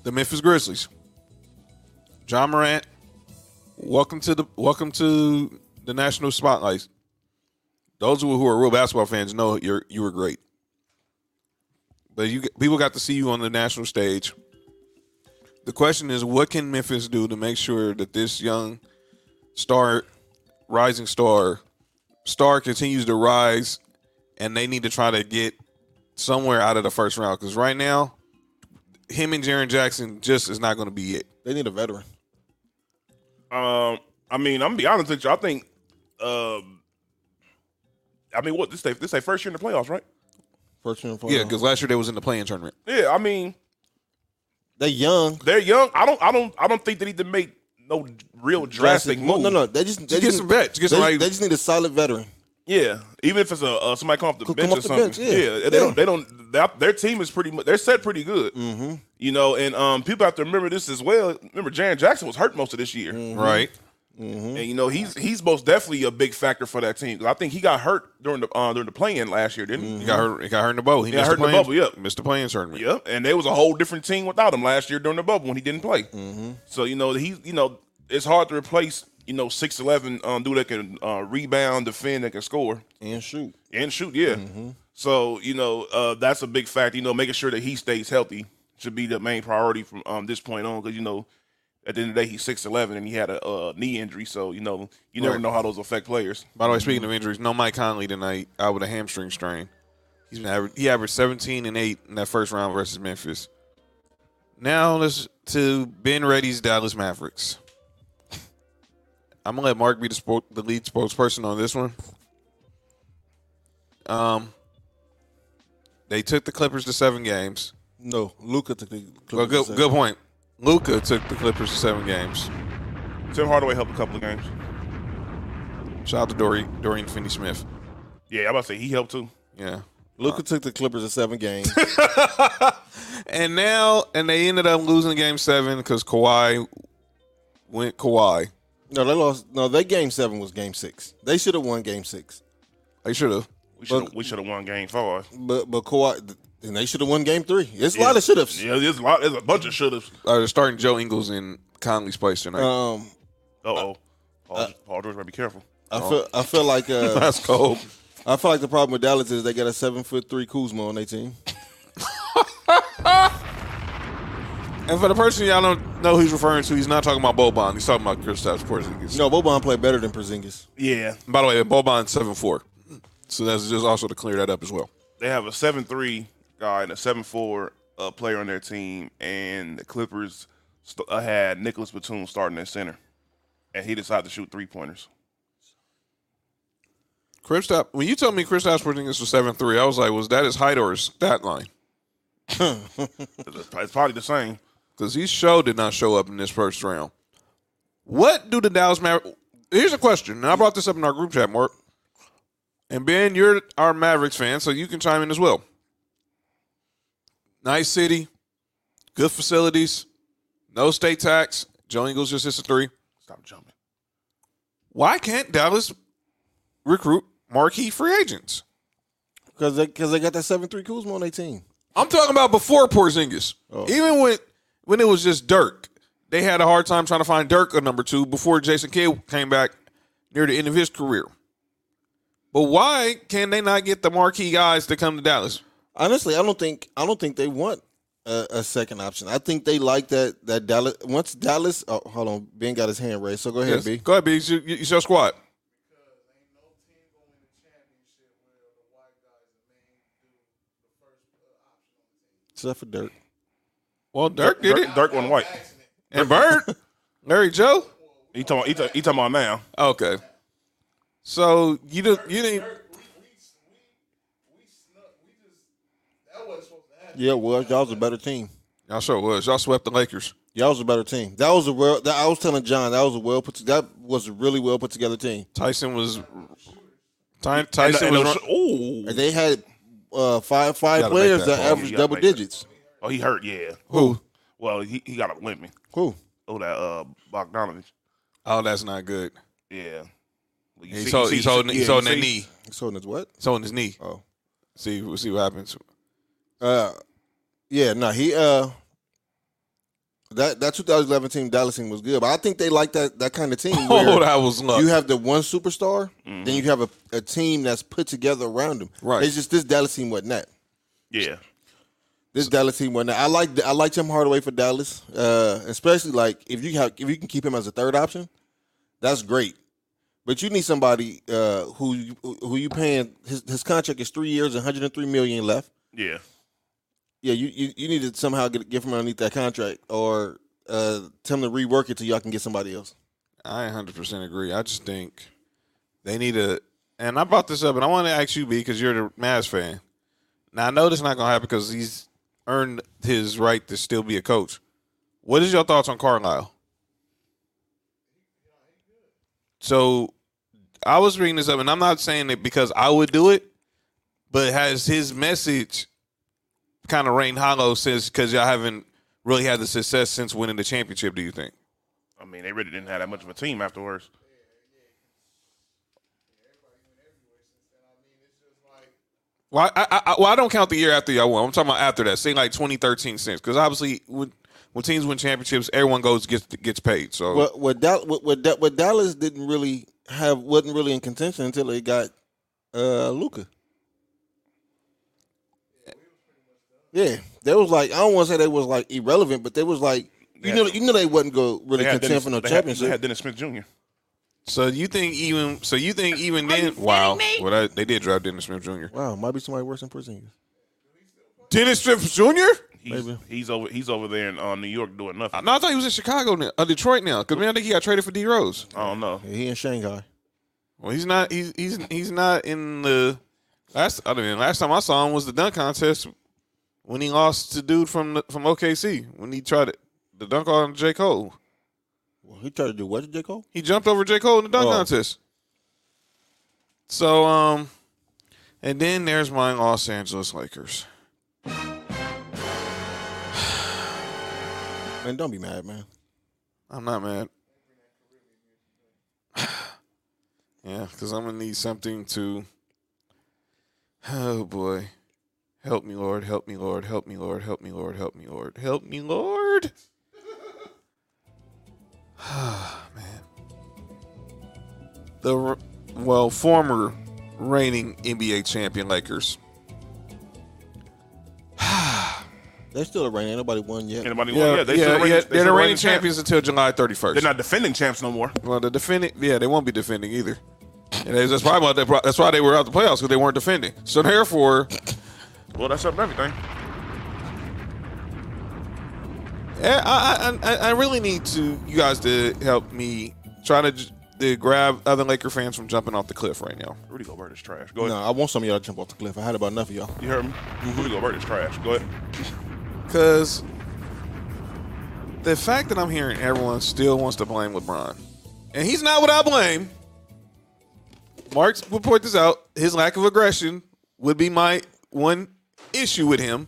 Speaker 6: The Memphis Grizzlies. John Morant, welcome to the welcome to the national spotlight. Those who are real basketball fans know you're you were great, but you people got to see you on the national stage. The question is, what can Memphis do to make sure that this young star, rising star, star continues to rise, and they need to try to get somewhere out of the first round because right now, him and Jaron Jackson just is not going to be it.
Speaker 4: They need a veteran.
Speaker 5: Um, I mean, I'm gonna be honest with you. I think, um, I mean, what this they this they first year in the playoffs, right?
Speaker 4: First and
Speaker 6: Yeah, because last year they was in the playing tournament.
Speaker 5: Yeah, I mean,
Speaker 4: they young.
Speaker 5: they're young. I don't, I don't, I don't think they need to make no real drastic,
Speaker 4: mo-
Speaker 5: move.
Speaker 4: No, no, they just they
Speaker 6: Just get
Speaker 4: just
Speaker 6: some vets, just get
Speaker 4: they,
Speaker 6: somebody-
Speaker 4: they just need a solid veteran.
Speaker 5: Yeah, even if it's a uh, somebody come off the
Speaker 4: Come
Speaker 5: bench
Speaker 4: off
Speaker 5: or
Speaker 4: the
Speaker 5: something.
Speaker 4: bench,
Speaker 5: yeah.
Speaker 4: yeah.
Speaker 5: they
Speaker 4: Yeah.
Speaker 5: don't. They don't. Their, their team is pretty. much They're set pretty good. Mm-hmm. You know, and um, people have to remember this as well. Remember, Jaron Jackson was hurt most of this
Speaker 4: Mm-hmm.
Speaker 5: year,
Speaker 6: Right.
Speaker 5: and you know he's he's most definitely a big factor for that team. 'Cause I think he got hurt during the uh, during the play in last year, didn't he?
Speaker 6: Mm-hmm. He got hurt. He got hurt in the bubble. He
Speaker 5: Yeah,
Speaker 6: missed
Speaker 5: hurt in the
Speaker 6: playing-
Speaker 5: bubble, yep.
Speaker 6: missed the playing tournament.
Speaker 5: Yep, and they was a whole different team without him last year during the bubble when he didn't play.
Speaker 6: Mm-hmm.
Speaker 5: So you know he's you know it's hard to replace you know six eleven um, dude that can uh, rebound, defend, that can score.
Speaker 4: And shoot,
Speaker 5: and shoot. Yeah.
Speaker 6: Mm-hmm.
Speaker 5: So you know uh, that's a big factor. You know, making sure that he stays healthy should be the main priority from um, this point on. Because you know, at the end of the day, he's six eleven and he had a uh, knee injury. So you know, you never
Speaker 6: Right.
Speaker 5: know how those affect players.
Speaker 6: By the way, speaking of injuries, no Mike Conley tonight out with a hamstring strain. He's been aver- he averaged 17 and 8 in that first round versus Memphis. Now let's to Ben Reddy's Dallas Mavericks. I'm gonna let Mark be the, spo- the lead spokesperson on this one. Um, they took the Clippers to seven games.
Speaker 4: no, Luca took the. Clippers
Speaker 6: Well, good,
Speaker 4: to
Speaker 6: good point. Luca took the Clippers to seven games.
Speaker 5: Tim Hardaway helped a couple of games.
Speaker 6: Shout out to Dory, Dorian Finney-Smith.
Speaker 5: Yeah, I'm about to say he helped too.
Speaker 6: Yeah.
Speaker 4: Luca took the Clippers to seven <laughs> games.
Speaker 6: And now, and they ended up losing game seven because Kawhi went Kawhi.
Speaker 4: no, they lost. No, they game seven was game six. They should have won game six.
Speaker 6: They uh, should have.
Speaker 5: We should we should have won game five.
Speaker 4: But but Kawhi, and they should have won Game Three. It's a lot of should haves.
Speaker 5: Yeah, there's a lot. There's a bunch of should haves.
Speaker 6: Uh, they're starting Joe Ingles in Conley's place tonight.
Speaker 4: Um,
Speaker 5: Uh oh. Paul, Paul George, better be careful.
Speaker 4: I feel I
Speaker 6: <laughs>
Speaker 4: feel like uh,
Speaker 6: Oh. That's cold.
Speaker 4: I feel like the problem with Dallas is they got a seven foot three Kuzma on their team.
Speaker 6: And for the person y'all don't know who he's referring to, he's not talking about Boban. He's talking about Kristaps Porzingis.
Speaker 4: No, Boban played better than Porzingis.
Speaker 5: Yeah,
Speaker 6: By the way, Boban's seven four, so that's just also to clear that up as well.
Speaker 5: they have a seven three guy and a seven four uh, player on their team, and the Clippers st- uh, had Nicholas Batum starting at center, and he decided to shoot three pointers.
Speaker 6: Kristaps, when you told me Kristaps Porzingis was seven three, I was like, was that his height or his stat line?
Speaker 5: It's pro- it's probably the same.
Speaker 6: Because he show did not show up in this first round. What do the Dallas Mavericks? Here's a question, and I brought this up in our group chat, Mark. And Ben, you're our Mavericks fan, so you can chime in as well. Nice city, good facilities, no state tax. Joe Ingles just hits a three.
Speaker 5: Stop jumping.
Speaker 6: Why can't Dallas recruit marquee free agents?
Speaker 4: Because they, cause they got that 7 3 Kuzma on their team.
Speaker 6: I'm talking about before Porzingis.
Speaker 5: Oh.
Speaker 6: Even when when it was just Dirk, they had a hard time trying to find Dirk a number two before Jason Kidd came back near the end of his career. But why can they not get the marquee guys to come to Dallas?
Speaker 4: Honestly, I don't think I don't think they want a, a second option. I think they like that that Dallas once Dallas oh hold on, Ben got his hand raised, so go ahead,
Speaker 6: Yes.
Speaker 4: B.
Speaker 6: Go ahead, B. It's your, it's your squad.
Speaker 4: Except for Dirk.
Speaker 6: Well, Dirk did it.
Speaker 5: Dirk, Dirk won white.
Speaker 6: And
Speaker 5: <laughs>
Speaker 6: Bird. Larry Joe.
Speaker 5: He talking. He, talk, he talking about now.
Speaker 6: Okay. So you didn't you didn't
Speaker 4: Yeah, well, y'all was a better team.
Speaker 6: Y'all sure was. Y'all swept the Lakers.
Speaker 4: Y'all was a better team. That was a well that, I was telling John, that was a well put that was a really well put together team.
Speaker 6: Tyson was Ty,
Speaker 5: And, uh,
Speaker 6: Tyson
Speaker 5: and
Speaker 6: was
Speaker 5: those-
Speaker 6: run-
Speaker 5: ooh.
Speaker 4: And they had uh, five five
Speaker 6: Gotta make
Speaker 4: players
Speaker 6: that
Speaker 4: that
Speaker 6: call.
Speaker 4: averaged
Speaker 5: You gotta
Speaker 4: double
Speaker 5: make that.
Speaker 4: digits.
Speaker 5: Oh, he hurt. Yeah.
Speaker 4: Who?
Speaker 5: Well, he, he got a limping.
Speaker 4: Who?
Speaker 5: Oh, that uh Bogdanovich.
Speaker 6: Oh, that's not good.
Speaker 5: Yeah. Well, you
Speaker 6: He's,
Speaker 5: see-
Speaker 6: hold-
Speaker 5: you see-
Speaker 6: he's holding,
Speaker 5: yeah,
Speaker 6: he's
Speaker 5: you
Speaker 6: holding that
Speaker 5: see-
Speaker 6: knee.
Speaker 4: He's holding his what?
Speaker 6: He's holding his knee.
Speaker 4: Oh.
Speaker 6: See, we'll see what happens.
Speaker 4: Uh, yeah, no, he uh, that that 2011 team Dallas team was good, but I think they like that that kind of team.
Speaker 6: <laughs> Oh,
Speaker 4: where
Speaker 6: that was luck.
Speaker 4: you have the one superstar, then you have a, a team that's put together around him.
Speaker 6: Right.
Speaker 4: It's just this Dallas team wasn't that.
Speaker 5: Yeah.
Speaker 4: This Dallas team wasn't that. I like I like Tim Hardaway for Dallas, uh, especially like if you have if you can keep him as a third option, that's great. But you need somebody uh, who you- who you paying his his contract is three years, 103 million left.
Speaker 5: Yeah.
Speaker 4: Yeah, you, you, you need to somehow get get from underneath that contract or uh, tell them to rework it till y'all can get somebody else.
Speaker 6: I 100% agree. I just think they need to. And I brought this up, and I want to ask you, B, because you're the Mavs fan. Now, I know this not going to happen because he's earned his right to still be a coach. What is your thoughts on Carlisle? So I was reading this up, and I'm not saying it because I would do it, but has his message kind of rained hollow since because y'all haven't really had the success since winning the championship, do you think?
Speaker 5: I mean, they really didn't have that much of a team afterwards.
Speaker 6: Well, I, I, I, well, I don't count the year after y'all won. I'm talking about after that. Say like 2013 since, because obviously when when teams win championships, everyone goes gets gets paid. So
Speaker 4: What what, Dal- what, what, Da- what Dallas didn't really have wasn't really in contention until they got uh, Luca. Yeah, they was like I don't want to say they was like irrelevant, but they was like you
Speaker 5: Yeah.
Speaker 4: know you know they wasn't go really
Speaker 5: They
Speaker 4: contend
Speaker 5: had, Dennis,
Speaker 4: for no
Speaker 5: they, had,
Speaker 4: championship.
Speaker 5: they had Dennis Smith Jr.
Speaker 6: so you think even so you think even then? Wow, well that, they did draft Dennis Smith Jr.
Speaker 4: wow, might be somebody worse than Porzingis.
Speaker 6: Dennis Smith Jr.
Speaker 5: He's, he's over. He's over there in uh, New York doing nothing.
Speaker 6: No, I thought he was in Chicago now, uh, Detroit now. Because man, I think he got traded for D Rose.
Speaker 5: I don't know.
Speaker 4: Yeah, he in Shanghai.
Speaker 6: Well, he's not. He's he's he's not in the last. I mean, last time I saw him was the dunk contest when he lost to dude from the, from OKC when he tried it, the dunk on J Cole.
Speaker 4: Well, he tried to do what to J Cole?
Speaker 6: He jumped over J. Cole in the dunk
Speaker 4: Oh.
Speaker 6: contest. So, um, and then there's my Los Angeles Lakers.
Speaker 4: Man, don't be mad, man.
Speaker 6: I'm not mad. <sighs> yeah, because I'm gonna need something to Oh boy. Help me, Lord. Help me, Lord. Help me, Lord. Help me, Lord. Help me, Lord. Help me, Lord. <sighs> Man. The r- well, former reigning NBA champion Lakers.
Speaker 4: They're still a reign. Ain't nobody won yet.
Speaker 5: Anybody? Yeah, yeah, they still reigning- they
Speaker 6: They're the
Speaker 5: still
Speaker 6: reigning
Speaker 5: champ.
Speaker 6: champions until July 31st.
Speaker 5: They're not defending champs no more.
Speaker 6: Well, the defending, yeah, they won't be defending either. And that's that's probably why they, pro- that's why they were out the playoffs because they weren't defending. So therefore,
Speaker 5: Well, that's up to everything.
Speaker 6: eh, I, I I I really need to you guys to help me try to, j- to grab other Laker fans from jumping off the cliff right now.
Speaker 5: Rudy Gobert is trash. Go
Speaker 4: No,
Speaker 5: ahead.
Speaker 4: I want some of y'all to jump off the cliff. I had about enough of y'all.
Speaker 5: You heard me? Rudy Gobert is trash. Go ahead.
Speaker 6: Because the fact that I'm hearing everyone still wants to blame LeBron, and he's not without blame. Mark would point this out. His lack of aggression would be my one issue with him.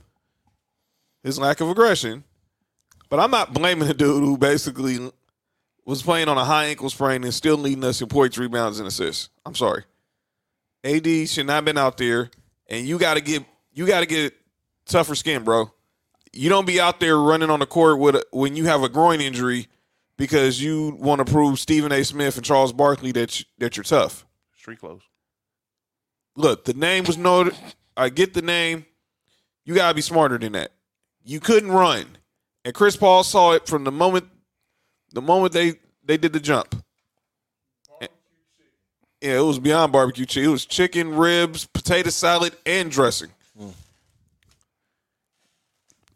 Speaker 6: His lack of aggression. But I'm not blaming the dude who basically was playing on a high ankle sprain and still leading us in points, rebounds, and assists. I'm sorry. AD should not have been out there, and you got to get you got to get tougher skin, bro you don't be out there running on the court with a, when you have a groin injury because you want to prove Stephen A. Smith and Charles Barkley that you, that you're tough.
Speaker 5: Street clothes.
Speaker 6: Look, the name was noted. I get the name. You gotta be smarter than that. You couldn't run, and Chris Paul saw it from the moment the moment they they did the jump. Yeah, it was beyond barbecue chicken. It was chicken, ribs, potato salad, and dressing.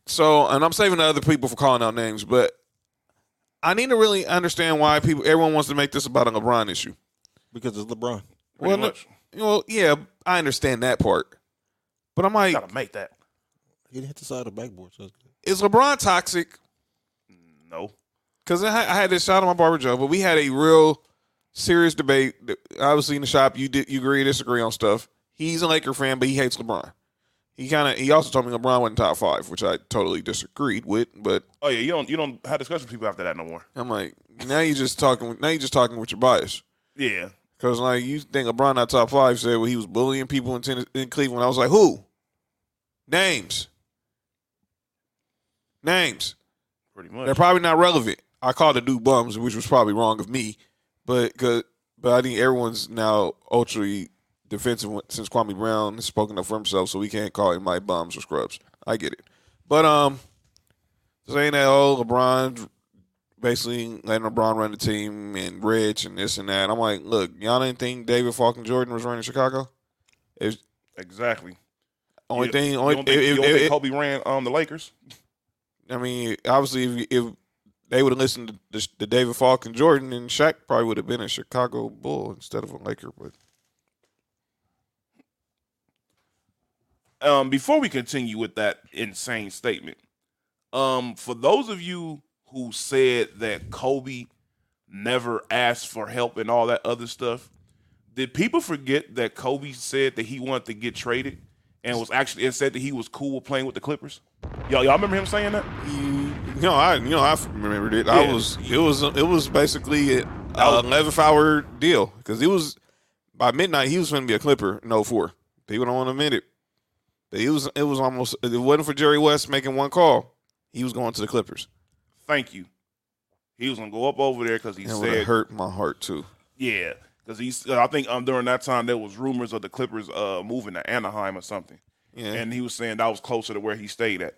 Speaker 6: So, and I'm saving the other people for calling out names, but I need to really understand why people everyone wants to make this about a LeBron issue.
Speaker 4: Because it's LeBron.
Speaker 6: Well, no-
Speaker 5: much.
Speaker 6: well, yeah, I understand that part, but I'm like,
Speaker 5: Gotta make that.
Speaker 4: He didn't hit the side of the backboard. So that's good.
Speaker 6: is LeBron toxic?
Speaker 5: No.
Speaker 6: Because I, had- I had this shot on my barber Joe, but we had a real serious debate. Obviously, in the shop, you did you agree, disagree on stuff. He's a Laker fan, but he hates LeBron. He kind of he also told me LeBron wasn't top five, which I totally disagreed with. But
Speaker 5: Oh yeah, you don't you don't have discussions with people after that no more.
Speaker 6: I'm like, now you just talking. Now you just talking with your bias.
Speaker 5: Yeah.
Speaker 6: Cause like you think LeBron not top five said well he was bullying people in Tennessee, in Cleveland. I was like, who? Names. Names.
Speaker 5: Pretty much.
Speaker 6: They're probably not relevant. I called the dude bums, which was probably wrong of me, but 'cause- but I think everyone's now ultra defensive when- since Kwame Brown has spoken up for himself, so we can't call him like bums or scrubs. I get it, but um, saying that oh LeBron basically letting LeBron run the team and Rich and this and that. I'm like, look, y'all didn't think David Falk and Jordan was running Chicago. If
Speaker 5: exactly.
Speaker 6: only
Speaker 5: You-
Speaker 6: thing,
Speaker 5: you
Speaker 6: only
Speaker 5: don't
Speaker 6: if-
Speaker 5: think, you don't
Speaker 6: if-
Speaker 5: think
Speaker 6: if-
Speaker 5: Kobe ran um the Lakers.
Speaker 6: I mean, obviously, if, if they would have listened to, the, to David Falk and Jordan, then Shaq probably would have been a Chicago Bull instead of a Laker. But
Speaker 5: um, before we continue with that insane statement, um, for those of you who said that Kobe never asked for help and all that other stuff, did people forget that Kobe said that he wanted to get traded and was actually and said that he was cool with playing with the Clippers? Y'all, y'all remember him saying that?
Speaker 6: no, I you know I remembered it. I
Speaker 5: Mm. Yeah.
Speaker 6: was it was it was basically an eleventh hour deal because it was by midnight he was going to be a Clipper in 04. People don't want to admit it, but it was it was almost if it wasn't for Jerry West making one call. He was going to the Clippers.
Speaker 5: Thank you. He was gonna go up over there because he
Speaker 6: That would
Speaker 5: said
Speaker 6: have hurt my heart too.
Speaker 5: Yeah, because he's. I think um during that time there was rumors of the Clippers uh moving to Anaheim or something,
Speaker 6: Yeah. Mm.
Speaker 5: and he was saying that was closer to where he stayed at.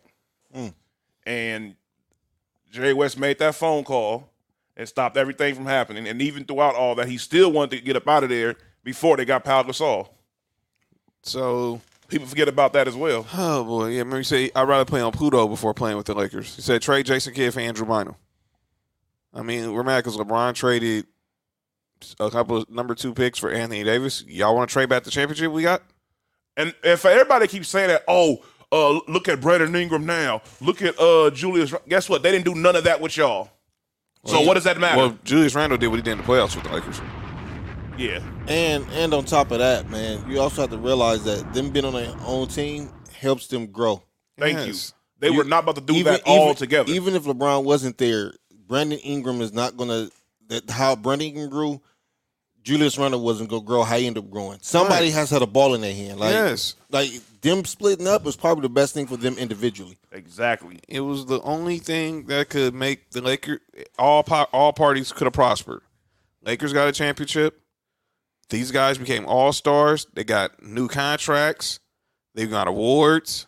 Speaker 5: And Jerry West made that phone call and stopped everything from happening. And even throughout all that, he still wanted to get up out of there before they got Pau Gasol.
Speaker 6: So
Speaker 5: People forget about that as well.
Speaker 6: Oh boy, yeah. Remember, you say I'd rather play on Pluto before playing with the Lakers. He said trade Jason Kidd for Andrew Bynum. I mean, we're mad because LeBron traded a couple of number two picks for Anthony Davis. Y'all want to trade back the championship we got?
Speaker 5: And and for everybody that keeps saying that, oh, uh, look at Brandon Ingram now. Look at uh Julius. Guess what? They didn't do none of that with y'all. So what does that matter?
Speaker 6: Well, Julius Randle did what he did in the playoffs with the Lakers.
Speaker 5: yeah.
Speaker 4: And and on top of that, man, you also have to realize that them being on their own team helps them grow.
Speaker 5: Thank
Speaker 6: Yes.
Speaker 5: you. They were not about to do that all together.
Speaker 4: Even if LeBron wasn't there, Brandon Ingram is not gonna. That how Brandon Ingram grew, Julius Randle wasn't gonna grow how he ended up growing. Somebody has had a ball in their hand. Like,
Speaker 6: Yes.
Speaker 4: like them splitting up was probably the best thing for them individually.
Speaker 5: Exactly.
Speaker 6: It was the only thing that could make the Lakers all po- all parties could have prospered. Lakers got a championship. These guys became all stars. They got new contracts. They got awards.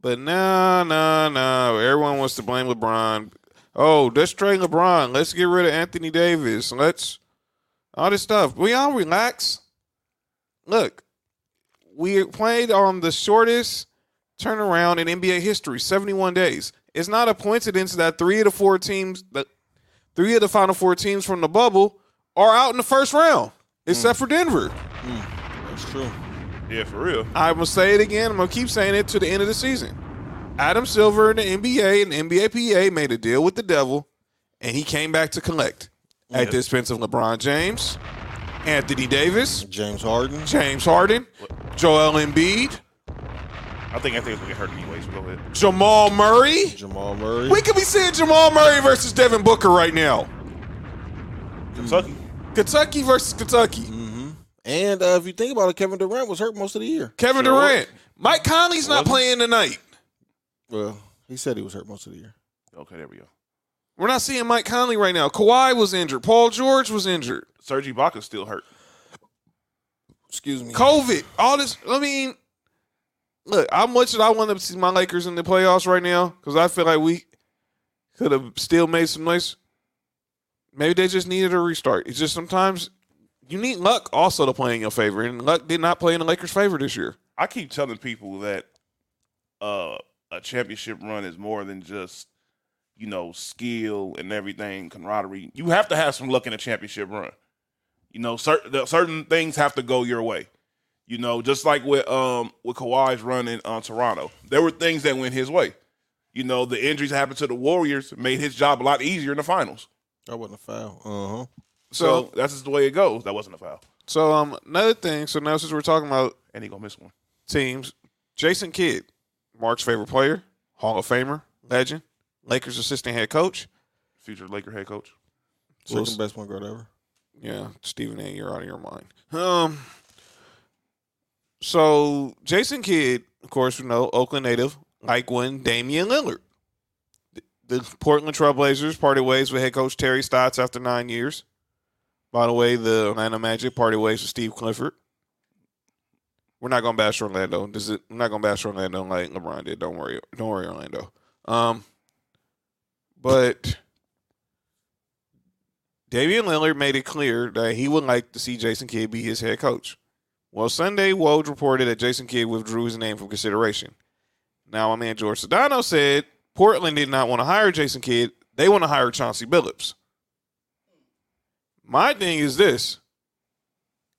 Speaker 6: But no, no, no. Everyone wants to blame LeBron. Oh, let's trade LeBron. Let's get rid of Anthony Davis. Let's all this stuff. We all relax. Look, we played on the shortest turnaround in NBA history, 71 days. It's not a coincidence that three of the four teams, the three of the final four teams from the bubble, are out in the first round, except for Denver.
Speaker 4: That's true.
Speaker 5: Yeah, for real.
Speaker 6: I'm gonna say it again. I'm gonna keep saying it to the end of the season. Adam Silver and the NBA and the NBAPA made a deal with the devil, and he came back to collect at the expense of LeBron James, Anthony Davis,
Speaker 4: James Harden.
Speaker 6: James Harden, Joel Embiid,
Speaker 5: I think I think it's gonna get hurt anyways. Go ahead.
Speaker 6: Jamal Murray.
Speaker 4: Jamal Murray.
Speaker 6: We could be seeing Jamal Murray versus Devin Booker right now.
Speaker 5: Kentucky.
Speaker 6: Kentucky versus Kentucky.
Speaker 5: Mm,
Speaker 4: And uh, if you think about it, Kevin Durant was hurt most of the year.
Speaker 6: Kevin
Speaker 5: Sure.
Speaker 6: Durant. Mike Conley's not playing tonight.
Speaker 4: Well, he said he was hurt most of the year.
Speaker 5: Okay, there we go.
Speaker 6: We're not seeing Mike Conley right now. Kawhi was injured. Paul George was injured.
Speaker 5: Serge Ibaka's still hurt.
Speaker 4: Excuse
Speaker 5: Mm.
Speaker 4: me.
Speaker 6: COVID. All this. I mean, look, how much did I want to see my Lakers in the playoffs right now? Because I feel like we could have still made some noise. Maybe they just needed a restart. It's just sometimes you need luck also to play in your favor, and luck did not play in the Lakers' favor this year.
Speaker 5: I keep telling people that uh, a championship run is more than just you know skill and everything camaraderie. You have to have some luck in a championship run. You know, certain the, certain things have to go your way. You know, just like with um with Kawhi's run in uh, Toronto, there were things that went his way. You know, the injuries that happened to the Warriors made his job a lot easier in the finals.
Speaker 4: That wasn't a foul. Uh huh.
Speaker 5: So that's just the way it goes. That wasn't a foul,
Speaker 6: So um another thing, so now since we're talking about
Speaker 5: and he gonna miss one.
Speaker 6: teams, Jason Kidd, Mark's favorite player, Hall of Famer, legend, Lakers assistant head coach.
Speaker 5: Future Laker head coach.
Speaker 4: Second
Speaker 6: Wilson.
Speaker 4: best point guard ever.
Speaker 6: Yeah, Stephen A, you're out of your mind. Um so Jason Kidd, of course, you know, Oakland native, like one Damian Lillard. The the Portland Trailblazers parted ways with head coach Terry Stotts after nine years. By the way, the Orlando Magic parted ways with Steve Clifford. We're not gonna bash Orlando. This is I'm not gonna bash Orlando like LeBron did. Don't worry. Don't worry, Orlando. Um but Damian Lillard made it clear that he would like to see Jason Kidd be his head coach. Well, Sunday, Woj reported that Jason Kidd withdrew his name from consideration. Now, my man George Sedano said Portland did not want to hire Jason Kidd. They want to hire Chauncey Billups. My thing is this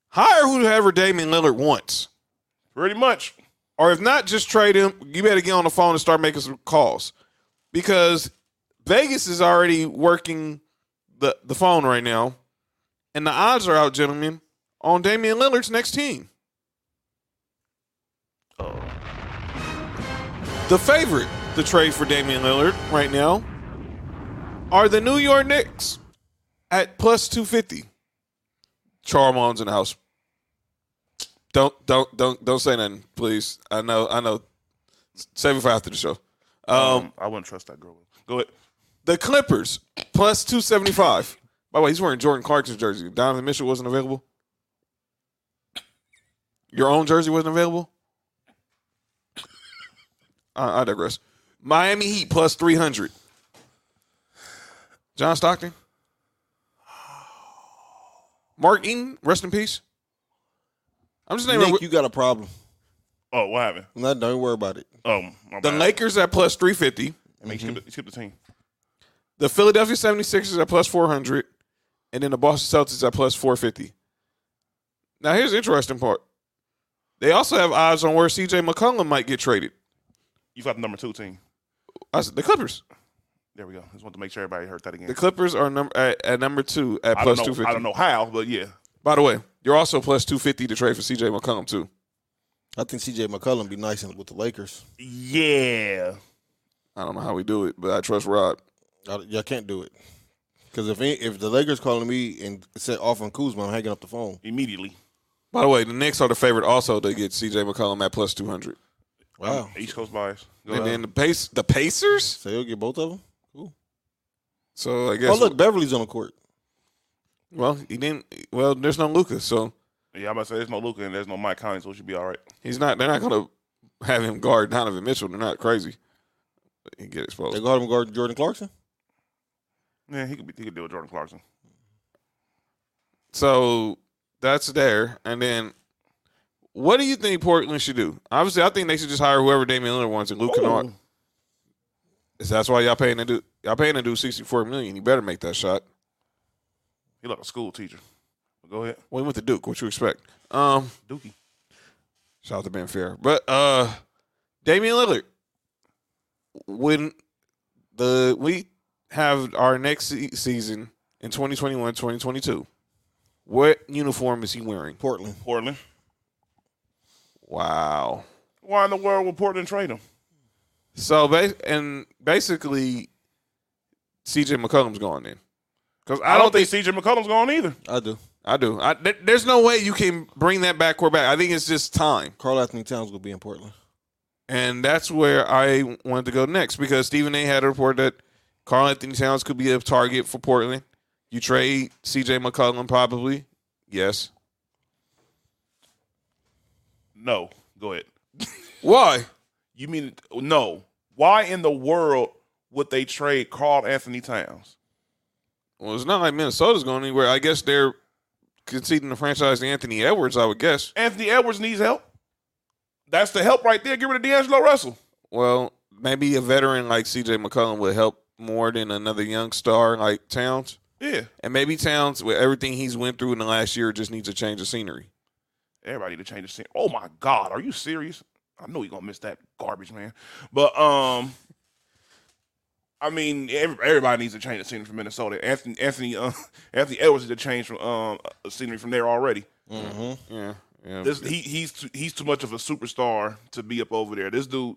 Speaker 6: hire whoever Damian Lillard wants.
Speaker 5: Pretty much.
Speaker 6: Or if not, just trade him. You better get on the phone and start making some calls because Vegas is already working the, the phone right now. And the odds are out, gentlemen, on Damian Lillard's next team. Oh. The favorite to trade for Damian Lillard right now are the New York Knicks at plus 250. Charmon's in the house. Don't don't don't don't say nothing, please. I know I know. Save it for after the show.
Speaker 5: Um, I wouldn't trust that girl. Go ahead.
Speaker 6: The Clippers plus two seventy five. By the way, he's wearing Jordan Clarkson's jersey. Donovan Mitchell wasn't available. Your own jersey wasn't available. <laughs> I, I digress. Miami Heat plus three hundred. John Stockton. Mark Eaton, rest in peace. I'm just naming
Speaker 4: Nick, you got a problem.
Speaker 5: Oh, what happened?
Speaker 4: No, don't worry about it. Mm-hmm.
Speaker 5: Um, my
Speaker 6: the
Speaker 5: bad.
Speaker 6: Lakers at plus three fifty.
Speaker 5: I mean, skip, the, skip the team.
Speaker 6: The Philadelphia 76ers at plus 400, and then the Boston Celtics at plus 450. Now, here's the interesting part. They also have odds on where CJ McCollum might get traded.
Speaker 5: You got the number two team.
Speaker 6: I said the Clippers.
Speaker 5: There we go. Just want to make sure everybody heard that again.
Speaker 6: The Clippers are number at, at number two at
Speaker 5: Hmm. I
Speaker 6: plus
Speaker 5: don't know.
Speaker 6: 250.
Speaker 5: I don't know how, but yeah.
Speaker 6: By the way, you're also plus 250 to trade for CJ McCollum, too.
Speaker 4: I think CJ McCollum be nice in- with the Lakers.
Speaker 5: Yeah.
Speaker 6: I don't know how we do it, but I trust Rob.
Speaker 4: I, y'all can't do it. Because if any- if the Lakers calling me and said off on Kuzma, I'm hanging up the phone.
Speaker 5: immediately.
Speaker 6: By the way, the Knicks are the favorite also to get CJ McCollum at plus 200.
Speaker 4: Wow.
Speaker 5: East Coast bias. Uh, Go
Speaker 6: Oh. And
Speaker 5: ahead.
Speaker 6: then the pace, the Pacers?
Speaker 4: So you'll get both of them. Cool.
Speaker 6: So I guess.
Speaker 4: Oh look, Beverly's on the court.
Speaker 6: Well, he didn't. Well, there's no Luca, so
Speaker 5: yeah, I'm about to say there's no Luca and there's no Mike Conley, so it should be all right.
Speaker 6: he's not. They're not going to have him guard Donovan Mitchell. They're not crazy. He can get
Speaker 4: They
Speaker 6: exposed.
Speaker 4: go him guard Jordan Clarkson.
Speaker 5: Yeah, he could be, he could deal with Jordan Clarkson.
Speaker 6: So that's there. And then, what do you think Portland should do? Obviously, I think they should just hire whoever Damian Lillard wants and Luke Kennard. Is that's why y'all paying to do y'all paying to do sixty four million? You better make that shot.
Speaker 5: He like a school teacher. But go ahead,
Speaker 6: Well, he went to Duke. What you expect? Um,
Speaker 5: Dookie.
Speaker 6: shout out to Ben Fair, but uh, Damian Lillard. When the we have our next se- season in 2021, 2022, what uniform is he wearing?
Speaker 4: Portland.
Speaker 5: Portland.
Speaker 6: Wow.
Speaker 5: Why in the world would Portland trade him?
Speaker 6: So ba- and basically, CJ McCollum's gone then. Because
Speaker 5: I don't think CJ McCollum's gone either.
Speaker 4: I do.
Speaker 6: I do. I, th- there's no way you can bring that backcourt back. I think it's just time,
Speaker 4: Carl Anthony Towns will be in Portland.
Speaker 6: and that's where I wanted to go next because Stephen A. had a report that Carl Anthony Towns could be a target for Portland. You trade CJ McCollum probably, yes.
Speaker 5: No. Go ahead.
Speaker 6: Why?
Speaker 5: You mean no? Why in the world would they trade Carl Anthony Towns?
Speaker 6: Well, it's not like Minnesota's going anywhere. I guess they're conceding the franchise to Anthony Edwards. I would guess.
Speaker 5: Anthony Edwards needs help. That's the help right there. Get rid of D'Angelo Russell.
Speaker 6: Well, maybe a veteran like CJ McCollum would help more than another young star like Towns.
Speaker 5: Yeah.
Speaker 6: And maybe Towns, with everything he's went through in the last year, just needs a change of scenery.
Speaker 5: Everybody need to change the scene. Oh my God, are you serious? I know you're gonna miss that garbage, man. But um, I mean, every, everybody needs to change the scenery from Minnesota. Anthony Anthony uh, <laughs> Anthony Edwards is a change from um uh, scenery from there already.
Speaker 6: Yeah. yeah.
Speaker 5: This he he's too, he's too much of a superstar to be up over there. This dude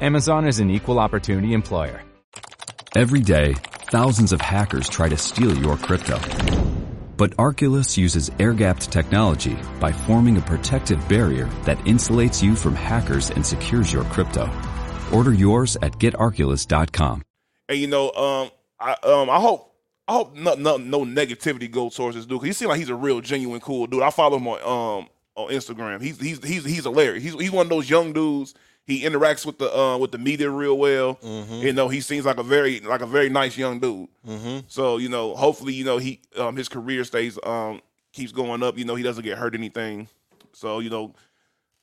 Speaker 8: Amazon is an equal opportunity employer.
Speaker 9: Every day, thousands of hackers try to steal your crypto. But Arculus uses air-gapped technology by forming a protective barrier that insulates you from hackers and secures your crypto. Order yours at getarculus.com.
Speaker 5: And you know, um, I um, I hope I hope no no, no negativity goes towards this dude. 'cause he seems like he's a real genuine cool dude. I follow him on um on Instagram. He's he's he's he's hilarious. He's he's one of those young dudes. He interacts with the uh, with the media real well.
Speaker 4: Mm-hmm.
Speaker 5: You know, he seems like a very like a very nice young dude.
Speaker 4: Mm-hmm.
Speaker 5: So you know, hopefully you know he um his career stays um keeps going up. You know, he doesn't get hurt anything. So you know,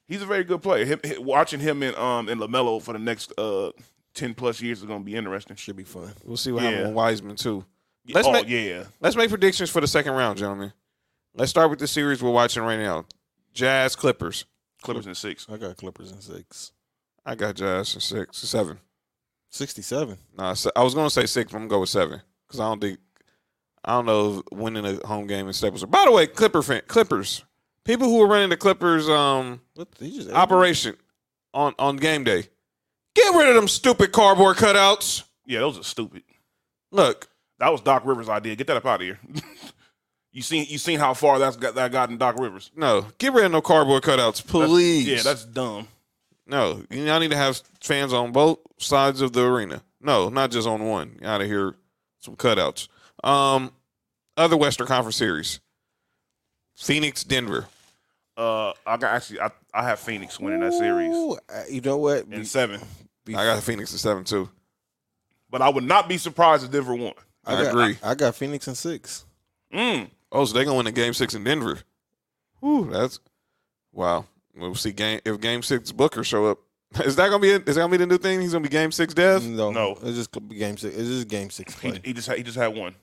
Speaker 5: he's a very good player. Him, hi- watching him and um and Lamelo for the next uh ten plus years is going to be interesting.
Speaker 4: Should be fun.
Speaker 6: we'll see what
Speaker 5: yeah.
Speaker 6: happens with Wiseman, too.
Speaker 5: Let's
Speaker 6: Let's
Speaker 5: oh
Speaker 6: make-
Speaker 5: yeah,
Speaker 6: Let's make predictions for the second round, gentlemen. Let's start with the series we're watching right now Jazz Clippers.
Speaker 5: Clippers in six.
Speaker 4: I got Clippers in six.
Speaker 6: I got Jazz at six, seven.
Speaker 4: Sixty-seven.
Speaker 6: Nah, se- I was gonna say six, but I'm gonna go with seven because I don't think I don't know if winning a home game in Staples. By the way, Clipper fan, Clippers people who were running the Clippers um
Speaker 4: What he just
Speaker 6: operation on on game day, get rid of them stupid cardboard cutouts.
Speaker 5: Yeah, those are stupid.
Speaker 6: Look,
Speaker 5: That was Doc Rivers' idea. Get that up out of here. <laughs> you seen you seen how far that's got that gotten Doc Rivers.
Speaker 6: no, get rid of no cardboard cutouts,
Speaker 5: That's-
Speaker 6: please.
Speaker 5: yeah, that's dumb.
Speaker 6: no. You all need to have fans on both sides of the arena. No, not just on one. Out of here, some cutouts. Um, other Western Conference series, Phoenix, Denver.
Speaker 5: Uh, I got actually I I have Phoenix winning that series
Speaker 4: Ooh, uh, you know what? Be-
Speaker 5: in seven,
Speaker 4: be-
Speaker 6: I got Phoenix at seven too.
Speaker 5: but I would not be surprised if Denver won.
Speaker 4: I
Speaker 6: I
Speaker 4: got-
Speaker 6: agree.
Speaker 4: I, I got Phoenix in six.
Speaker 5: Mm.
Speaker 6: Oh, so they're gonna win a game six in Denver. Whew, that's wow. We'll see game if game six Booker show up. <laughs> Is that gonna be it? Is that gonna be the new thing? He's gonna be game six death.
Speaker 4: No,
Speaker 5: No.
Speaker 4: It's just game six. It's just game six
Speaker 5: He,
Speaker 4: play.
Speaker 5: he just had, he just had one.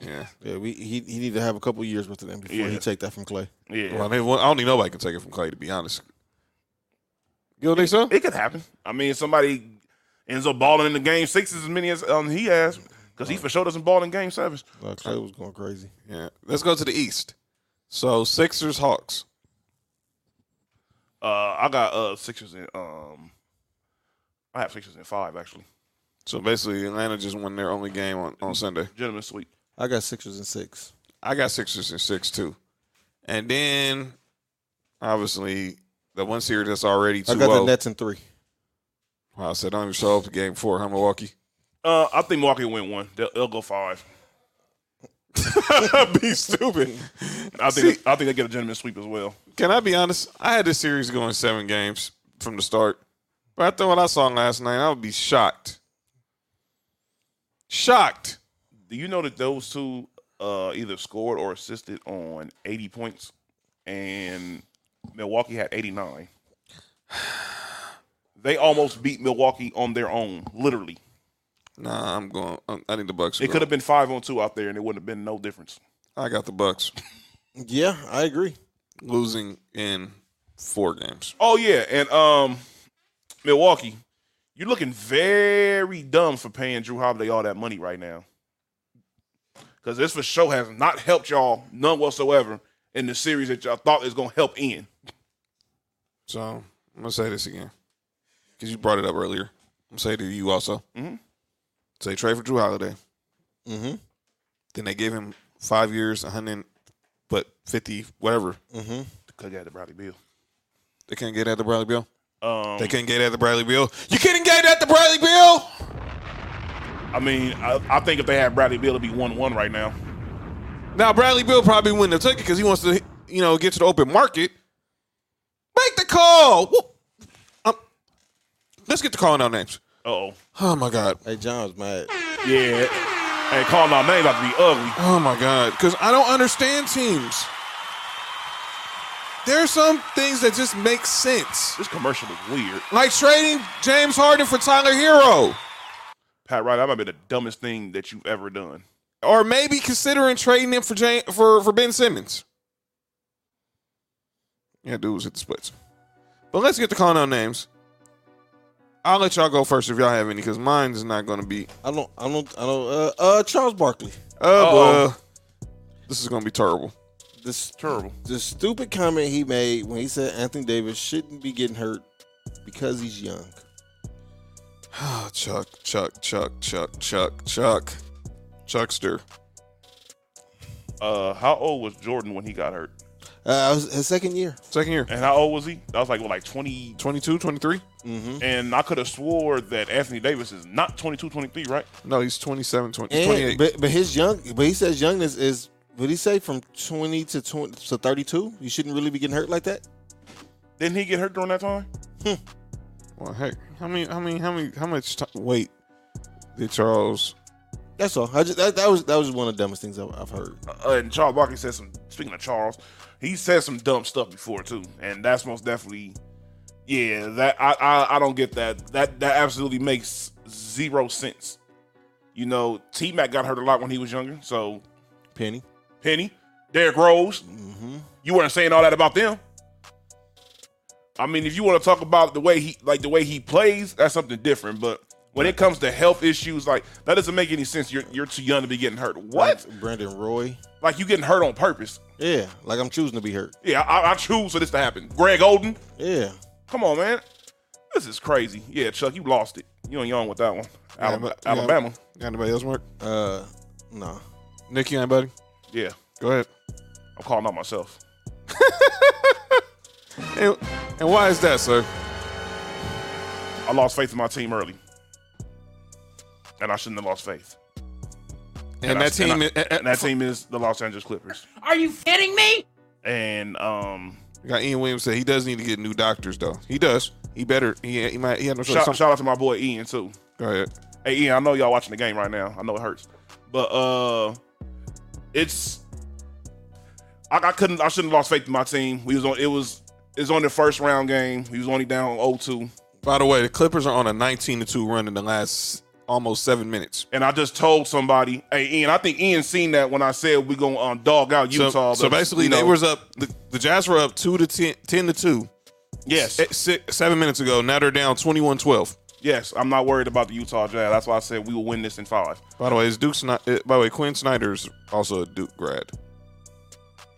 Speaker 6: Yeah.
Speaker 4: Yeah, we he he need to have a couple years with them before he
Speaker 5: Yeah.
Speaker 4: take that from Clay.
Speaker 5: Yeah.
Speaker 6: Well, I, mean, well, I don't think nobody can take it from Clay, to be honest. You don't think so?
Speaker 5: It could happen. I mean, if somebody ends up balling in the game sixes as many as um, he has, because he for sure doesn't ball in game sevens.
Speaker 4: Uh, Clay was going crazy.
Speaker 6: Yeah. Let's go to the East. So Sixers, Hawks.
Speaker 5: Uh, I got uh Sixers in um, I have Sixers in five actually.
Speaker 6: So basically, Atlanta just won their only game on, on Sunday.
Speaker 5: Gentlemen sweep.
Speaker 4: I got Sixers and six.
Speaker 6: I got Sixers and six too, and then obviously the one series that's already two
Speaker 4: I got the
Speaker 6: zero.
Speaker 4: Nets in three.
Speaker 6: Wow, so don't even show up to game four, huh,
Speaker 4: <laughs>
Speaker 6: Milwaukee? <laughs>
Speaker 5: Uh, I think Milwaukee win one. They'll, they'll go five.
Speaker 6: Be stupid.
Speaker 5: I think
Speaker 6: See-
Speaker 5: I think they get a gentleman sweep as well.
Speaker 6: Can I be honest? I had this series going seven games from the start, but after what I saw last night, I would be shocked. Shocked.
Speaker 5: Do you know that those two uh, either scored or assisted on 80 points, and Milwaukee had 89. <sighs> They almost beat Milwaukee on their own, literally.
Speaker 6: Nah, I'm going. I'm- I need the Bucks.
Speaker 5: It could have been five on two out there, and it wouldn't have been no difference.
Speaker 6: I got the Bucks
Speaker 4: Yeah, I agree.
Speaker 6: losing in four games.
Speaker 5: Oh yeah, and um, Milwaukee, you're looking very dumb for paying Drew Holiday all that money right now, because this for sure has not helped y'all none whatsoever in the series that y'all thought is gonna help in.
Speaker 6: So I'm gonna say this again because you brought it up earlier. I'm gonna say it to you also.
Speaker 5: Mhm.
Speaker 6: So they trade for Drew Holiday.
Speaker 4: Mhm.
Speaker 6: Then they gave him five years, a hundred, but fifty, whatever.
Speaker 5: Because they had the Bradley Bill.
Speaker 6: They couldn't get at the Bradley Bill.
Speaker 5: Um,
Speaker 6: They couldn't get at the Bradley Bill. You couldn't get at the Bradley Bill.
Speaker 5: I mean, I, I think if they had Bradley Bill, it'd be one-one right now.
Speaker 6: Now Bradley Bill probably wouldn't have took it because he wants to, you know, get to the open market. Make the call. Whoop. Um, let's get the calling out names.
Speaker 5: Oh,
Speaker 6: Oh my god.
Speaker 4: Hey, John's mad.
Speaker 5: yeah. And calling our name about to be ugly.
Speaker 6: Oh my god, because I don't understand teams. There are some things that just make sense,
Speaker 5: This commercial is weird.
Speaker 6: like trading James Harden for Tyler Hero,
Speaker 5: Pat Riley, that might be the dumbest thing that you've ever done.
Speaker 6: or maybe considering trading him for Jam- for for Ben Simmons. Yeah, dude was hit the splits. But let's get the call out names. I'll let y'all go first if y'all have any, because mine is not going to be.
Speaker 4: I don't. I don't. I don't. Uh, uh Charles Barkley.
Speaker 6: Oh, boy. this is going to be terrible. <sighs>
Speaker 4: This
Speaker 5: Terrible.
Speaker 4: the stupid comment he made when he said Anthony Davis shouldn't be getting hurt because he's young.
Speaker 6: Oh, Chuck, Chuck, Chuck, Chuck, Chuck, Chuck, Chuckster.
Speaker 5: Uh, how old was Jordan when he got hurt?
Speaker 4: Uh, it was his second year.
Speaker 6: Second year.
Speaker 5: And how old was he? I was like, what, like 20?
Speaker 6: 22, 23?
Speaker 5: And I could have swore that Anthony Davis is not 22, 23, right?
Speaker 6: No, he's 27, 20, he's 28.
Speaker 4: And, but but his young. But he says youngness is. Would he say from twenty to twenty to thirty two? You shouldn't really be getting hurt like that.
Speaker 5: Didn't he get hurt during that time?
Speaker 6: well, heck, how many, how many, how many, how much time, wait, did Charles,
Speaker 4: That's all. I just that, that was that was one of the dumbest things I've, I've heard.
Speaker 5: Uh, and Charles Barkley said some, speaking of Charles, he said some dumb stuff before too. And that's most definitely, yeah, that, I, I, I don't get that. That, that absolutely makes zero sense. You know, T Mac got hurt a lot when he was younger. So
Speaker 4: Penny.
Speaker 5: Penny, Derrick Rose. You weren't saying all that about them. I mean, if you want to talk about the way he like the way he plays, that's something different. But when it comes to health issues, like that doesn't make any sense. You're you're too young to be getting hurt. What?
Speaker 4: Like Brandon Roy.
Speaker 5: Like you getting hurt on purpose?
Speaker 4: Yeah, like I'm choosing to be hurt.
Speaker 5: Yeah, I, I choose for this to happen. Greg Oden,
Speaker 4: Yeah.
Speaker 5: come on, man. This is crazy. Yeah, Chuck, you lost it. You ain't young with that one. Alabama.
Speaker 6: you got-
Speaker 5: Alabama.
Speaker 6: you got anybody else, Mark?
Speaker 4: Uh, no.
Speaker 6: Nick, you got anybody?
Speaker 5: Yeah,
Speaker 6: Go ahead.
Speaker 5: I'm calling out myself.
Speaker 6: And, and why is that, sir?
Speaker 5: I lost faith in my team early, and I shouldn't have lost faith.
Speaker 6: And,
Speaker 5: I-
Speaker 6: that team,
Speaker 5: and, I-
Speaker 6: is- eh, eh,
Speaker 5: and that team is the Los Angeles Clippers.
Speaker 10: Are you kidding me?
Speaker 5: And um,
Speaker 6: you got Ian Williams said he does need to get new doctors, though. He does. He better, he, he might, he had no
Speaker 5: shout,
Speaker 6: some-
Speaker 5: shout out to my boy Ian too.
Speaker 6: Go ahead.
Speaker 5: Hey Ian, I know y'all watching the game right now. I know it hurts, but uh, it's I, I couldn't I shouldn't have lost faith in my team. We was on it was it's on the first round game. We was only down 0-2.
Speaker 6: By the way, the Clippers are on a 19 to 2 run in the last almost seven minutes.
Speaker 5: And I just told somebody, hey Ian, I think Ian seen that when I said we gonna um, dog out
Speaker 6: So,
Speaker 5: Utah. but,
Speaker 6: so basically,
Speaker 5: you know,
Speaker 6: they was up. The, the Jazz were up two to 10, 10 to two.
Speaker 5: yes,
Speaker 6: At six, seven minutes ago, now they're down 21-12.
Speaker 5: yes. I'm not worried about the Utah Jazz. That's why I said we will win this in five.
Speaker 6: By the way, is Duke Sni- uh, By the way, Quinn Snyder's also a Duke grad.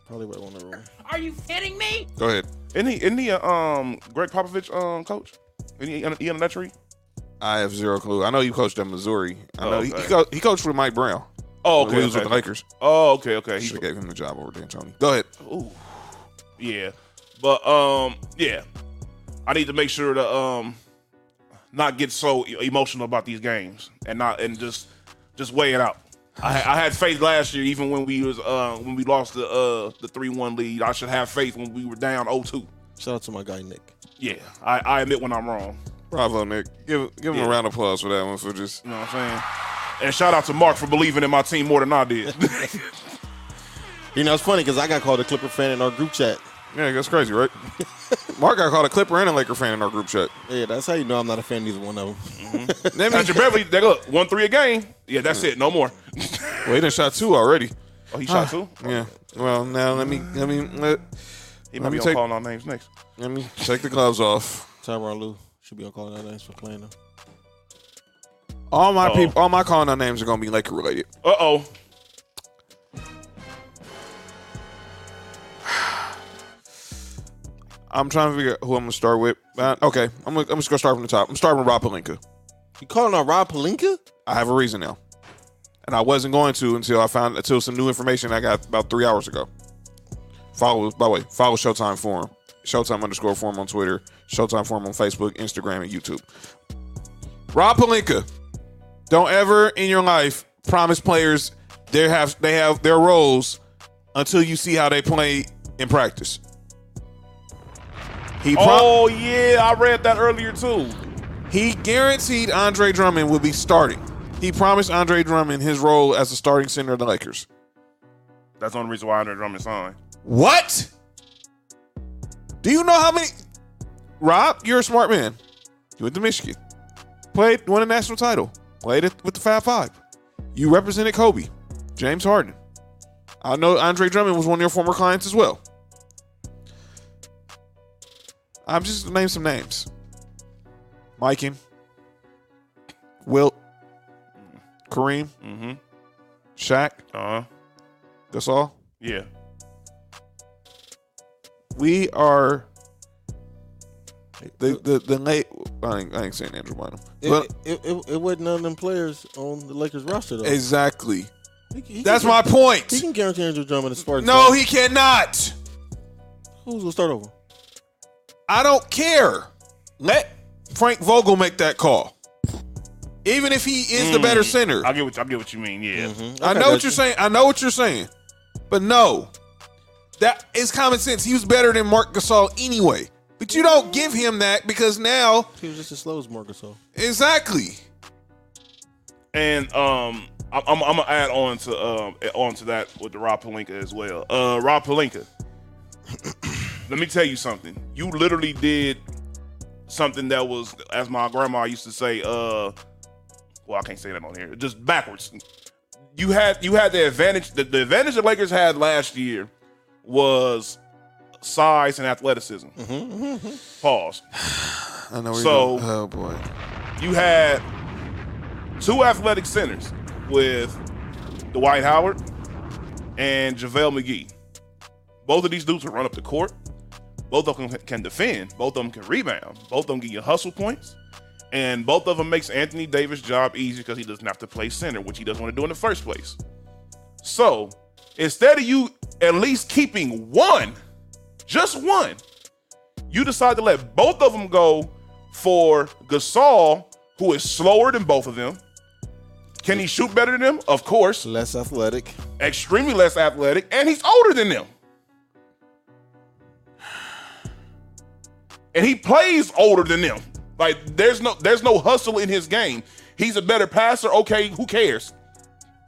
Speaker 4: Probably would want to room.
Speaker 10: Are you kidding me?
Speaker 6: Go ahead.
Speaker 5: Isn't he? Isn't he a um, Greg Popovich um, coach? Isn't he, in- he in that tree?
Speaker 6: I have zero clue. I know you coached at Missouri. I
Speaker 5: Oh,
Speaker 6: know he,
Speaker 5: okay.
Speaker 6: he, co- he coached with Mike Brown.
Speaker 5: Oh,
Speaker 6: when
Speaker 5: okay.
Speaker 6: he was
Speaker 5: okay.
Speaker 6: with the Lakers.
Speaker 5: Oh, okay, okay. He's-
Speaker 6: Should have gave him the job over D'Antoni. Go ahead.
Speaker 5: yeah, but um, yeah. I need to make sure to um, not get so e- emotional about these games and not and just just weigh it out. I, I had faith last year, even when we was uh, when we lost the uh, the three one lead. I should have faith when we were down 0-2.
Speaker 4: Shout out to my guy Nick.
Speaker 5: Yeah, I, I admit when I'm wrong.
Speaker 6: Bravo, Nick. Give give him
Speaker 5: Yeah.
Speaker 6: a round of applause for that one for just
Speaker 5: You know what I'm saying? And shout out to Mark for believing in my team more than I did. <laughs>
Speaker 4: You know, it's funny because I got called a Clipper fan in our group chat.
Speaker 6: yeah. That's crazy, <laughs> right? Mark got called a Clipper and a Laker fan in our group chat.
Speaker 4: Yeah, that's how you know I'm not a fan of either one of them.
Speaker 6: That means-
Speaker 5: Patrick <laughs> Beverly, they look one three a game. Yeah, that's it. No more.
Speaker 6: well, he done shot two already.
Speaker 5: Oh, he shot two.
Speaker 6: Yeah. Well, now let me let me let,
Speaker 5: He
Speaker 6: Let
Speaker 5: might be
Speaker 6: me
Speaker 5: on
Speaker 6: take-
Speaker 5: calling our names next.
Speaker 6: let me take the gloves off.
Speaker 4: Tyronn Lue should be on calling out names for playing them.
Speaker 6: All my
Speaker 5: Oh.
Speaker 6: people, all my calling out names are gonna be Laker related.
Speaker 5: Uh oh.
Speaker 6: I'm trying to figure out who I'm gonna start with. Uh, okay, I'm gonna, I'm just gonna start from the top. I'm starting with Rob Pelinka.
Speaker 4: You calling out Rob Palinka?
Speaker 6: I have a reason now, and I wasn't going to until I found until some new information I got about three hours ago. Follow by the way, follow Showtime Forum, Showtime underscore Forum on Twitter, Showtime Forum on Facebook, Instagram, and YouTube. Rob Palinka, don't ever in your life promise players they have they have their roles until you see how they play in practice. He prom-
Speaker 5: Oh yeah, I read that earlier too.
Speaker 6: he guaranteed Andre Drummond would be starting. He promised Andre Drummond his role as the starting center of the Lakers.
Speaker 5: That's the only reason why Andre Drummond signed.
Speaker 6: What? Do you know how many? Rob, you're a smart man. You went to Michigan, played, won a national title, played it with the Five Five. You represented Kobe, James Harden. I know Andre Drummond was one of your former clients as well. I'm just gonna name some names: Mikan, Wilt, Kareem,
Speaker 5: Mm-hmm.
Speaker 6: Shaq,
Speaker 5: Uh huh.
Speaker 6: Gasol.
Speaker 5: Yeah.
Speaker 6: we are the the the late. I ain't, I ain't saying Andrew Bynum,
Speaker 4: It,
Speaker 6: but
Speaker 4: it, it, it wasn't none of them players on the Lakers roster, though.
Speaker 6: exactly.
Speaker 4: He- he
Speaker 6: That's
Speaker 4: can-
Speaker 6: my
Speaker 4: He
Speaker 6: point.
Speaker 4: can guarantee Andrew Drummond is starting.
Speaker 6: No, he cannot.
Speaker 4: Who's going to start over?
Speaker 6: I don't care. Let Frank Vogel make that call. Even if he is the better center,
Speaker 5: Mm. I get what I get what you mean.
Speaker 6: I
Speaker 5: Yeah.
Speaker 4: Okay,
Speaker 6: know what
Speaker 4: that's-
Speaker 6: you're saying. I know what you're saying. But no, that is common sense. He was better than Mark Gasol anyway. But you don't give him that because now,
Speaker 4: He was just as slow as Marcus. So
Speaker 6: exactly.
Speaker 5: And um, I, I'm I'm gonna add on to um on to that with the Rob Palinka as well. Uh, Rob Palinka. <clears throat> let me tell you something. You literally did something that was, as my grandma used to say, uh, well, I can't say that on here. Just backwards. You had you had the advantage. The, the advantage the Lakers had last year was size and athleticism. Pause.
Speaker 6: Mm-hmm. <sighs> I know. Where
Speaker 5: So-
Speaker 6: you're going. oh boy.
Speaker 5: You had two athletic centers with Dwight Howard and JaVale McGee. Both of these dudes can run up the court. Both of them can defend. Both of them can rebound. Both of them get you hustle points. And both of them makes Anthony Davis' job easy because he doesn't have to play center, which he doesn't want to do in the first place. So instead of you at least keeping one, just one, you decide to let both of them go for Gasol, who is slower than both of them. Can he shoot better than them? Of course.
Speaker 4: less athletic.
Speaker 5: Extremely less athletic, and he's older than them. And he plays older than them. Like there's no there's no hustle in his game. He's a better passer. Okay, who cares?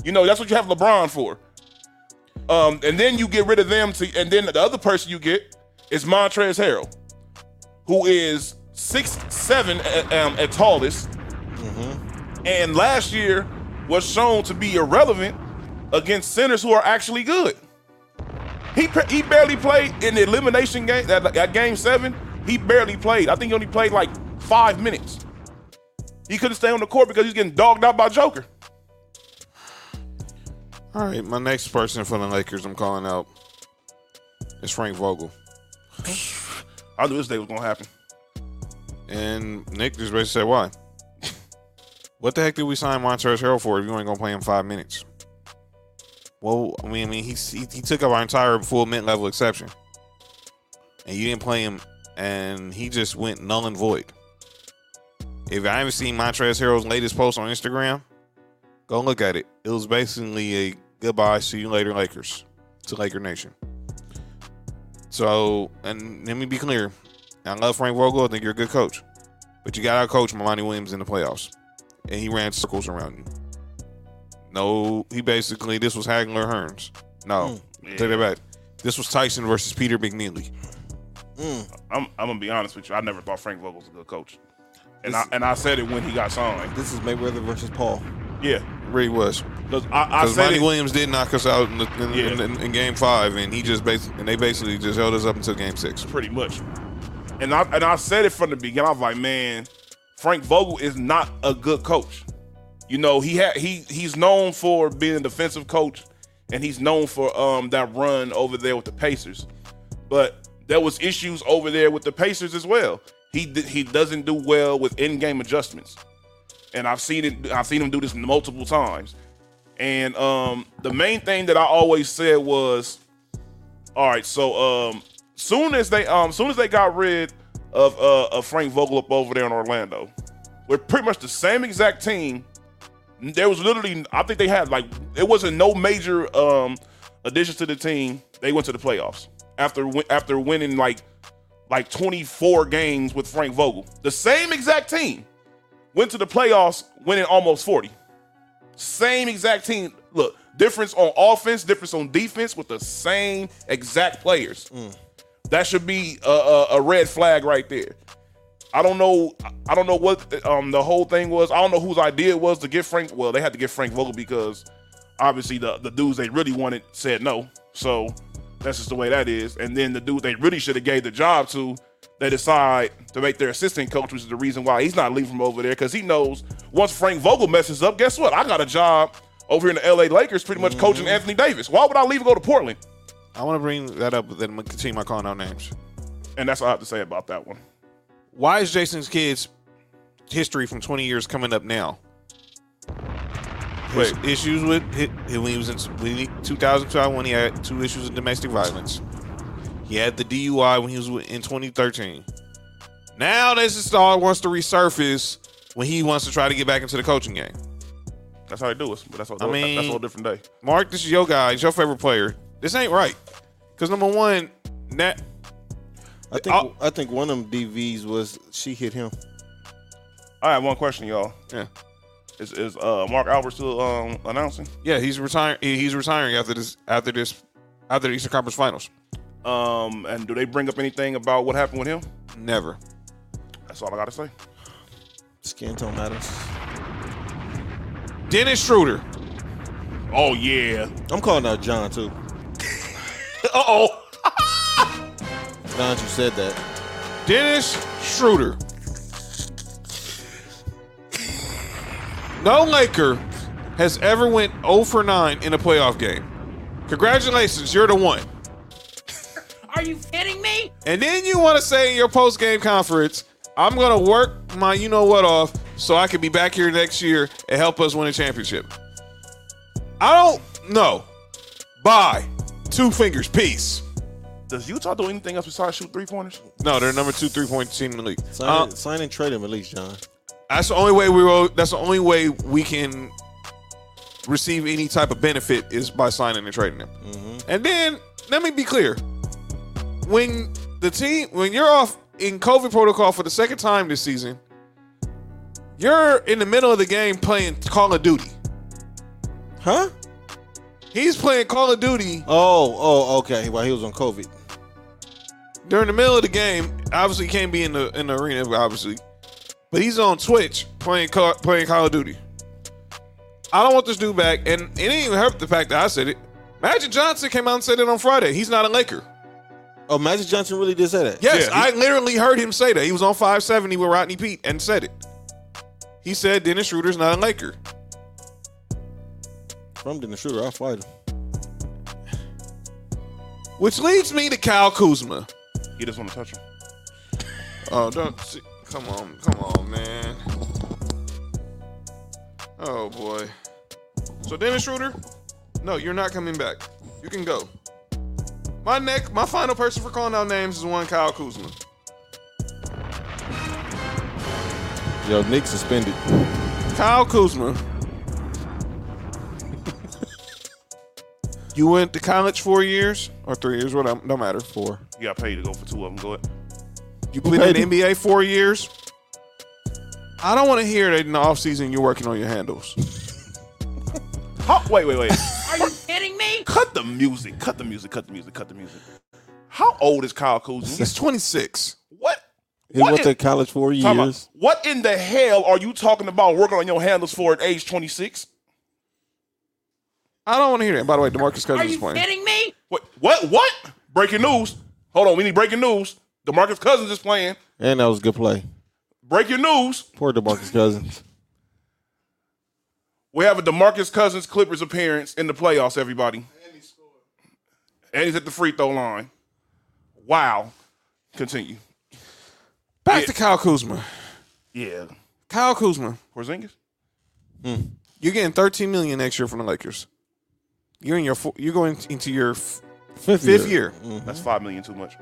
Speaker 5: You know that's what you have LeBron for. Um, and then you get rid of them to, and then the other person you get is Montrezl Harrell, who is six seven at, um, at tallest, and last year was shown to be irrelevant against centers who are actually good. He pa- he barely played in the elimination game at, at game seven. He barely played. I think he only played like five minutes. He couldn't stay on the court because he's getting dogged out by Joker.
Speaker 6: All right, my next person for the Lakers, I'm calling out. It's Frank Vogel,
Speaker 5: I knew this day was gonna happen.
Speaker 6: and Nick just basically said, "Why? <laughs> what the heck did we sign Montrezl Harrell for if you ain't gonna play him five minutes?" Well, I mean, I mean, he he, he took up our entire full mid level exception, and you didn't play him, and he just went null and void. If I haven't seen Montrezl Harrell's latest post on Instagram, go look at it. It was basically a goodbye, see you later, Lakers, to Laker Nation. So, and let me be clear. I love Frank Vogel. I think you're a good coach. But you got to coach Milani Williams in the playoffs. And he ran circles around you. No, he basically, this was Hagler Hearns. No, take that back. This was Tyson versus Peter McNeely.
Speaker 5: I'm I'm gonna be honest with you. I never thought Frank Vogel's a good coach, and I and I said it when he got signed.
Speaker 4: This is Mayweather versus Paul.
Speaker 5: Yeah,
Speaker 6: It really was.
Speaker 5: 'Cause I, I
Speaker 6: Because
Speaker 5: said
Speaker 6: Monty
Speaker 5: it.
Speaker 6: Williams did knock us out in, the, in,
Speaker 5: Yeah.
Speaker 6: in, in, in game five, and he just basically, and they basically just held us up until game six.
Speaker 5: pretty much. And I and I said it from the beginning. I was like, man, Frank Vogel is not a good coach. You know, he had he he's known for being a defensive coach, and he's known for um that run over there with the Pacers. But there was issues over there with the Pacers as well. He d- he doesn't do well with in game adjustments, and I've seen it. I've seen him do this multiple times. And um, the main thing that I always said was, all right, so um soon as they um soon as they got rid of uh of Frank Vogel up over there in Orlando, we're pretty much the same exact team. There was literally I think they had like it wasn't no major um additions to the team. They went to the playoffs after win- after winning like like 24 games with Frank Vogel. The same exact team went to the playoffs winning almost 40. Same exact team. Look, difference on offense, difference on defense with the same exact players. That should be a, a, a red flag right there. I don't know. I don't know what um, the whole thing was. I don't know whose idea it was to get Frank. Well, they had to get Frank Vogel because obviously the, the dudes they really wanted said no. So that's just the way that is. And then the dude they really should have gave the job to, they decide to make their assistant coach, which is the reason why he's not leaving from over there because he knows once Frank Vogel messes up, guess what? I got a job over here in the LA Lakers, pretty much
Speaker 6: Mm-hmm.
Speaker 5: coaching Anthony Davis. Why would I leave and go to Portland?
Speaker 6: I want to bring that up, but then I'm going to continue my calling out names.
Speaker 5: And that's all I have to say about that one.
Speaker 6: why is Jason's kids history from 20 years coming up now? His
Speaker 5: Wait.
Speaker 6: issues with hi- hi- when he was in when he, 2012 when he had two issues of domestic violence. He had the DUI when he was with- in 2013. Now this is all wants to resurface when he wants to try to get back into the coaching game.
Speaker 5: That's how they do it. But that's, a-
Speaker 6: I mean-
Speaker 5: that's a whole different day.
Speaker 6: Mark, this is your guy. He's your favorite player. This ain't right. Because number one, that
Speaker 4: I think
Speaker 6: I'll-
Speaker 4: I think one of them DVs was she hit him.
Speaker 5: I have one question, y'all.
Speaker 6: yeah.
Speaker 5: Is, is uh, Mark Albert still um, announcing?
Speaker 6: Yeah, he's retiring. He's retiring after this. After this. After the Eastern Conference Finals.
Speaker 5: Um, and do they bring up anything about what happened with him?
Speaker 6: Never.
Speaker 5: That's all I gotta say.
Speaker 4: Skin tone matters.
Speaker 6: Dennis Schroeder.
Speaker 5: Oh yeah.
Speaker 4: I'm calling out John too.
Speaker 5: Uh oh.
Speaker 4: Now that you said that.
Speaker 6: Dennis Schroeder. No Laker has ever went 0 for 9 in a playoff game. Congratulations, you're the one.
Speaker 10: Are you kidding me?
Speaker 6: And then you want to say in your post game conference, I'm going to work my you know what off so I can be back here next year and help us win a championship. I don't know. Bye. Two fingers, peace.
Speaker 5: Does Utah do anything else besides shoot three pointers?
Speaker 6: No, they're number two three point team in the league.
Speaker 4: Sign,
Speaker 6: Uh,
Speaker 4: and- sign and trade him at least, John.
Speaker 6: That's the only way we will. That's the only way we can receive any type of benefit is by signing and trading him. And then let me be clear: when the team, when you're off in COVID protocol for the second time this season, you're in the middle of the game playing Call of Duty.
Speaker 4: Huh?
Speaker 6: He's playing Call of Duty
Speaker 4: Oh, oh, okay. Well, he was on COVID.
Speaker 6: during the middle of the game. Obviously, he can't be in the in the arena, obviously, but he's on Twitch playing Call, playing Call of Duty. I don't want this dude back. And it didn't even hurt the fact that I said it. Magic Johnson came out and said it on Friday. He's not a Laker.
Speaker 4: Oh, Magic Johnson really did say that.
Speaker 6: Yes,
Speaker 5: Yeah,
Speaker 6: I literally heard him say that. He was on 570 with Rodney Pete and said it. He said Dennis Schroeder's not a Laker.
Speaker 4: From the shooter, I'll fight him.
Speaker 6: Which leads me to Kyle Kuzma.
Speaker 5: He just want to touch him.
Speaker 6: Oh, don't. see- Come on. Come on, man. Oh, boy. So, Dennis Schroeder, no, you're not coming back. You can go. My neck, my final person for calling out names is one Kyle Kuzma.
Speaker 4: Yo, Nick suspended.
Speaker 6: Kyle Kuzma. <laughs> you went to college four years or three years, whatever, no matter. Four.
Speaker 5: You got paid to go for two of them. Go ahead.
Speaker 6: You been in the NBA four years. I don't want to hear that in the offseason you're working on your handles.
Speaker 5: How, wait, wait, wait.
Speaker 10: Are you kidding me?
Speaker 5: cut the music. Cut the music. Cut the music. Cut the music. How old is Kyle Kuzma?
Speaker 6: He's
Speaker 5: He's-
Speaker 6: 26.
Speaker 5: what?
Speaker 4: He
Speaker 5: what
Speaker 4: went to
Speaker 5: in-
Speaker 4: college four
Speaker 5: Time out.
Speaker 4: years.
Speaker 5: What in the hell are you talking about working on your handles for at age 26?
Speaker 6: I don't want to hear that. By the way, DeMarcus
Speaker 10: Are
Speaker 6: Cousins is
Speaker 10: you
Speaker 6: playing.
Speaker 10: kidding me?
Speaker 5: What? What? What? Breaking news. Hold on. We need breaking news. DeMarcus Cousins is playing.
Speaker 4: And that was a good play.
Speaker 5: Breaking news.
Speaker 4: Poor DeMarcus Cousins.
Speaker 5: We have a DeMarcus Cousins Clippers appearance in the playoffs, everybody. And he's at the free throw line. Wow. Continue.
Speaker 6: Back to Kyle Kuzma.
Speaker 5: Yeah.
Speaker 6: Kyle Kuzma,
Speaker 5: Porzingis?
Speaker 6: you're getting 13 million next year from the Lakers. You're in your four, you're going into your f-
Speaker 4: Fifth,
Speaker 6: fifth year.
Speaker 5: That's five million too much.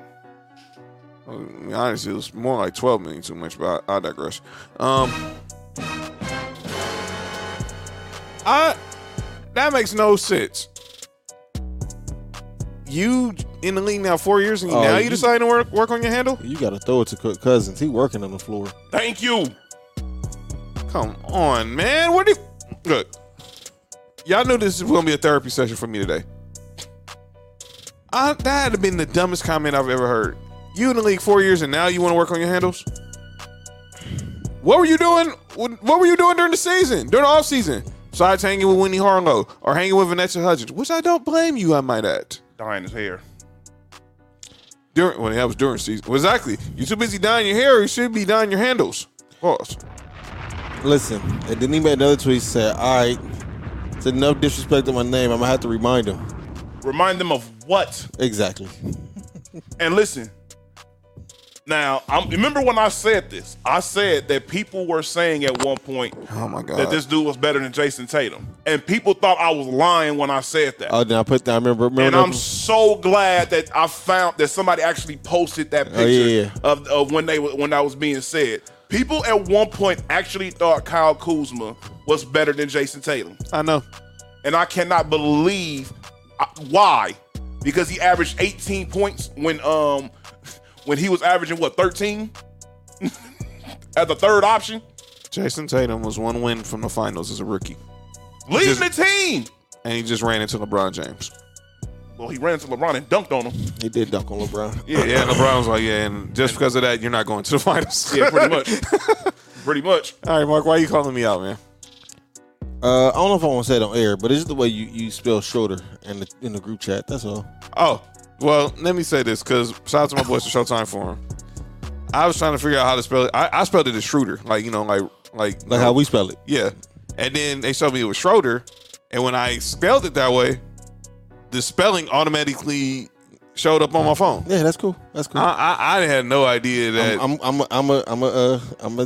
Speaker 6: I mean, honestly, it was more like 12 million too much, but I, I digress. Um, I that makes no sense. You in the league now four years, and
Speaker 4: Oh,
Speaker 6: now you,
Speaker 4: you-
Speaker 6: deciding to work work on your handle?
Speaker 4: You got to throw it to Cook Cousins. He working on the floor.
Speaker 5: Thank you.
Speaker 6: Come on, man. What do you look? Y'all knew this was gonna be a therapy session for me today. I, that had been the dumbest comment I've ever heard. You in the league four years and now you want to work on your handles? What were you doing? What what were you doing during the season? During the offseason? Besides hanging with Winnie Harlow or hanging with Vanessa Hudgens, which I don't blame you, I might add.
Speaker 5: Dying his hair.
Speaker 6: During well, that was during season. Well, exactly. You're too busy dyeing your hair, or you should be dyeing your handles. Pause.
Speaker 4: Listen, and then he made another tweet. Said, "All right, it's enough disrespect to my name. I'm gonna have to remind him."
Speaker 5: Remind them of what?
Speaker 4: Exactly.
Speaker 5: And listen. Now, I'm, remember when I said this? I said that people were saying at one point
Speaker 6: Oh my god.
Speaker 5: that this dude was better than Jason Tatum, and people thought I was lying when I said that.
Speaker 4: Oh, then I put that. I remember. remember
Speaker 5: and
Speaker 4: that-
Speaker 5: I'm so glad that I found that somebody actually posted that picture
Speaker 4: Oh, yeah, yeah.
Speaker 5: Of, of when they when that was being said. People at one point actually thought Kyle Kuzma was better than Jason Tatum,
Speaker 6: I know.
Speaker 5: and I cannot believe I- why, because he averaged 18 points when um when he was averaging what 13 <laughs> as the third option,
Speaker 6: Jason Tatum was one win from the finals as a rookie,
Speaker 5: leading the team.
Speaker 6: and he just ran into LeBron James.
Speaker 5: Well, he ran into LeBron and dunked on him.
Speaker 4: he did dunk on LeBron.
Speaker 6: Yeah, yeah. LeBron was like, yeah, and just because of that, you're not going to the <laughs> finals.
Speaker 5: Yeah, pretty much, <laughs> pretty much.
Speaker 6: All right, Mark, why are you calling me out, man?
Speaker 4: Uh, I don't know if I want to say it on air, but it's just the way you, you spell Schroeder in the in the group chat. That's all.
Speaker 6: Oh, well, let me say this because shout out to my boys for Showtime for him. I was trying to figure out how to spell it. I, I spelled it as Schroeder, like you know, like like
Speaker 4: Like how we spell it.
Speaker 6: yeah. And then they showed me it was Schroeder, and when I spelled it that way, the spelling automatically showed up on my phone.
Speaker 4: Yeah, that's cool. That's cool.
Speaker 6: I I, I had no idea that
Speaker 4: I'm I'm I'm a I'm a uh, I'm a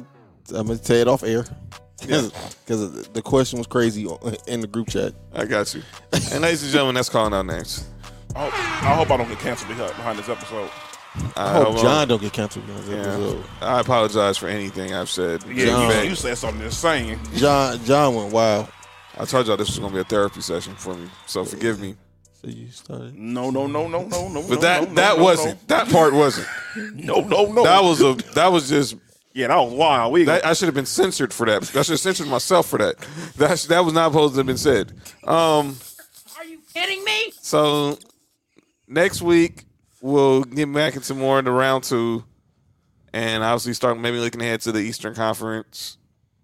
Speaker 4: I'm gonna say it off air <laughs> because the question was crazy on- in the group chat.
Speaker 6: I got you. And ladies and gentlemen, that's calling out names.
Speaker 5: I hope, I hope I don't get canceled behind behind this episode.
Speaker 6: I,
Speaker 4: I
Speaker 5: Oh,
Speaker 4: hope
Speaker 6: hope I'm-
Speaker 4: Oh, John don't get canceled. on this episode.
Speaker 6: I apologize for anything I've said.
Speaker 5: Yeah,
Speaker 4: John.
Speaker 5: you, you said something insane.
Speaker 4: John John went wild.
Speaker 6: I told y'all this was gonna be a therapy session for me, so forgive me.
Speaker 4: So you started.
Speaker 5: No, no, no, no, no, no.
Speaker 6: But that that wasn't that part
Speaker 5: <laughs>
Speaker 6: wasn't.
Speaker 5: No, no, no.
Speaker 6: That was a that was just
Speaker 5: yeah, that was wild. We
Speaker 6: that I should have been censored for that. I should have censored myself for that. That sh- that was not supposed to have been said. Um.
Speaker 10: Are you kidding me?
Speaker 6: So next week we'll get back into more into round two, and obviously start maybe looking ahead to the Eastern Conference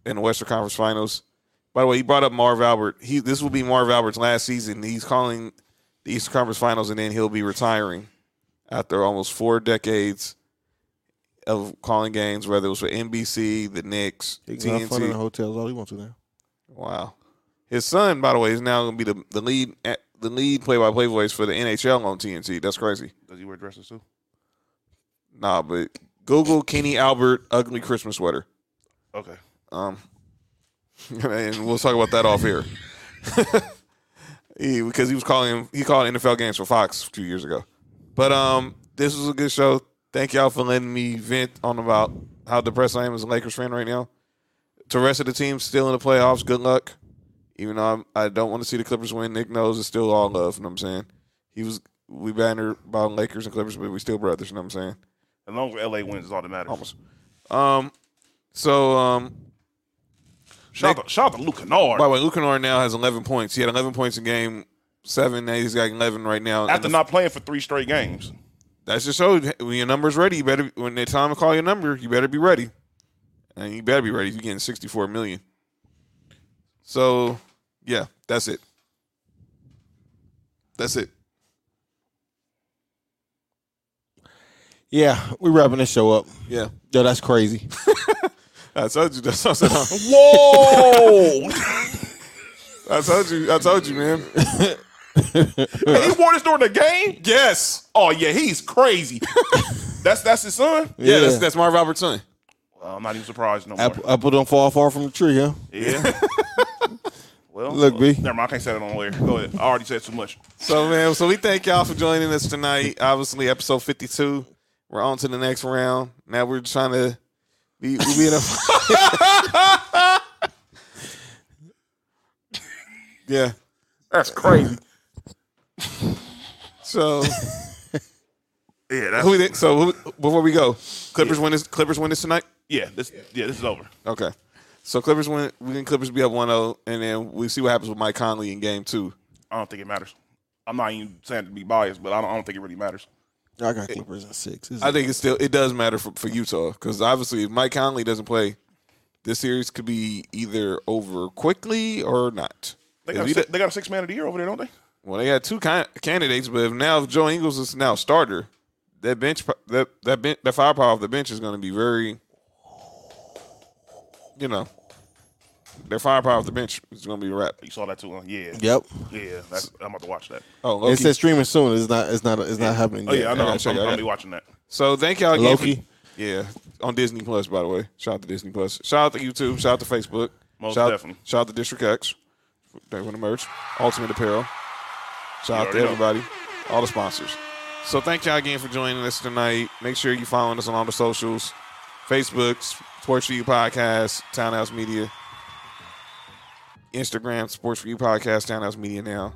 Speaker 6: and the Western Conference Finals. By the way, he brought up Marv Albert. He this will be Marv Albert's last season. He's calling the Eastern Conference Finals, and then he'll be retiring after almost four decades of calling games, whether it was for NBC, the Knicks,
Speaker 4: He can have fun in the
Speaker 6: TNT.
Speaker 4: hotels all he wants to now.
Speaker 6: Wow. His son, by the way, is now going to be the, the lead at, the lead play by play voice for the NHL on TNT. That's crazy.
Speaker 5: Does he wear dresses too?
Speaker 6: Nah, but Google Kenny Albert ugly Christmas sweater.
Speaker 5: Okay.
Speaker 6: Um, <laughs> and we'll talk about that off here. <laughs> he, because he was calling he called NFL games for Fox a few years ago. But um, this was a good show. Thank y'all for letting me vent on about how depressed I am as a Lakers fan right now. To the rest of the team still in the playoffs, good luck. Even though I'm, I don't want to see the Clippers win, Nick knows it's still all love. You know what I'm saying? He was we banner about Lakers and Clippers, but we still brothers. You know what I'm saying?
Speaker 5: As long as LA wins, is all that matters.
Speaker 6: Almost. Um, so um,
Speaker 5: Shout out, to, shout out to Luke Kennard.
Speaker 6: By the way, Luke Kennard now has 11 points. He had 11 points in game seven. Now he's got 11 right now.
Speaker 5: After
Speaker 6: And
Speaker 5: not playing for three straight games.
Speaker 6: that's just so when your number's ready, you better when they time to call your number, you better be ready, and you better be ready. You're getting 64 million. So, yeah, that's it. That's it.
Speaker 4: Yeah, we wrapping this show up.
Speaker 6: Yeah,
Speaker 4: Yo, that's crazy.
Speaker 6: I told you. That's what I said.
Speaker 5: Whoa!
Speaker 6: I told you. I told you, man.
Speaker 5: <laughs> he wore this during the game?
Speaker 6: Yes.
Speaker 5: Oh yeah,
Speaker 6: <laughs>
Speaker 5: he's crazy. that's that's his son.
Speaker 6: Yeah, That's,
Speaker 4: Yeah.
Speaker 6: that's Marv Albert's son.
Speaker 5: Well, I'm not even surprised no more.
Speaker 4: Apple, apple don't fall far from the tree, huh?
Speaker 6: <laughs>
Speaker 5: Yeah. well,
Speaker 4: Look, B.
Speaker 5: Never mind. I can't say that on air. Go ahead. I already said too much.
Speaker 6: So man, so we thank y'all for joining us tonight. Obviously, episode fifty two. We're on to the next round. Now we're trying to be we be in a <laughs> Yeah.
Speaker 5: That's crazy.
Speaker 6: So
Speaker 5: Yeah. That's,
Speaker 6: who we think- so who, before we go, Clippers win this Clippers win this tonight?
Speaker 5: yeah. This. Yeah. This is over.
Speaker 6: Okay. So Clippers win we think Clippers be up 1-0 and then we see what happens with Mike Conley in game 2.
Speaker 5: I don't think it matters. I'm not even saying to be biased, but I don't, I don't think it really matters.
Speaker 4: I got Clippers at six. This is-
Speaker 6: I think it still it does matter for, for Utah because obviously if Mike Conley doesn't play, this series could be either over quickly or not.
Speaker 5: They
Speaker 6: If
Speaker 5: got, a,
Speaker 6: he
Speaker 5: si-
Speaker 6: d-
Speaker 5: they got a six man of the year over there, don't they?
Speaker 6: well, they had two can- candidates, but if now if Joe Ingles is now starter, that bench pro- that that ben- that firepower off the bench is going to be very, you know, their firepower off the bench is going to be a wrap.
Speaker 5: You saw that too, huh? Yeah.
Speaker 4: Yep.
Speaker 5: Yeah. That's, I'm about to watch that.
Speaker 6: Oh,
Speaker 4: It
Speaker 6: Loki.
Speaker 4: says streaming soon. It's not. It's not. It's not happening.
Speaker 5: Oh yeah,
Speaker 4: yet.
Speaker 5: I know.
Speaker 6: I gotta
Speaker 5: I'm,
Speaker 6: check
Speaker 5: I'm,
Speaker 6: it
Speaker 5: I'm
Speaker 6: out.
Speaker 5: gonna be watching that.
Speaker 6: so thank y'all again. for-
Speaker 4: Loki.
Speaker 6: yeah, on Disney Plus, by the way. Shout out to Disney Plus. Shout out to YouTube. Shout out to Facebook.
Speaker 5: Most
Speaker 6: shout,
Speaker 5: definitely.
Speaker 6: Shout out to District X. They want to merch. Ultimate Apparel. Shout out to
Speaker 5: already know.
Speaker 6: everybody, all the sponsors. So thank y'all again for joining us tonight. Make sure you following us on all the socials, Facebooks, Sports for You Podcast, Townhouse Media, Instagram, Sports for You Podcast, Townhouse Media now,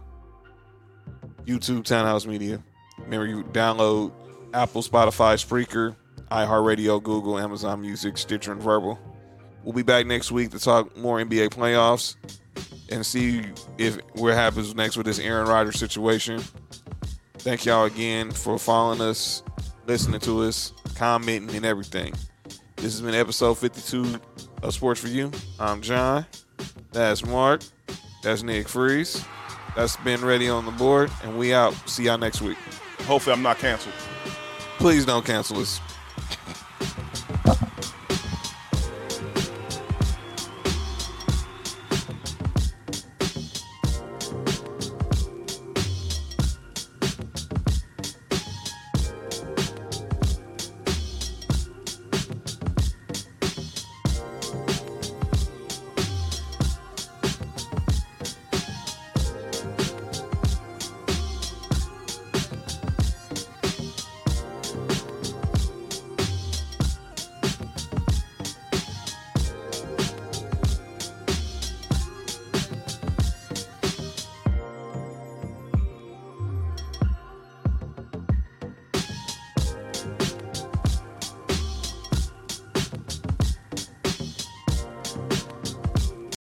Speaker 6: YouTube, Townhouse Media. Remember, you download Apple, Spotify, Spreaker, iHeartRadio, Google, Amazon Music, Stitcher, and Verbal. We'll be back next week to talk more NBA playoffs and see if what happens next with this Aaron Rodgers situation. Thank y'all again for following us, listening to us, commenting, and everything. This has been episode 52 of Sports for You. I'm John. That's Mark. That's Nick Freeze. That's Ben Ready on the board. And we out. See y'all next week.
Speaker 5: Hopefully, I'm not canceled.
Speaker 6: Please don't cancel us.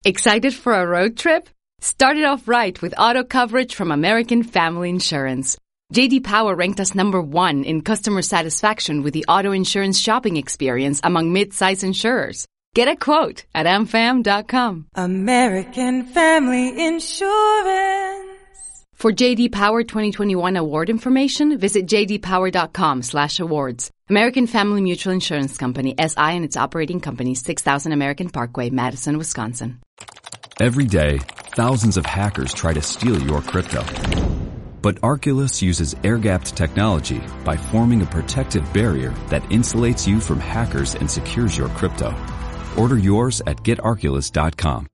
Speaker 11: Excited for a road trip? Start it off right with auto coverage from American Family Insurance. JD Power ranked us number one in customer satisfaction with the auto insurance shopping experience among mid-size insurers. Get a quote at amfam.com.
Speaker 12: American Family Insurance.
Speaker 11: For JD Power 2021 award information, visit jdpower.com/awards. American Family Mutual Insurance Company SI and its operating company 6000 American Parkway, Madison, Wisconsin.
Speaker 9: Every day, thousands of hackers try to steal your crypto. But Arculus uses air-gapped technology by forming a protective barrier that insulates you from hackers and secures your crypto. Order yours at getarculus.com.